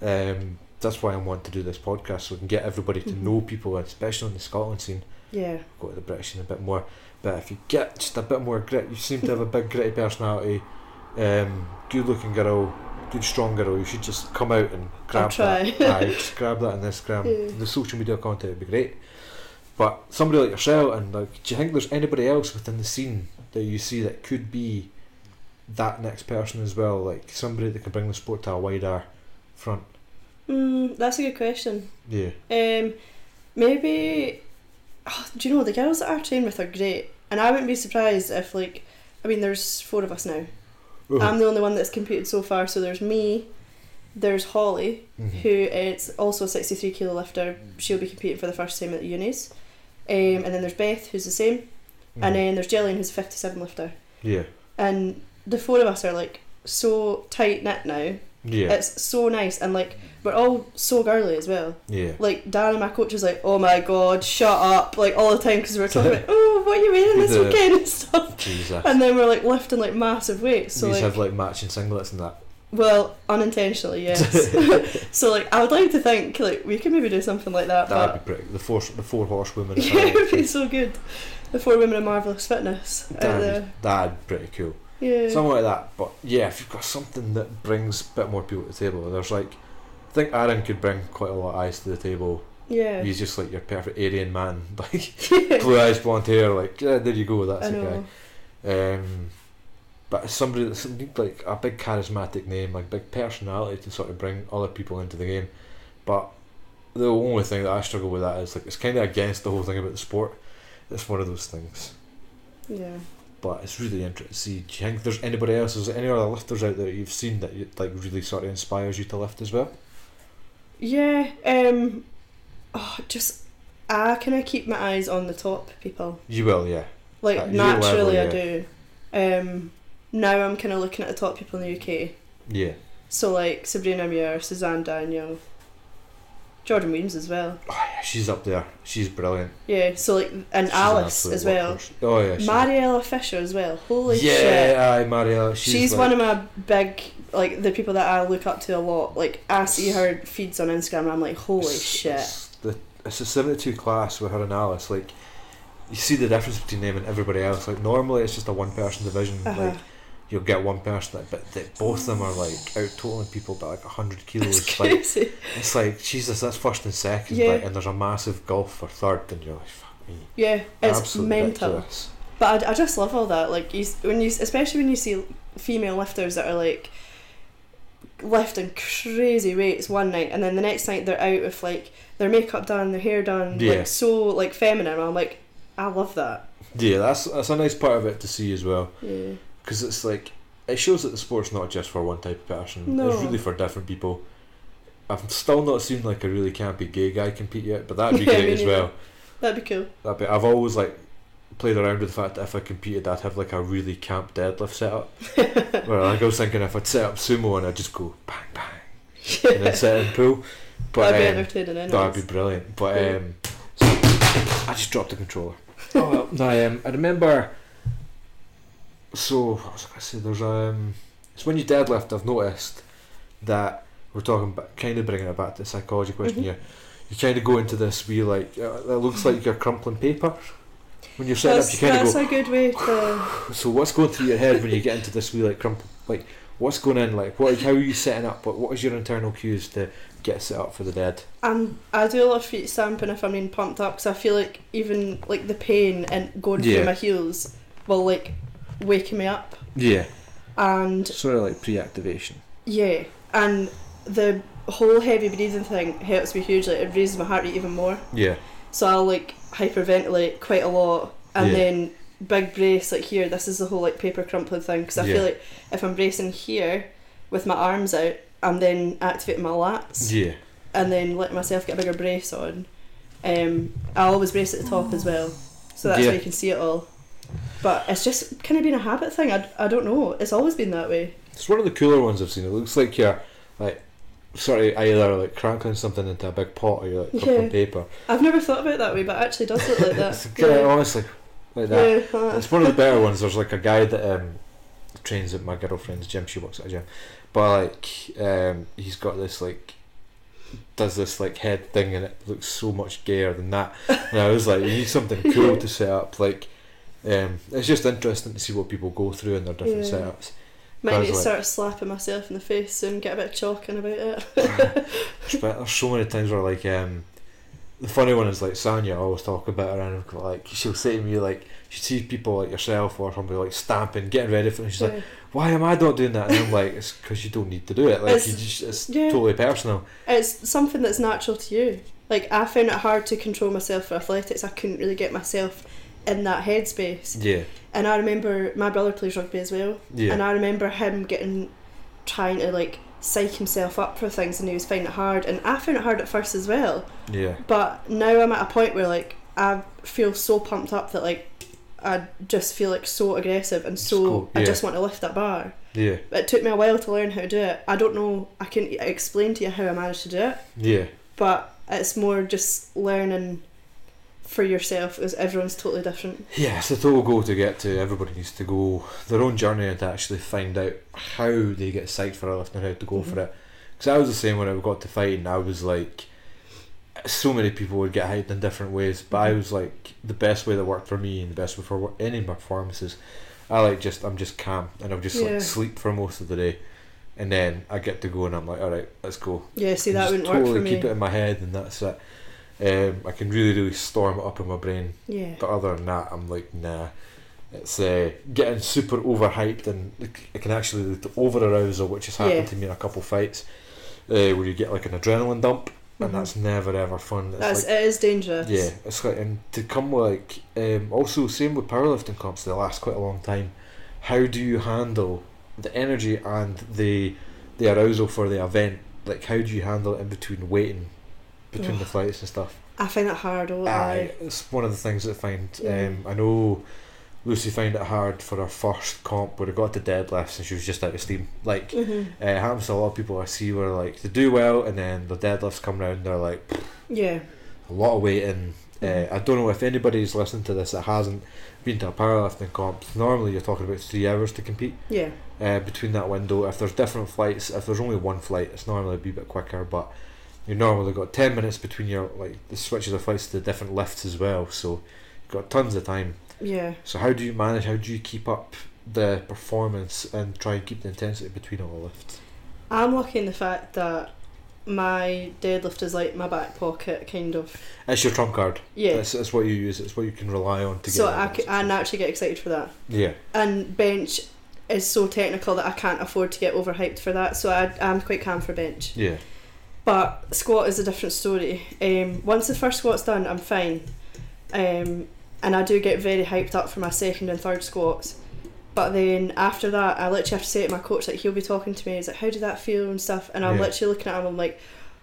Um, that's why I want to do this podcast so we can get everybody to Mhm. know people, especially in the Scotland scene. Yeah. Go to the British scene a bit more, but if you get just a bit more grit, you seem to have a big gritty personality, um, good-looking girl, good strong girl. You should just come out and grab I'll try. that. Aye, just grab that and this grab Yeah. the social media content would be great. But somebody like yourself and like do you think there's anybody else within the scene that you see that could be that next person as well, like somebody that could bring the sport to a wider front? Mm, that's a good question. Yeah. Um, maybe. Oh, do you know the girls that I train with are great, and I wouldn't be surprised if like, I mean, there's four of us now. Oh, I'm the only one that's competed so far. So there's me, there's Holly, mhm. who is also a 63 kilo lifter. Mm. She'll be competing for the first time at unis, um, and then there's Beth, who's the same, Mhm. and then there's Jillian, who's a 57 lifter. yeah, And the four of us are like so tight knit now. yeah, It's so nice, and like we're all so girly as well. yeah. Like Dan and my coach is like, "Oh my god, shut up!" Like all the time because we're talking about, "Oh, what are you wearing this The- weekend?" and stuff. Jesus. And then we're like lifting like massive weights. So These like, have like matching singlets and that. well, unintentionally, yes. so like, I would like to think like we could maybe do something like that. That'd be pretty. The four, the four horsewomen. but as yeah, well. it would be so good. The four women of marvelous fitness. out That'd, there. be, that'd uh, be pretty cool. yeah. Something like that. But yeah, if you've got something that brings a bit more people to the table, there's like, I think Aaron could bring quite a lot of eyes to the table. yeah. He's just like your perfect Aryan man, like blue eyes, blonde hair. Like yeah, there you go. That's I the guy. know. Um, but somebody that's need, like a big charismatic name, like big personality to sort of bring other people into the game. But the only thing that I struggle with that is like it's kind of against the whole thing about the sport. It's one of those things. Yeah. But it's really interesting to see. Do you think there's anybody else? Is there any other lifters out there that you've seen that you, like really sort of inspires you to lift as well? Yeah. Um. Oh, just ah, I kind of keep my eyes on the top people. You will, yeah. Like At your naturally, level, I do. Um. Now I'm kind of looking at the top people in the UK. Yeah. So like Sabrina Muir, Suzanne Daniel, Jordan Williams as well. Oh, yeah, she's up there. She's brilliant. Yeah, so like and She's an Alice absolute as well. workhorse. Oh yeah. she's- Mariella Fisher as well. Holy shit. yeah, aye, Mariella. She's, She's, like, one of my big like the people that I look up to a lot. Like I see her feeds on Instagram and I'm like, holy it's, shit. It's, the, it's a 72 class with her and Alice. Like, you see the difference between them and everybody else. Like, normally it's just a one person division. Uh-huh. Like, you'll get one person, that, but that both of them are like out totaling people by like 100 kilos. Like, Crazy. it's like, Jesus, that's first and second. Yeah. Like, and there's a massive gulf for third, and you're like, fuck me. Yeah, it's Absolute mental. ridiculous. But I, I just love all that. Like you, s- when you, especially when you see female lifters that are like lifting crazy weights one night, and then the next night they're out with like their makeup done, their hair done, Yeah. like so like feminine. I'm like, I love that. Yeah, that's, that's a nice part of it to see as well. Yeah, because it's like it shows that the sport's not just for one type of person. No. It's really for different people. I've still not seen like a really campy gay guy compete yet, but that'd be Yeah, great me as neither. well. that'd be cool. That'd be, I've always like played around with the fact that if I competed, I'd have like a really camp deadlift setup. Where I was thinking if I'd set up sumo and I'd just go bang bang and then set and pull. But that'd be um, entertaining. Anyways. that'd be brilliant. But Yeah. um, so- I just dropped the controller. oh well, no, I, um, I remember. So what was I going to say? There's um, it's when you deadlift. I've noticed that we're talking about kind of bringing it back to the psychology question Mhm. here. You kind of go into this where you like uh, it looks like you're crumpling paper when you're setting up. that's You kind of that's go. a good way to. So what's going through your head when you get into this wee like crumple like what's going in like what how are you setting up what what is your internal cues to get set up for the dead? Um, I do a lot of feet stamping if I'm being pumped up because I feel like even like the pain and going Yeah. through my heels will like wake me up Yeah, and sort of like pre-activation. Yeah, and the whole heavy breathing thing helps me hugely. It raises my heart rate even more. Yeah, So I'll like hyperventilate quite a lot, and Yeah. then big brace like here. This is the whole like paper crumpling thing because I Yeah. feel like if I'm bracing here with my arms out, I'm then activating my lats yeah. and then letting myself get a bigger brace on. Um, I always brace at the top as well, so that's Yeah. why you can see it all. But it's just kind of been a habit thing. I, I don't know. It's always been that way. It's one of the cooler ones I've seen. It looks like you're like sort of either like cranking something into a big pot or you're like crumpling Yeah. paper. I've never thought about it that way, but it actually does look like that. It's kind of honestly like that. Yeah, uh, It's one of the better ones. There's like a guy that um, trains at my girlfriend's gym. She works at a gym, but like um, he's got this like does this like head thing, and it looks so much gayer than that. And I was like, you need something cool to set up. Like um, it's just interesting to see what people go through in their different Yeah. setups. might need Guys, to like- start slapping myself in the face and get a bit chalking about it. But there's so many times where like um the funny one is like Sanya. I always talk about her, and like she'll say to me like she sees people like yourself or somebody like stamping, getting ready for it. And she's like, Yeah. "Why am I not doing that?" And I'm like, "It's because you don't need to do it. Like It's- you just, it's yeah. totally personal." It's something that's natural to you. Like I found it hard to control myself for athletics. I couldn't really get myself in that headspace. Yeah, And I remember my brother plays rugby as well. yeah, And I remember him getting trying to like psych himself up for things and he was finding it hard and I found it hard at first as well. yeah, But now I'm at a point where like I feel so pumped up that like I just feel like so aggressive and so Cool, I yeah. just want to lift that bar. yeah, It took me a while to learn how to do it. I don't know I can explain to you how I managed to do it, yeah. but it's more just learning for yourself as everyone's totally different. Yeah, it's a total goal to get to. Everybody needs to go their own journey and to actually find out how they get psyched for a lift and how to go Mm-hmm. for it. Because I was the same when I got to fighting. I was like, so many people would get hyped in different ways, but Mm-hmm. I was like, the best way that worked for me and the best way for wor- any of my performances, I like just, I'm just calm and I'll just Yeah. like sleep for most of the day. And then I get to go and I'm like, alright, let's go. Yeah, see And that just wouldn't totally work for me. keep it in my head and that's it. Um, I can really, really storm it up in my brain yeah. but other than that, I'm like, nah. It's uh, getting super overhyped and it c- it can actually lead to over arousal, which has happened Yeah. to me in a couple fights, uh, where you get like an adrenaline dump, Mhm. and that's never ever fun. It's That's like, it is dangerous. Yeah, it's like and to come like um, also same with powerlifting comps. They last quite a long time. How do you handle the energy and the the arousal for the event? Like how do you handle it in between waiting, between the fights and stuff? I find it hard. Oh, Aye, aye. it's one of the things that I find. Yeah. Um, I know Lucy found it hard for her first comp where it got to deadlifts and she was just out of steam. Like, uh, Mhm. it happens to a lot of people I see where like they do well and then the deadlifts come round. They're like Yeah. a lot of weighting. Uh, Mhm. I don't know if anybody's listened to this that hasn't been to a powerlifting comp. Normally, you're talking about three hours to compete Yeah. uh, between that window. If there's different flights, if there's only one flight, it's normally a wee bit quicker, but you normally got 10 minutes between your like the switches of flights to the different lifts as well, so you've got tons of time. Yeah. So, how do you manage, how do you keep up the performance and try and keep the intensity between all the lifts? I'm lucky in the fact that my deadlift is like my back pocket kind of. It's your trump card, Yeah. it's, it's what you use, it's what you can rely on to So get. I, that c- I naturally get excited for that. yeah, And bench is so technical that I can't afford to get overhyped for that. So I, I'm quite calm for bench. yeah, But squat is a different story. Um, once the first squat's done, I'm fine. Um, and I do get very hyped up for my second and third squats. But then after that, I literally have to say to my coach, like, he'll be talking to me, he's like, how did that feel and stuff? And I'm Yeah. literally looking at him, I'm like,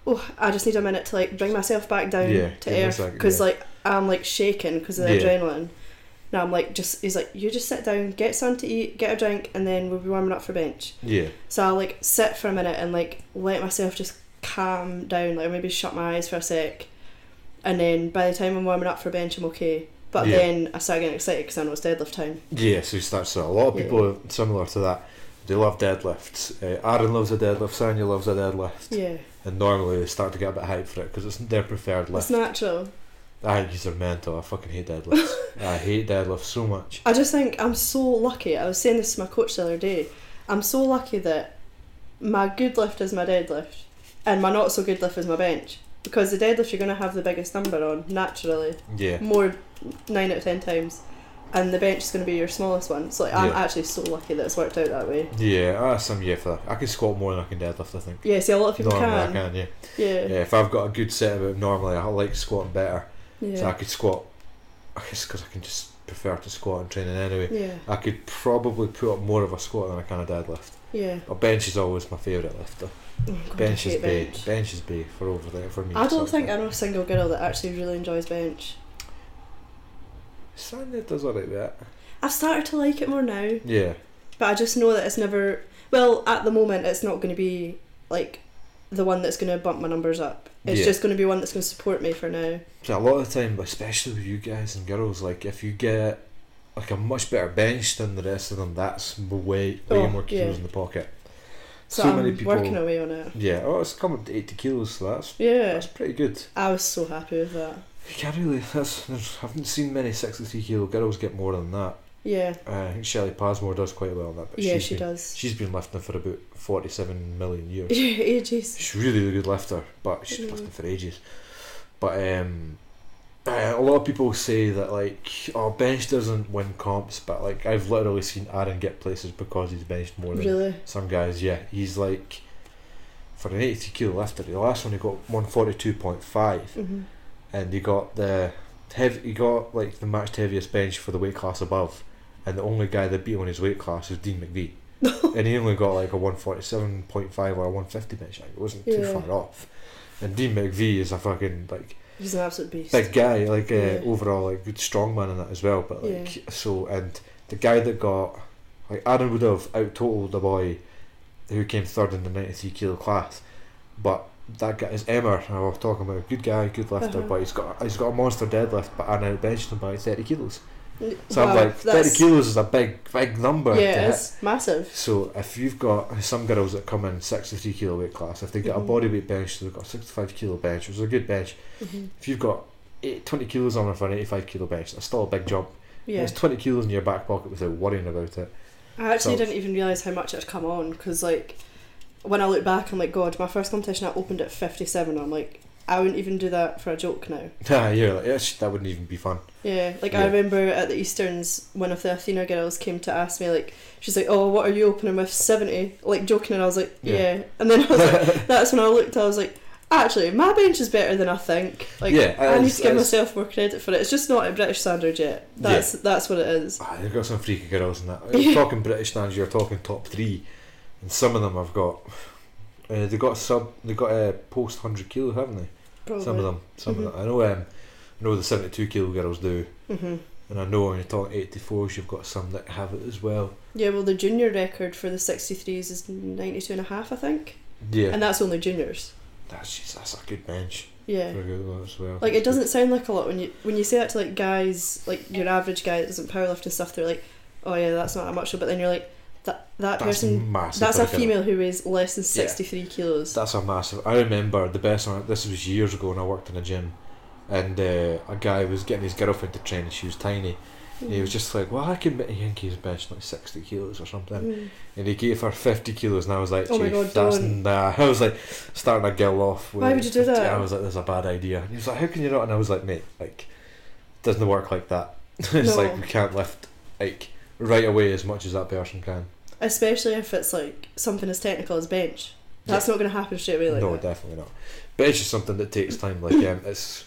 oh, I just need a minute to, like, bring myself back down Yeah, to give earth. myself- Because, yeah. like, I'm, like, shaking because of the Yeah. adrenaline. And I'm like, just, he's like, you just sit down, get something to eat, get a drink, and then we'll be warming up for bench. yeah, So I'll like sit for a minute and like let myself just calm down, like maybe shut my eyes for a sec. And then by the time I'm warming up for bench, I'm okay. But Yeah. then I start getting excited because I know it's deadlift time. yeah. So you start. So a lot of Yeah. people are similar to that. They love deadlifts. Uh, Aaron loves a deadlift. Sanya loves a deadlift. Yeah, and normally they start to get a bit hyped for it because it's their preferred it's lift. natural. I think these are mental. I fucking hate deadlifts. I hate deadlifts so much. I just think I'm so lucky. I was saying this to my coach the other day. I'm so lucky that my good lift is my deadlift, and my not so good lift is my bench. Because the deadlift you're going to have the biggest number on naturally. Yeah, more nine out of ten times, and the bench is going to be your smallest one. So like, I'm Yeah. actually so lucky that it's worked out that way. yeah. I have some yeah for that. I can squat more than I can deadlift. I think. Yeah, see, a lot of people Normally can. I can. Yeah. Yeah, yeah. yeah, If I've got a good set of it, normally I like squatting better. So I yeah. could squat. I guess because I can just prefer to squat and training anyway. I could probably put up more of a squat than I can a deadlift. yeah. But bench is always my favourite lift. Though. Oh, God, I Bench is hate B. Bench is B for over there for me. I don't so- think I know a single girl that actually really enjoys bench. Sanya does alright with that. I've started to like it more now, Yeah. but I just know that it's never. Well, at the moment, it's not going to be like the one that's going to bump my numbers up. It's Yeah. just going to be one that's going to support me for now. So a lot of the time, especially with you guys and girls, like if you get like a much better bench than the rest of them, that's way way Oh, more kilos yeah. in the pocket. So, So I'm many people- working away on it. Yeah, oh, it's coming to eighty kilos, so that's Yeah, that's pretty good. I was so happy with that. You can't really. That's there's, I haven't seen many sixty-three kilo girls get more than that. Yeah, Uh, I think Shelley Pasmore does quite well on that, but yeah, she's she been, does. She's been lifting for about forty-seven million years. ages. She's really a good lifter, but she's been Mm. lifting for ages. But um, uh, a lot of people say that like, oh, bench doesn't win comps, but like I've literally seen Aaron get places because he's benched more than Really? some guys. Yeah, he's like for an 80 kilo lifter. The last one he got 142.5 hmm Mm-hmm. and you got the heavy, you got like the matched heaviest bench for the weight class above, and the only guy that beat on his weight class is Dean McVie, Mm-hmm. and he only got like a one forty seven point five or a one fifty bench. Like, it wasn't too Yeah. far off. And Dean McVie is a fucking like He's an absolute beast. big guy, like uh, Yeah. overall like good strong man in that as well. But like so, and the guy that got like Aaron would have out totaled the boy who came third in the ninety three kilo class, but that guy is Emmer. I was talking about good guy, good lifter, Uh-huh. but he's got he's got a monster deadlift, but Aaron outbenched him by thirty kilos. So Wow, I'm like thirty that's- kilos is a big big number. to Yeah, hit. it's massive. So if you've got some girls that come in 63 kilo weight class, if they get Mhm. a body weight bench, they've got a 65 kilo bench, which is a good bench. Mhm. If you've got eight, 20 kilos on for an 85 kilo bench, that's still a big jump. Yeah. It's 20 kilos in your back pocket without worrying about it. I actually So- didn't even realise how much it had come on because, like, when I look back, I'm like, God, my first competition I opened at 57. I'm like, I wouldn't even do that for a joke now. Yeah, you're like, "Yeah, sh- that wouldn't even be fun. Yeah, like I Yeah. remember at the Easterns, one of the Athena girls came to ask me, like, she's like, Oh, what are you opening with? 70? Like, joking, and I was like, Yeah. Yeah. And then I was like, Ah, That's when I looked, I was like, Actually, my bench is better than I think. Like, Yeah, I need it's- to give it's- myself more credit for it. It's just not at British standard yet. That's that's what it is. Ah, they've got some freaky girls in that. You're talking British stands, you're talking top three, and some of them have got. Uh, they got sub. They got a post hundred kilo, haven't they? Probably. Some of them. Some Mhm. of them. I know. Um, I know the seventy-two kilo girls do. hmm And I know when you're talking 84s, you've got some that have it as well. Yeah, well, the junior record for the 63s is 92 and a half, I think. Yeah. And that's only juniors. that's just, that's a good bench Yeah. for a good one as well. Like it doesn't sound like a lot when you when you say that to like guys like your average guy that doesn't powerlift and stuff. They're like, oh yeah, that's not that much. But then you're like, that that That's person, massive. that's for a girl. female who weighs less than Yeah. sixty three kilos. That's a massive. I remember the best one. This was years ago when I worked in a gym, and uh, a guy was getting his girlfriend to train. and She was tiny. And Mm. he was just like, "Well, I can bet he think he's bench like 60 kilos or something." Mm. And he gave her 50 kilos, and I was like, Oh my "Chief, God, that's don't." nah." I was like, starting to gill off. Why would you do that? I was like, "That's a bad idea." And he was like, "How can you not?" And I was like, "Mate, like, doesn't work like that. it's No. like we can't lift like right away as much as that person can." Especially if it's like something as technical as bench. That's not going to happen straight away. Like no, that. definitely not. But it's just something that takes time. Like, um, it's.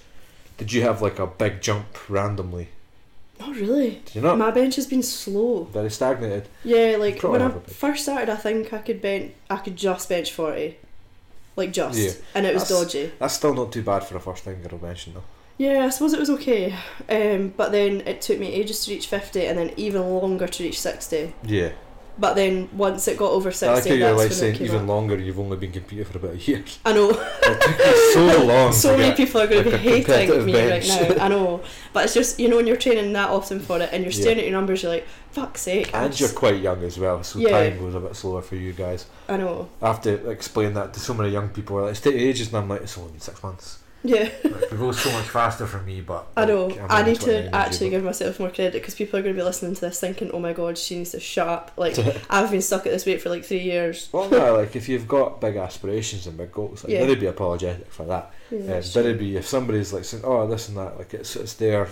Did you have like a big jump randomly? not really. Did you not? My bench has been slow. Very stagnated. Yeah, like Probably when I have a bit. first started, I think I could bench, I could just bench forty, like just, Yeah. and it was That's- dodgy. That's still not too bad for a first time girl mention though. Yeah, I suppose it was okay. Um, but then it took me ages to reach 50 and then even longer to reach 60. Yeah. But then once it got over 60, I like how you're that's like when it saying came even up. longer. You've only been competing for about a year. I know, It took me so long. so to many get- people are going to like a be hating competitive me bench. right now. I know. But it's just, you know, when you're training that often for it and you're Yeah. staring at your numbers, you're like, fuck's sake. I And you're just- quite young as well, so Yeah. time goes a bit slower for you guys. I know. I have to explain that to so many young people. Like, it's taking ages, and I'm like, it's only been six months. Yeah, Like, it goes so much faster for me, but I know. like, I'm I only 29 need to years actually old. give myself more credit because people are going to be listening to this thinking, oh my god, she needs to shut up. Like, I've been stuck at this weight for like three years. Well, no, like if you've got big aspirations and big goals, like, Yeah. they'd be apologetic for that. Yeah, Um, that's there'd true. be if somebody's like saying, "Oh, this and that," like it's it's their,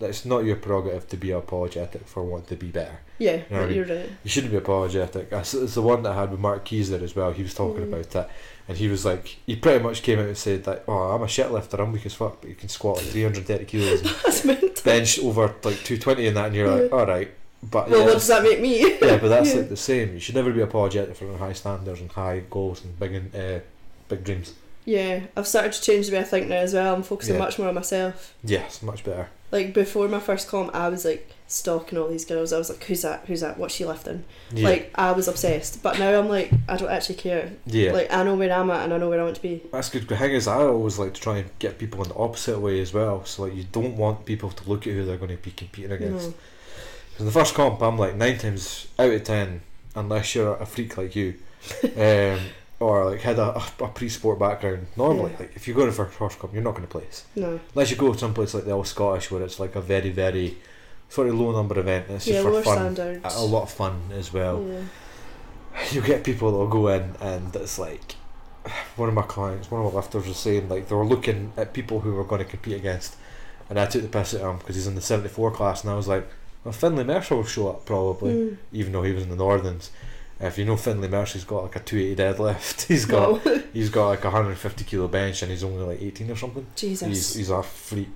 it's not your prerogative to be apologetic for wanting to be better. yeah know what I mean? you're right. You shouldn't be apologetic. That's- It's the one that I had with Mark Keys there as well. He was talking Mm. about that, and he was like, he pretty much came out and said like, "Oh, I'm a shit lifter. I'm weak as fuck, but you can squat like 330 kilos and That's mental. bench over like 220 and that," and you're like, "All right." But Well, yeah, what does that make me? yeah, but that's Yeah. like the same. You should never be apologetic for your high standards and high goals and big uh, big dreams. Yeah, I've started to change the way I think now as well. I'm focusing Yeah. much more on myself. Yeah, it's much better. Like before my first comp, I was like stalking all these girls. I was like, who's that? Who's that? What's she lifting? Yeah, Like I was obsessed. But now I'm like, I don't actually care. yeah. Like I know where I'm at and I know where I want to be. that's good. The thing is, I always like to try and get people in the opposite way as well. So like, you don't want people to look at who they're going to be competing against. No. 'Cause in the first comp, I'm like nine times out of ten, unless you're a freak like you, um, or like had a, a, a pre-sport background. Normally, Yeah. like if you're going for a first comp, you're not going to place No. unless you go someplace like the All Scottish where it's like a very very sort of low number event. And it's yeah, just for lower fun. standards. A lot of fun as well Yeah. you get people that'll go in and it's like one of my clients, one of my lifters, was saying like they were looking at people who were going to compete against, and I took the piss at him because he's in the seventy four class, and I was like, well, Finlay Mercer will show up probably, Mm. even though he was in the Northerns. If you know Finlay Mercer's got like a two eighty deadlift, he's got No. he's got like a hundred fifty kilo bench, and he's only like eighteen or something. Jesus. He's, he's a freak.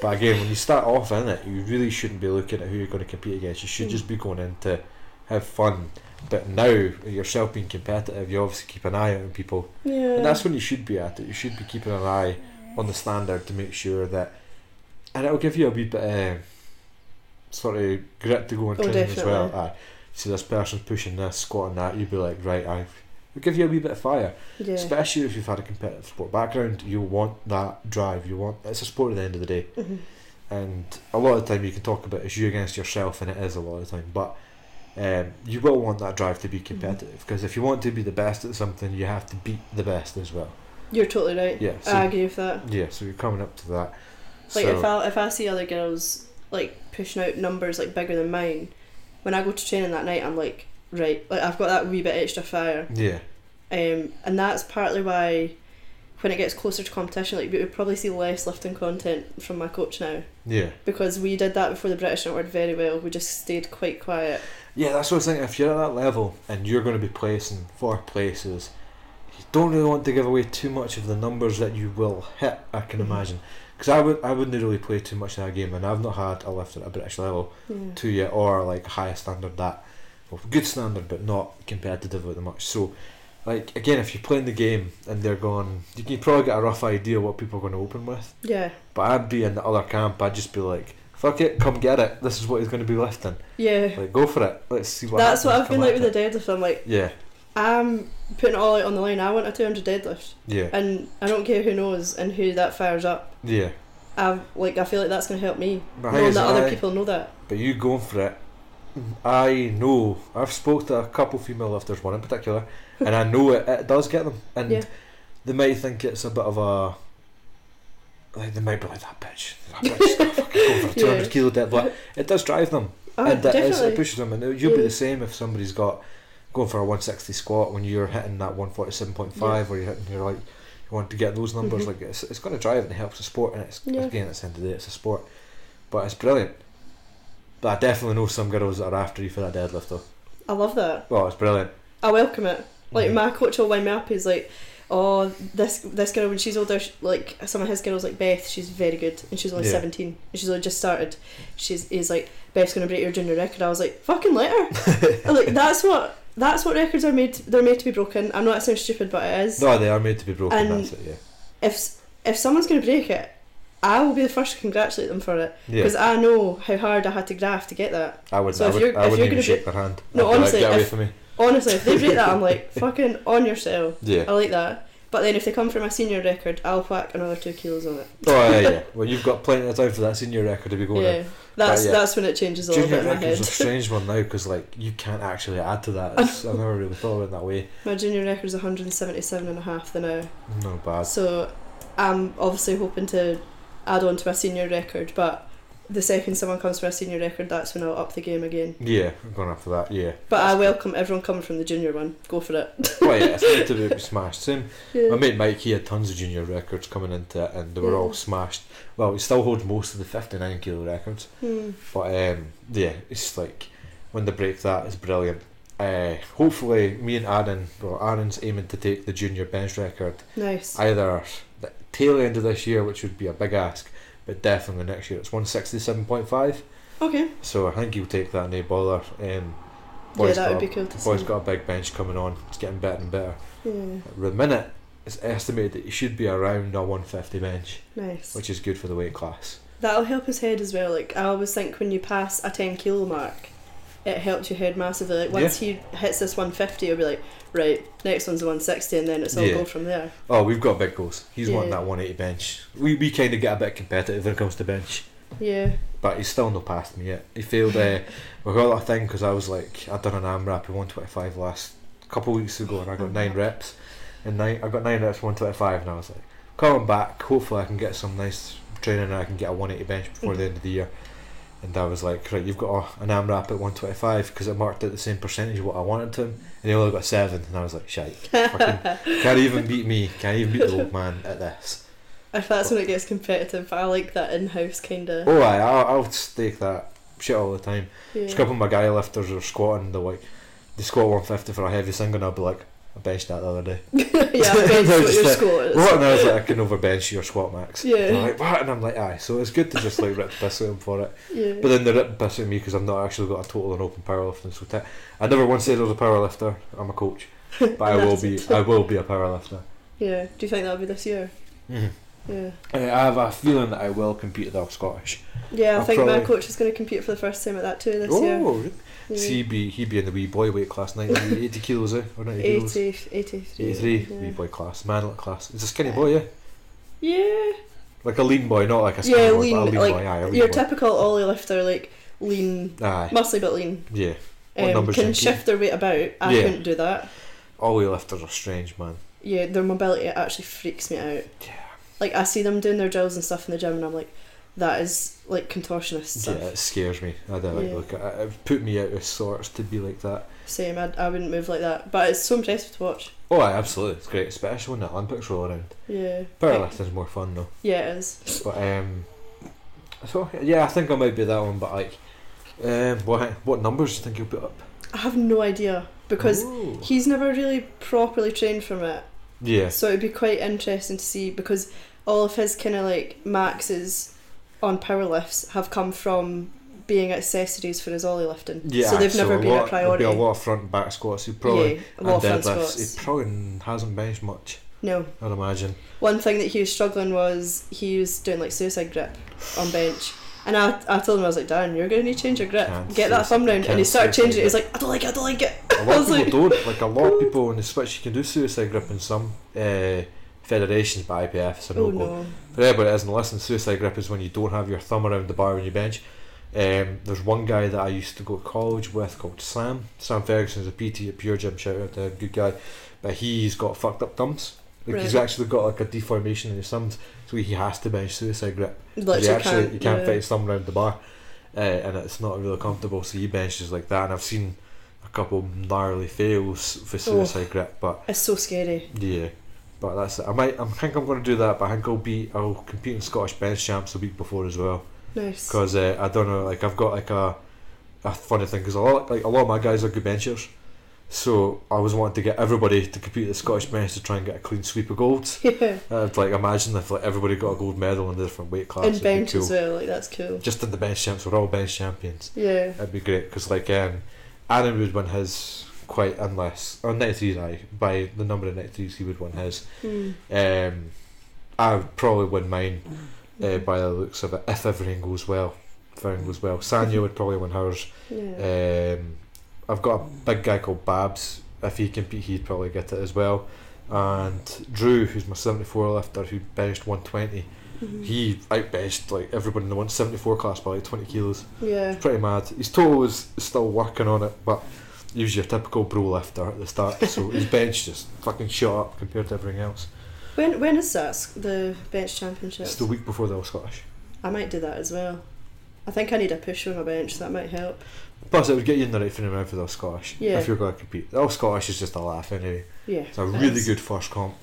but again, when you start off in it, you really shouldn't be looking at who you're going to compete against. You should Mm. just be going in to have fun. But now yourself being competitive, you obviously keep an eye out on people, yeah. and that's when you should be at it. You should be keeping an eye on the standard to make sure that, and it'll give you a wee bit of sort of grit to go and Oh, train as well. definitely. Aye. See this person's pushing this, squatting that. You'd be like, right, I. It'll give you a wee bit of fire yeah. especially if you've had a competitive sport background you want that drive you want it's a sport at the end of the day Mhm. and a lot of the time you can talk about it's you against yourself and it is a lot of the time but um, you will want that drive to be Mm-hmm. competitive because if you want to be the best at something you have to beat the best as well You're totally right. yeah so, Uh, I agree with that. yeah so you're coming up to that Like so, if I if I see other girls like pushing out numbers like bigger than mine, when I go to training that night, I'm like, right, like I've got that wee bit extra fire, yeah um, and that's partly why when it gets closer to competition, like we would probably see less lifting content from my coach now yeah because we did that before the British and it worked very well. We just stayed quite quiet. Yeah, that's what I was thinking. If you're at that level and you're going to be placing four places, you don't really want to give away too much of the numbers that you will hit. I can Mhm. imagine because I would I wouldn't really play too much in that game, and I've not had a lift at a British level Yeah. to yet, or like higher standard that, well, good standard, but not competitive with much. So, like again, if you're playing the game and they're going, you can probably get a rough idea what people are going to open with. Yeah. But I'd be in the other camp. I'd just be like, "Fuck it, come get it. This is what he's going to be lifting. Yeah. Like, go for it. Let's see what." That's what happens. I've been Come like at with it." the deadlift. I'm like, Yeah, I'm putting it all out on the line. I want a 200 deadlift, yeah, and I don't care who knows and who that fires up. yeah. I like I feel like that's gonna help me. But, I think knowing it's that other aye, people know that. but you going for it. I know. I've spoke to a couple female lifters, one in particular, and I know it, it does get them. And Yeah. they might think it's a bit of a. Like they might be like that bitch. That bitch gonna fucking go for a two hundred Yeah. kilo deadlift. It does drive them, Oh, and it, is, it definitely. pushes them. And you'll be Yeah. the same if somebody's got going for a one sixty squat when you're hitting that one forty seven point five, or you're hitting you're like you want to get those numbers. Mhm. Like it's, it's going to drive and it helps the sport, and it's Yeah. again at the end of the day it's a sport, but it's brilliant. But I definitely know some girls that are after you for that deadlift though. I love that. Well, it's brilliant. I welcome it. Like Mhm. my coach will wind me up. He's like, "Oh, this this girl when she's older, she, like some of his girls, like Beth, she's very good, and she's only Yeah. seventeen, and she's only just started. She's he's like, Beth's gonna break your junior record. I was like, fucking let her. I'm like that's what that's what records are made. They're made to be broken. I'm not saying stupid, but it is. No, they are made to be broken. And- that's it. Yeah, If s- if someone's gonna break it, I will be the first to congratulate them for it yeah. because I know how hard I had to graft to get that. I would. so I if would. you're- I if wouldn't you're even gonna shake their hand. No, I'd be like, honestly, get away if- from me. Honestly, if they break that, I'm like, fucking on yourself. Yeah. I like that. But then if they come for my senior record, I'll whack another two kilos on it. Oh yeah, yeah. Well, you've got plenty of time for that senior record to be going. in. yeah, that's But, yeah. that's when it changes a little Junior bit in my record's a head. strange one now because like you can't actually add to that. It's, I never really thought of it that way. my junior record's 177 and a half the now, No bad. so I'm obviously hoping to add on to my senior record. But the second someone comes for a senior record, that's when I'll up the game again. Yeah, I'm going after that. Yeah. But I That's welcome everyone coming from the junior one. Go for it. good. Well, yeah, it's meant to be smashed. Same. My Yeah. mate Mike, he had tons of junior records coming into it, and they were all Yeah. smashed. Well, he still holds most of the 59 kilo records, Hmm. but um, yeah, it's like when they break that, it's brilliant. Uh, hopefully, me and Aaron, well, Aaron's aiming to take the junior bench record Nice. either the tail end of this year, which would be a big ask, but definitely next year. It's 167.5, okay. so I think he'll take that, no bother. Um, Yeah, boy's that would got be a- cool to boy's see. got a big bench coming on, it's getting better and better. Yeah. At the minute, it's estimated that he should be around a 150 bench, Nice. which is good for the weight class. That'll help his head as well. Like I always think when you pass a ten kilo mark, it helps your head massively. Like once he hits this one fifty, you'll be like, right, next one's a one sixty, and then it's all Yeah. go from there. Oh, we've got big goals. He's wanting Yeah. that 180 bench. We, we kind of get a bit competitive when it comes to bench, Yeah. but he's still not past me yet. He failed. Uh, we got that thing because I was like, I'd done an AMRAP at 125 last couple weeks ago, and I got nine reps, and nine, I got nine reps 125, and I was like, coming back. Hopefully, I can get some nice training, and I can get a 180 bench before the end of the year. And I was like, right, you've got a, an AMRAP at 125 because it marked out the same percentage of what I wanted to him, and he only got seven. And I was like, shite, fucking can't even beat me, can't even beat the old man at this. If that's when it gets competitive, but I like that in-house kind of. Oh, aye, I'll, I'll stake that shit all the time. Just a couple of my guy lifters are squatting, they're like, they squat 150 for a heavy single, and I'll be like, I benched that the other day. yeah, bench No, what just your that- score is. What? And I was like, I can overbench your squat max. Yeah. And I'm like, what? And I'm like, aye. So it's good to just like rip the piss at them for it. Yeah. But then they rip the piss at me because I've not actually got a total and open powerlifting. So te- I never once said I was a powerlifter. I'm a coach, but I will be. I will be a powerlifter. yeah. Do you think that'll be this year? Mhm. Yeah. I have a feeling that I will compete at the All Scottish. Yeah, I I'll think my probably- coach is going to compete for the first time at that too this year. oh, Yeah. see, he'd be he'd be in the wee boy weight class, 90, 80 kilos, eh? Or 90 kilos. 80, 83. 83 wee Yeah. boy class, manlet class. It's a skinny boy, yeah. yeah. Like a lean boy, not like a skinny Yeah, boy, lean. but a lean like, boy. Aye, a lean your boy. typical ollie lifter, like lean, aye, muscly but lean, yeah. What um, numbers can you keep? shift their weight about. I Yeah. couldn't do that. Ollie lifters are strange, man. Yeah, their mobility actually freaks me out. Yeah. Like, I see them doing their drills and stuff in the gym, and I'm like, that is like contortionist stuff. Yeah, it scares me. I don't like Yeah. to look at it. It put me out of sorts to be like that. Same, I, I wouldn't move like that. But it's so impressive to watch. Oh, aye, absolutely. It's great, especially when the Olympics roll around. Yeah. Powerlifting's more fun though. Yeah, it is. But um, so yeah, I think I might be that one. But like, um, what what numbers do you think you'll put up? I have no idea because Ooh. he's never really properly trained from it. yeah, So it'd be quite interesting to see because all of his kind of like maxes on power lifts have come from being accessories for his ollie lifting. yeah. so they've aye, never a been lot, a there'll priority. Be a lot of front and back squats. He probably yeah, a and lot of front deadlifts. squats. He probably hasn't benched much. No. I'd imagine. One thing that he was struggling was he was doing like suicide grip on bench. And I, I told him, I was like, Dan, you're going to need to change your grip. Can't Get that suicide- thumb round. And he can't started changing it. He's suicide like, I don't like it, I don't like it. A lot of I was people don't. Like a lot of people when they switch, you can do suicide grip in some uh, federations, but IPF is a Oh no-go. no. For anybody that isn't listening, suicide grip is when you don't have your thumb around the bar when you bench. Um, there's one guy that I used to go to college with called Sam. Sam Ferguson's a PT at Pure Gym, shout out to him, good guy. But he's got fucked up thumbs. Like he's Right. actually got like a deformation in his thumbs, so he has to bench suicide grip. Literally he actually can't. you can't yeah. fit his thumb around the bar, uh, and it's not really comfortable. So he benches like that, and I've seen a couple gnarly fails for suicide grip, but It's so scary. yeah, but that's it. I might. I think I'm going to do that, but I think I'll beat. I'll compete in Scottish bench champs the week before as well. Nice. Cause uh, I don't know. Like I've got like a a funny thing because a lot like a lot of my guys are good benchers, so I was wanting to get everybody to compete at the Scottish bench to try and get a clean sweep of gold. Yeah. I'd like imagine if like everybody got a gold medal in a different weight class. And it'd be bench cool. as well. Like that's cool. Just in the bench champs, we're all bench champions. Yeah. That'd be great because like um, Aaron would win his quite unless or ninety threes I by the number of ninety threes he would win his. Mm. Um, I would probably win mine uh, by the looks of it if everything goes well. If everything goes well, Sanya would probably win hers. Yeah. Um, I've got a big guy called Babs. If he compete, he'd probably get it as well. And Drew, who's my 74 lifter, who benched 120, Mhm. he outbenched like everyone in the 174 class by like 20 kilos. yeah. Pretty mad. His total is still working on it, but he was your typical bro lifter at the start, so his bench just fucking shot up compared to everything else. When when is that s- the bench championship? It's the week before the All Scottish. I might do that as well. I think I need a push on my bench. That might help. Plus, it would get you in the right frame around for the All Scottish Yeah. if you're going to compete. The All Scottish is just a laugh anyway. Yeah. It's a it really is. good first comp.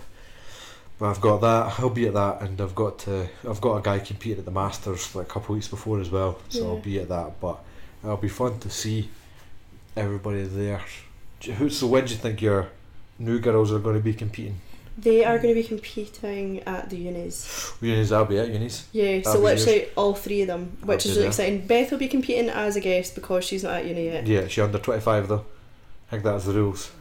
But I've got that. I'll be at that, and I've got to. I've got a guy competing at the Masters like a couple weeks before as well, so I'll Yeah. be at that. But it'll be fun to see everybody there. Do you- Who? So when do you think your new girls are going to be competing? They are going to be competing at the unis. Unis, I'll be at Unis. Yeah. So That'll be literally all three of them, That'll which is be really there. exciting. Beth will be competing as a guest because she's not at uni yet. Yeah, she under twenty five though. I think that's the rules.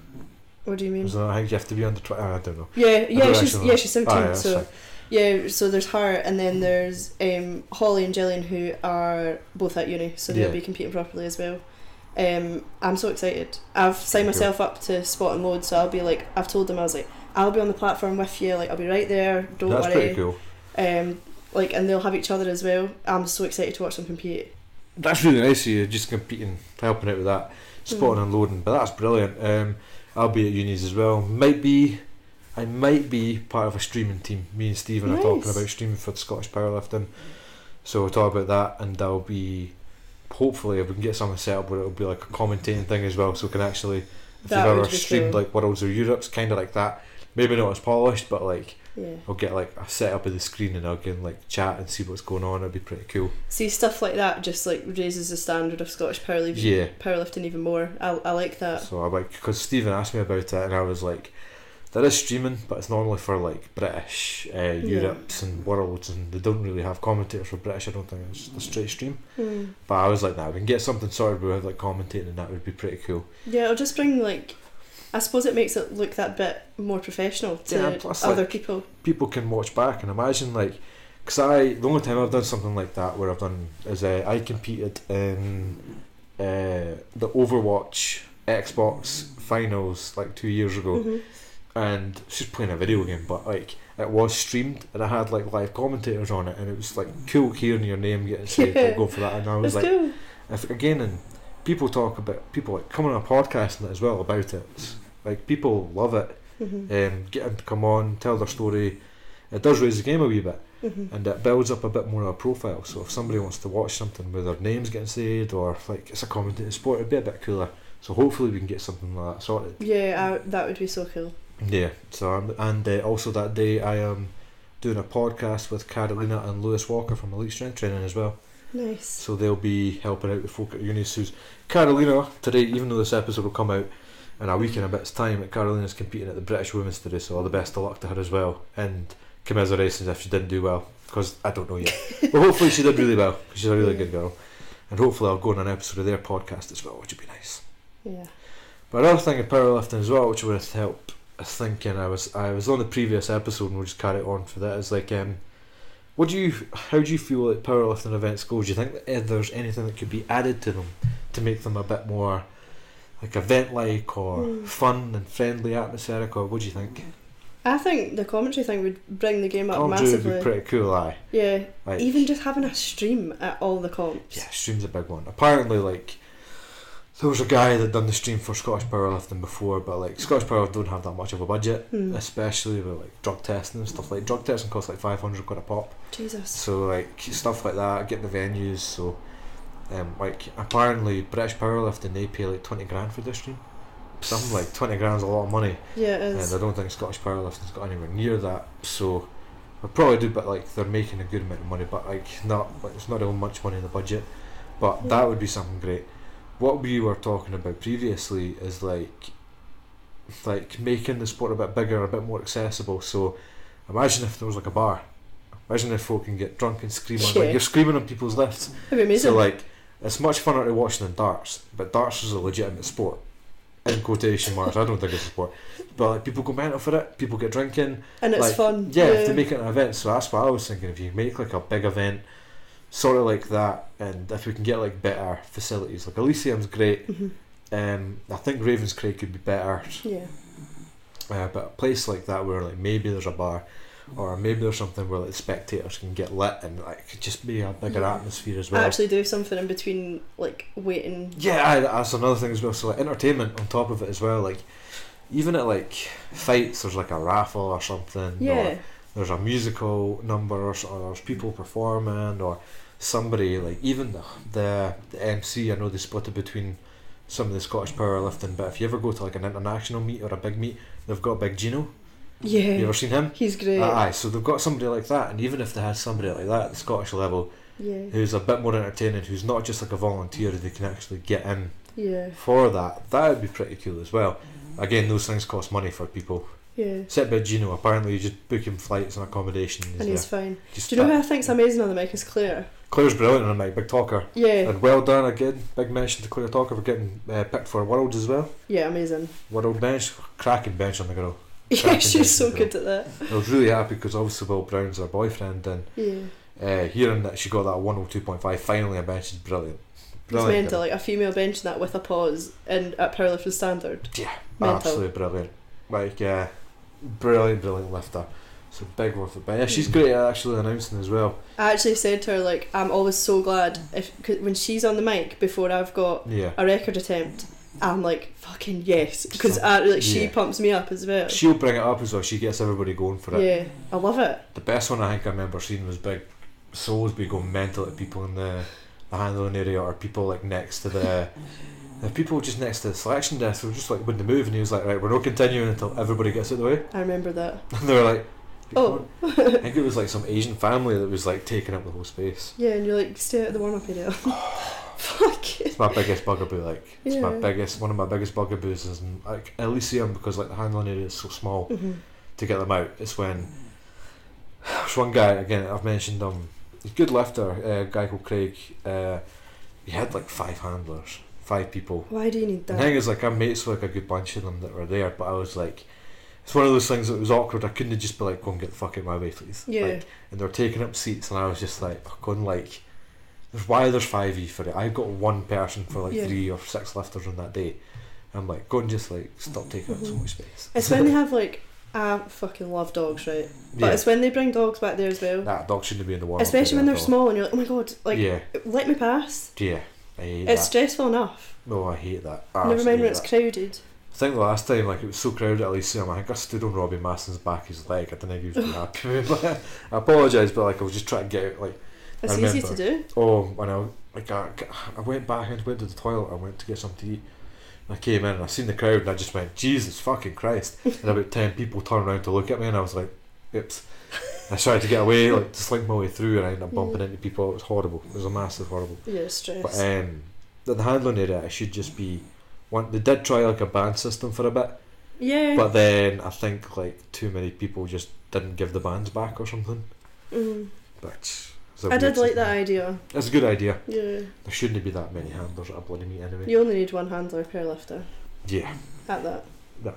What do you mean? Isn't it? I think you have to be under twenty. I don't know. Yeah. Mm. Yeah. don't She's actually know. yeah. She's seventeen. Aye, that's so. fine. Yeah, so there's her, and then there's um, Holly and Gillian who are both at uni, so they'll Yeah. be competing properly as well. Um, I'm so excited. I've signed Cool. myself up to spot and load, so I'll be like, I've told them I was like, I'll be on the platform with you, like I'll be right there. Don't that's worry. pretty cool. Um, like, and they'll have each other as well. I'm so excited to watch them compete. That's really nice of you, just competing, helping out with that, spotting and loading. But that's brilliant. Um, I'll be at unis as well. Might be, I might be part of a streaming team. Me and Stephen are talking Nice. about streaming for the Scottish powerlifting, so we'll talk about that. And I'll be hopefully, if we can get something set up where it'll be like a commentating thing as well, so we can actually, if That they've would ever be streamed cool. like Worlds or Europe's kind of like that. Maybe not as polished, but like Yeah. I'll get like a setup of the screen and I'll can like chat and see what's going on. It'd be pretty cool. See, stuff like that just like raises the standard of Scottish powerlifting, Yeah. powerlifting even more. I, I like that. So I like because Stephen asked me about it, and I was like, "There is streaming, but it's normally for like British, uh, Europe's, and worlds, and they don't really have commentators for British. I don't think it's just a straight stream." Mm. But I was like, "Nah, we can get something sorted with like commentating, and that would be pretty cool." Yeah, it'll just bring like, I suppose it makes it look that bit more professional to Yeah, plus, other like- people. People can watch back and imagine like, because I the only time I've done something like that where I've done is uh, I competed in uh, the Overwatch Xbox finals like two years ago. Mhm. and she's playing a video game, but like it was streamed and I had like live commentators on it, and it was like cool hearing your name getting said, Yeah. like, go for that. And I was That's like, cool. if, again, and people talk about people like coming on a podcast and that as well about it. It's, like people love it, Mhm. um, get them to come on, tell their story. It does raise the game a wee bit, Mhm. and it builds up a bit more of a profile. So if somebody wants to watch something with their names getting said, or like it's a commentating sport, it'd be a bit cooler. So hopefully we can get something like that sorted. Yeah, I, that would be so cool. Yeah. So I'm, and uh, also that day I am doing a podcast with Carolina and Lewis Walker from Elite Strength Training as well. Nice. So they'll be helping out the folk at Unis. Who's Carolina today? Even though this episode will come out in a week and a bit's time, Carolina's competing at the British Women's today. So all the best of luck to her as well, and commiserations if she didn't do well because I don't know yet. but hopefully she did really well 'cause she's a really good girl, and hopefully I'll go on an episode of their podcast as well, which would be nice. Yeah. But another thing of powerlifting as well, which would help thinking, I was I was on the previous episode and we'll just carry it on for that. Is like, um, what do you, how do you feel like powerlifting events go? Do you think that eh, there's anything that could be added to them to make them a bit more like event like or Hmm. fun and friendly, atmospheric, or what do you think? I think the commentary thing would bring the game up Commentary would Oh, be massively. pretty cool, aye. Yeah, Like, even just having a stream at all the comps. Yeah, stream's a big one. Apparently, like there was a guy that done the stream for Scottish powerlifting before, but like Scottish powerlifting don't have that much of a budget, Hmm. especially with like drug testing and stuff. Like drug testing costs like five hundred quid a pop, Jesus. so like stuff like that. Get the venues, so um, like apparently British powerlifting they pay like twenty grand for this stream. Something like twenty grand's a lot of money, Yeah, it and is. I don't think Scottish powerlifting's got anywhere near that. So. I probably do, but like they're making a good amount of money, but like not, like, it's not real much money in the budget. But that would be something great. What we were talking about previously is like, like making the sport a bit bigger, a bit more accessible. So, imagine if there was like a bar. Imagine if folk can get drunk and scream. on Yeah. Like you're screaming on people's lifts. It'd be amazing. So like, it's much funner to watch than darts, but darts is a legitimate sport. In quotation marks, I don't think it's a sport, but like people go mental for it. People get drinking. and it's like, fun. Yeah, if they make it an event, so that's what I was thinking. If you make like a big event, sort of like that, and if we can get like better facilities, like Elysium's great. Mhm. Um, I think Ravens Craig could be better, Yeah. uh, but a place like that where like maybe there's a bar, or maybe there's something where like spectators can get lit and like could just be a bigger Yeah. atmosphere as well. Actually, do something in between, like waiting. Yeah, aye, that's another thing as well. So like entertainment on top of it as well. Like even at like fights, there's like a raffle or something. Or Yeah, there's a musical number or, s- or there's people performing or somebody like even the, the the MC. I know they split it between some of the Scottish powerlifting, but if you ever go to like an international meet or a big meet, they've got Big Gino. yeah. You ever seen him? He's great. aye, so they've got somebody like that, and even if they had somebody like that at the Scottish level, yeah, who's a bit more entertaining, who's not just like a volunteer, they can actually get in yeah, for that. That would be pretty cool as well. Mm-hmm. Again, those things cost money for people. yeah. Except by Gino, apparently you just book him flights and accommodation. And he's fine. Just Do you know who that- I think's amazing on the mic is Claire? Claire's brilliant on the mic, big talker. Yeah, And well done again, big mention to Claire Talker for getting uh, picked for Worlds as well. yeah, amazing. World bench, cracking bench on the girl. Yeah, Cracking she's so decent good at that. I was really happy because obviously Will Brown's her boyfriend, and Yeah, uh, hearing that she got that 102.5 finally on bench is brilliant. it's Brilliant. mental. girl. Like a female benching that with a pause and at powerlifting standard. Yeah, Mental. absolutely brilliant. Like, yeah, brilliant, brilliant lifter. So big worth it. But yeah, she's great at actually announcing as well. I actually said to her like, I'm always so glad if cause when she's on the mic before I've got Yeah. a record attempt. I'm like fucking yes because I like she Yeah. pumps me up as well. She'll bring it up as well. She gets everybody going for it. Yeah, I love it. The best one I think I remember seeing was Big Soulsby going mental at people in the the handling area or people like next to the the people just next to the selection desk were just like when to move and he was like right we're not continuing until everybody gets out of the way I remember that. and they were like Oh. I think it was like some Asian family that was like taking up the whole space Yeah, and you're like, stay out of the warm up area. Fuck it. it's my biggest bugaboo like it's my Yeah. biggest one of my biggest bugaboos is in, like Elysium because like the handling area is so small hmm to get them out. It's when there's one guy again I've mentioned um he's a good lifter, uh, a guy called Craig. Uh, he had like five handlers, five people. Why do you need The that? thing is, like I'm mates with like a good bunch of them that were there, but I was like, it's one of those things that was awkward. I couldn't have just be like, go and get the fuck out of my way, please. Yeah. Like, and they were taking up seats, and I was just like, oh, going like. There's why there's five e for it. I got one person for like Yeah. three or six lifters on that day. I'm like, go and just like stop taking up so Mm-hmm. much space. It's when they have like, I fucking love dogs, right? But Yeah. it's when they bring dogs back there as well. Nah, dogs shouldn't be in the water. Especially when they're small and you're like, oh my god, like, yeah, let me pass. yeah. Ah, I hate It's that. stressful enough. No, I hate that. I Never absolutely mind when hate it's that. crowded. I think the last time, like, it was so crowded at Elysium, I think I stood on Robbie Masson's back his leg. I don't think he was too happy with me, but I apologise, but, like, I was just trying to get out, like, It's I easy to remember. do. oh, when I, like, I, I went back and went to the toilet, I went to get something to eat, and I came in and I seen the crowd and I just went, Jesus fucking Christ, and about 10 people turned around to look at me and I was like, oops. I tried to get away, like, to slink my way through and I ended up bumping Yeah. into people. It was horrible. It was a massive horrible. Yeah, it's stress. But um, the, the handling area it should just be one. They did try like a ban system for a bit, yeah. but then I think like too many people just didn't give the bans back or something. Mhm. But I did like that idea. That's a good idea. Yeah. There shouldn't be that many handlers at a bloody meet anyway. You only need one handler per lifter Yeah, at that. that.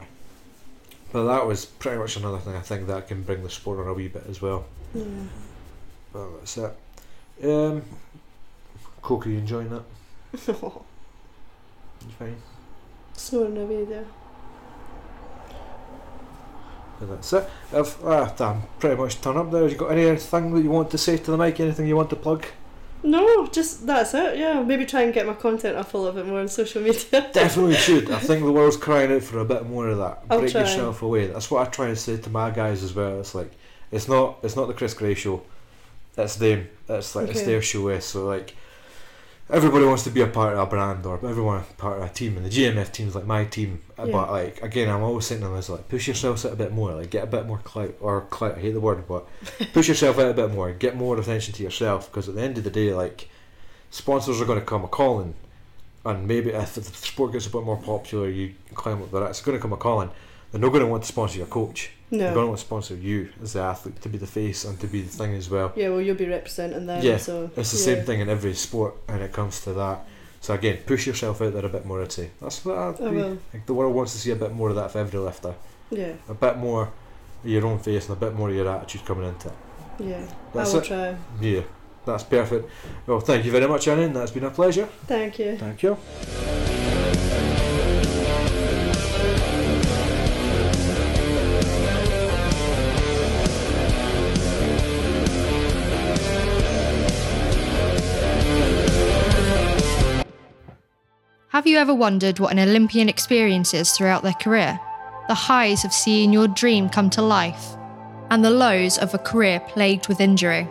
But that was pretty much another thing I think that can bring the sport on a wee bit as well. Yeah. But that's it. Um, Coke, are you enjoying that? You fine. Snoring away there. And that's it. I've ah, damn, pretty much done up there. Have you got anything that you want to say to the mic? Anything you want to plug? No, just that's it. Yeah, maybe try and get my content up a little bit more on social media. Definitely should. I think the world's crying out for a bit more of that. I'll Break try. yourself away. That's what I try and say to my guys as well. It's like it's not it's not the Chris Gray show. It's them. It's like it's Okay. their show. Is so like everybody wants to be a part of a brand or everyone part of a team. And the GMF team's like my team. Uh, Yeah. But like again, I'm always saying to them is like push yourselves out a bit more. Like get a bit more clout or clout. I hate the word, but push yourself out a bit more. Get more attention to yourself because at the end of the day, like sponsors are going to come a calling, and maybe if the sport gets a bit more popular, you climb up the ranks. It's going to come a calling. They're not going to want to sponsor your coach. They're going to No. want to sponsor you as the athlete to be the face and to be the thing as well. Yeah, well, you'll be representing them. Yeah, so It's the yeah. same thing in every sport when it comes to that. So again, push yourself out there a bit more. I'd say that's what I'd I be- will. Like the world wants to see a bit more of that for every lifter. Yeah, A bit more of your own face and a bit more of your attitude coming into it. yeah. That's I will it. try. Yeah, that's perfect. Well, thank you very much, Annan. That's been a pleasure. Thank you. Thank you. Have you ever wondered what an Olympian experiences throughout their career? The highs of seeing your dream come to life, and the lows of a career plagued with injury?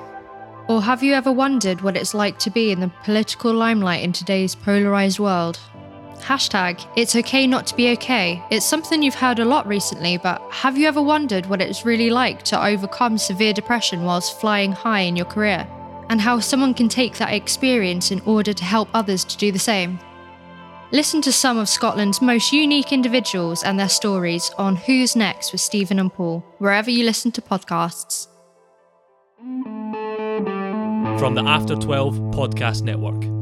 Or have you ever wondered what it's like to be in the political limelight in today's polarised world? Hashtag, it's okay not to be okay. It's something you've heard a lot recently, but have you ever wondered what it's really like to overcome severe depression whilst flying high in your career? And how someone can take that experience in order to help others to do the same? Listen to some of Scotland's most unique individuals and their stories on Who's Next with Stephen and Paul, wherever you listen to podcasts. From the After 12 Podcast Network.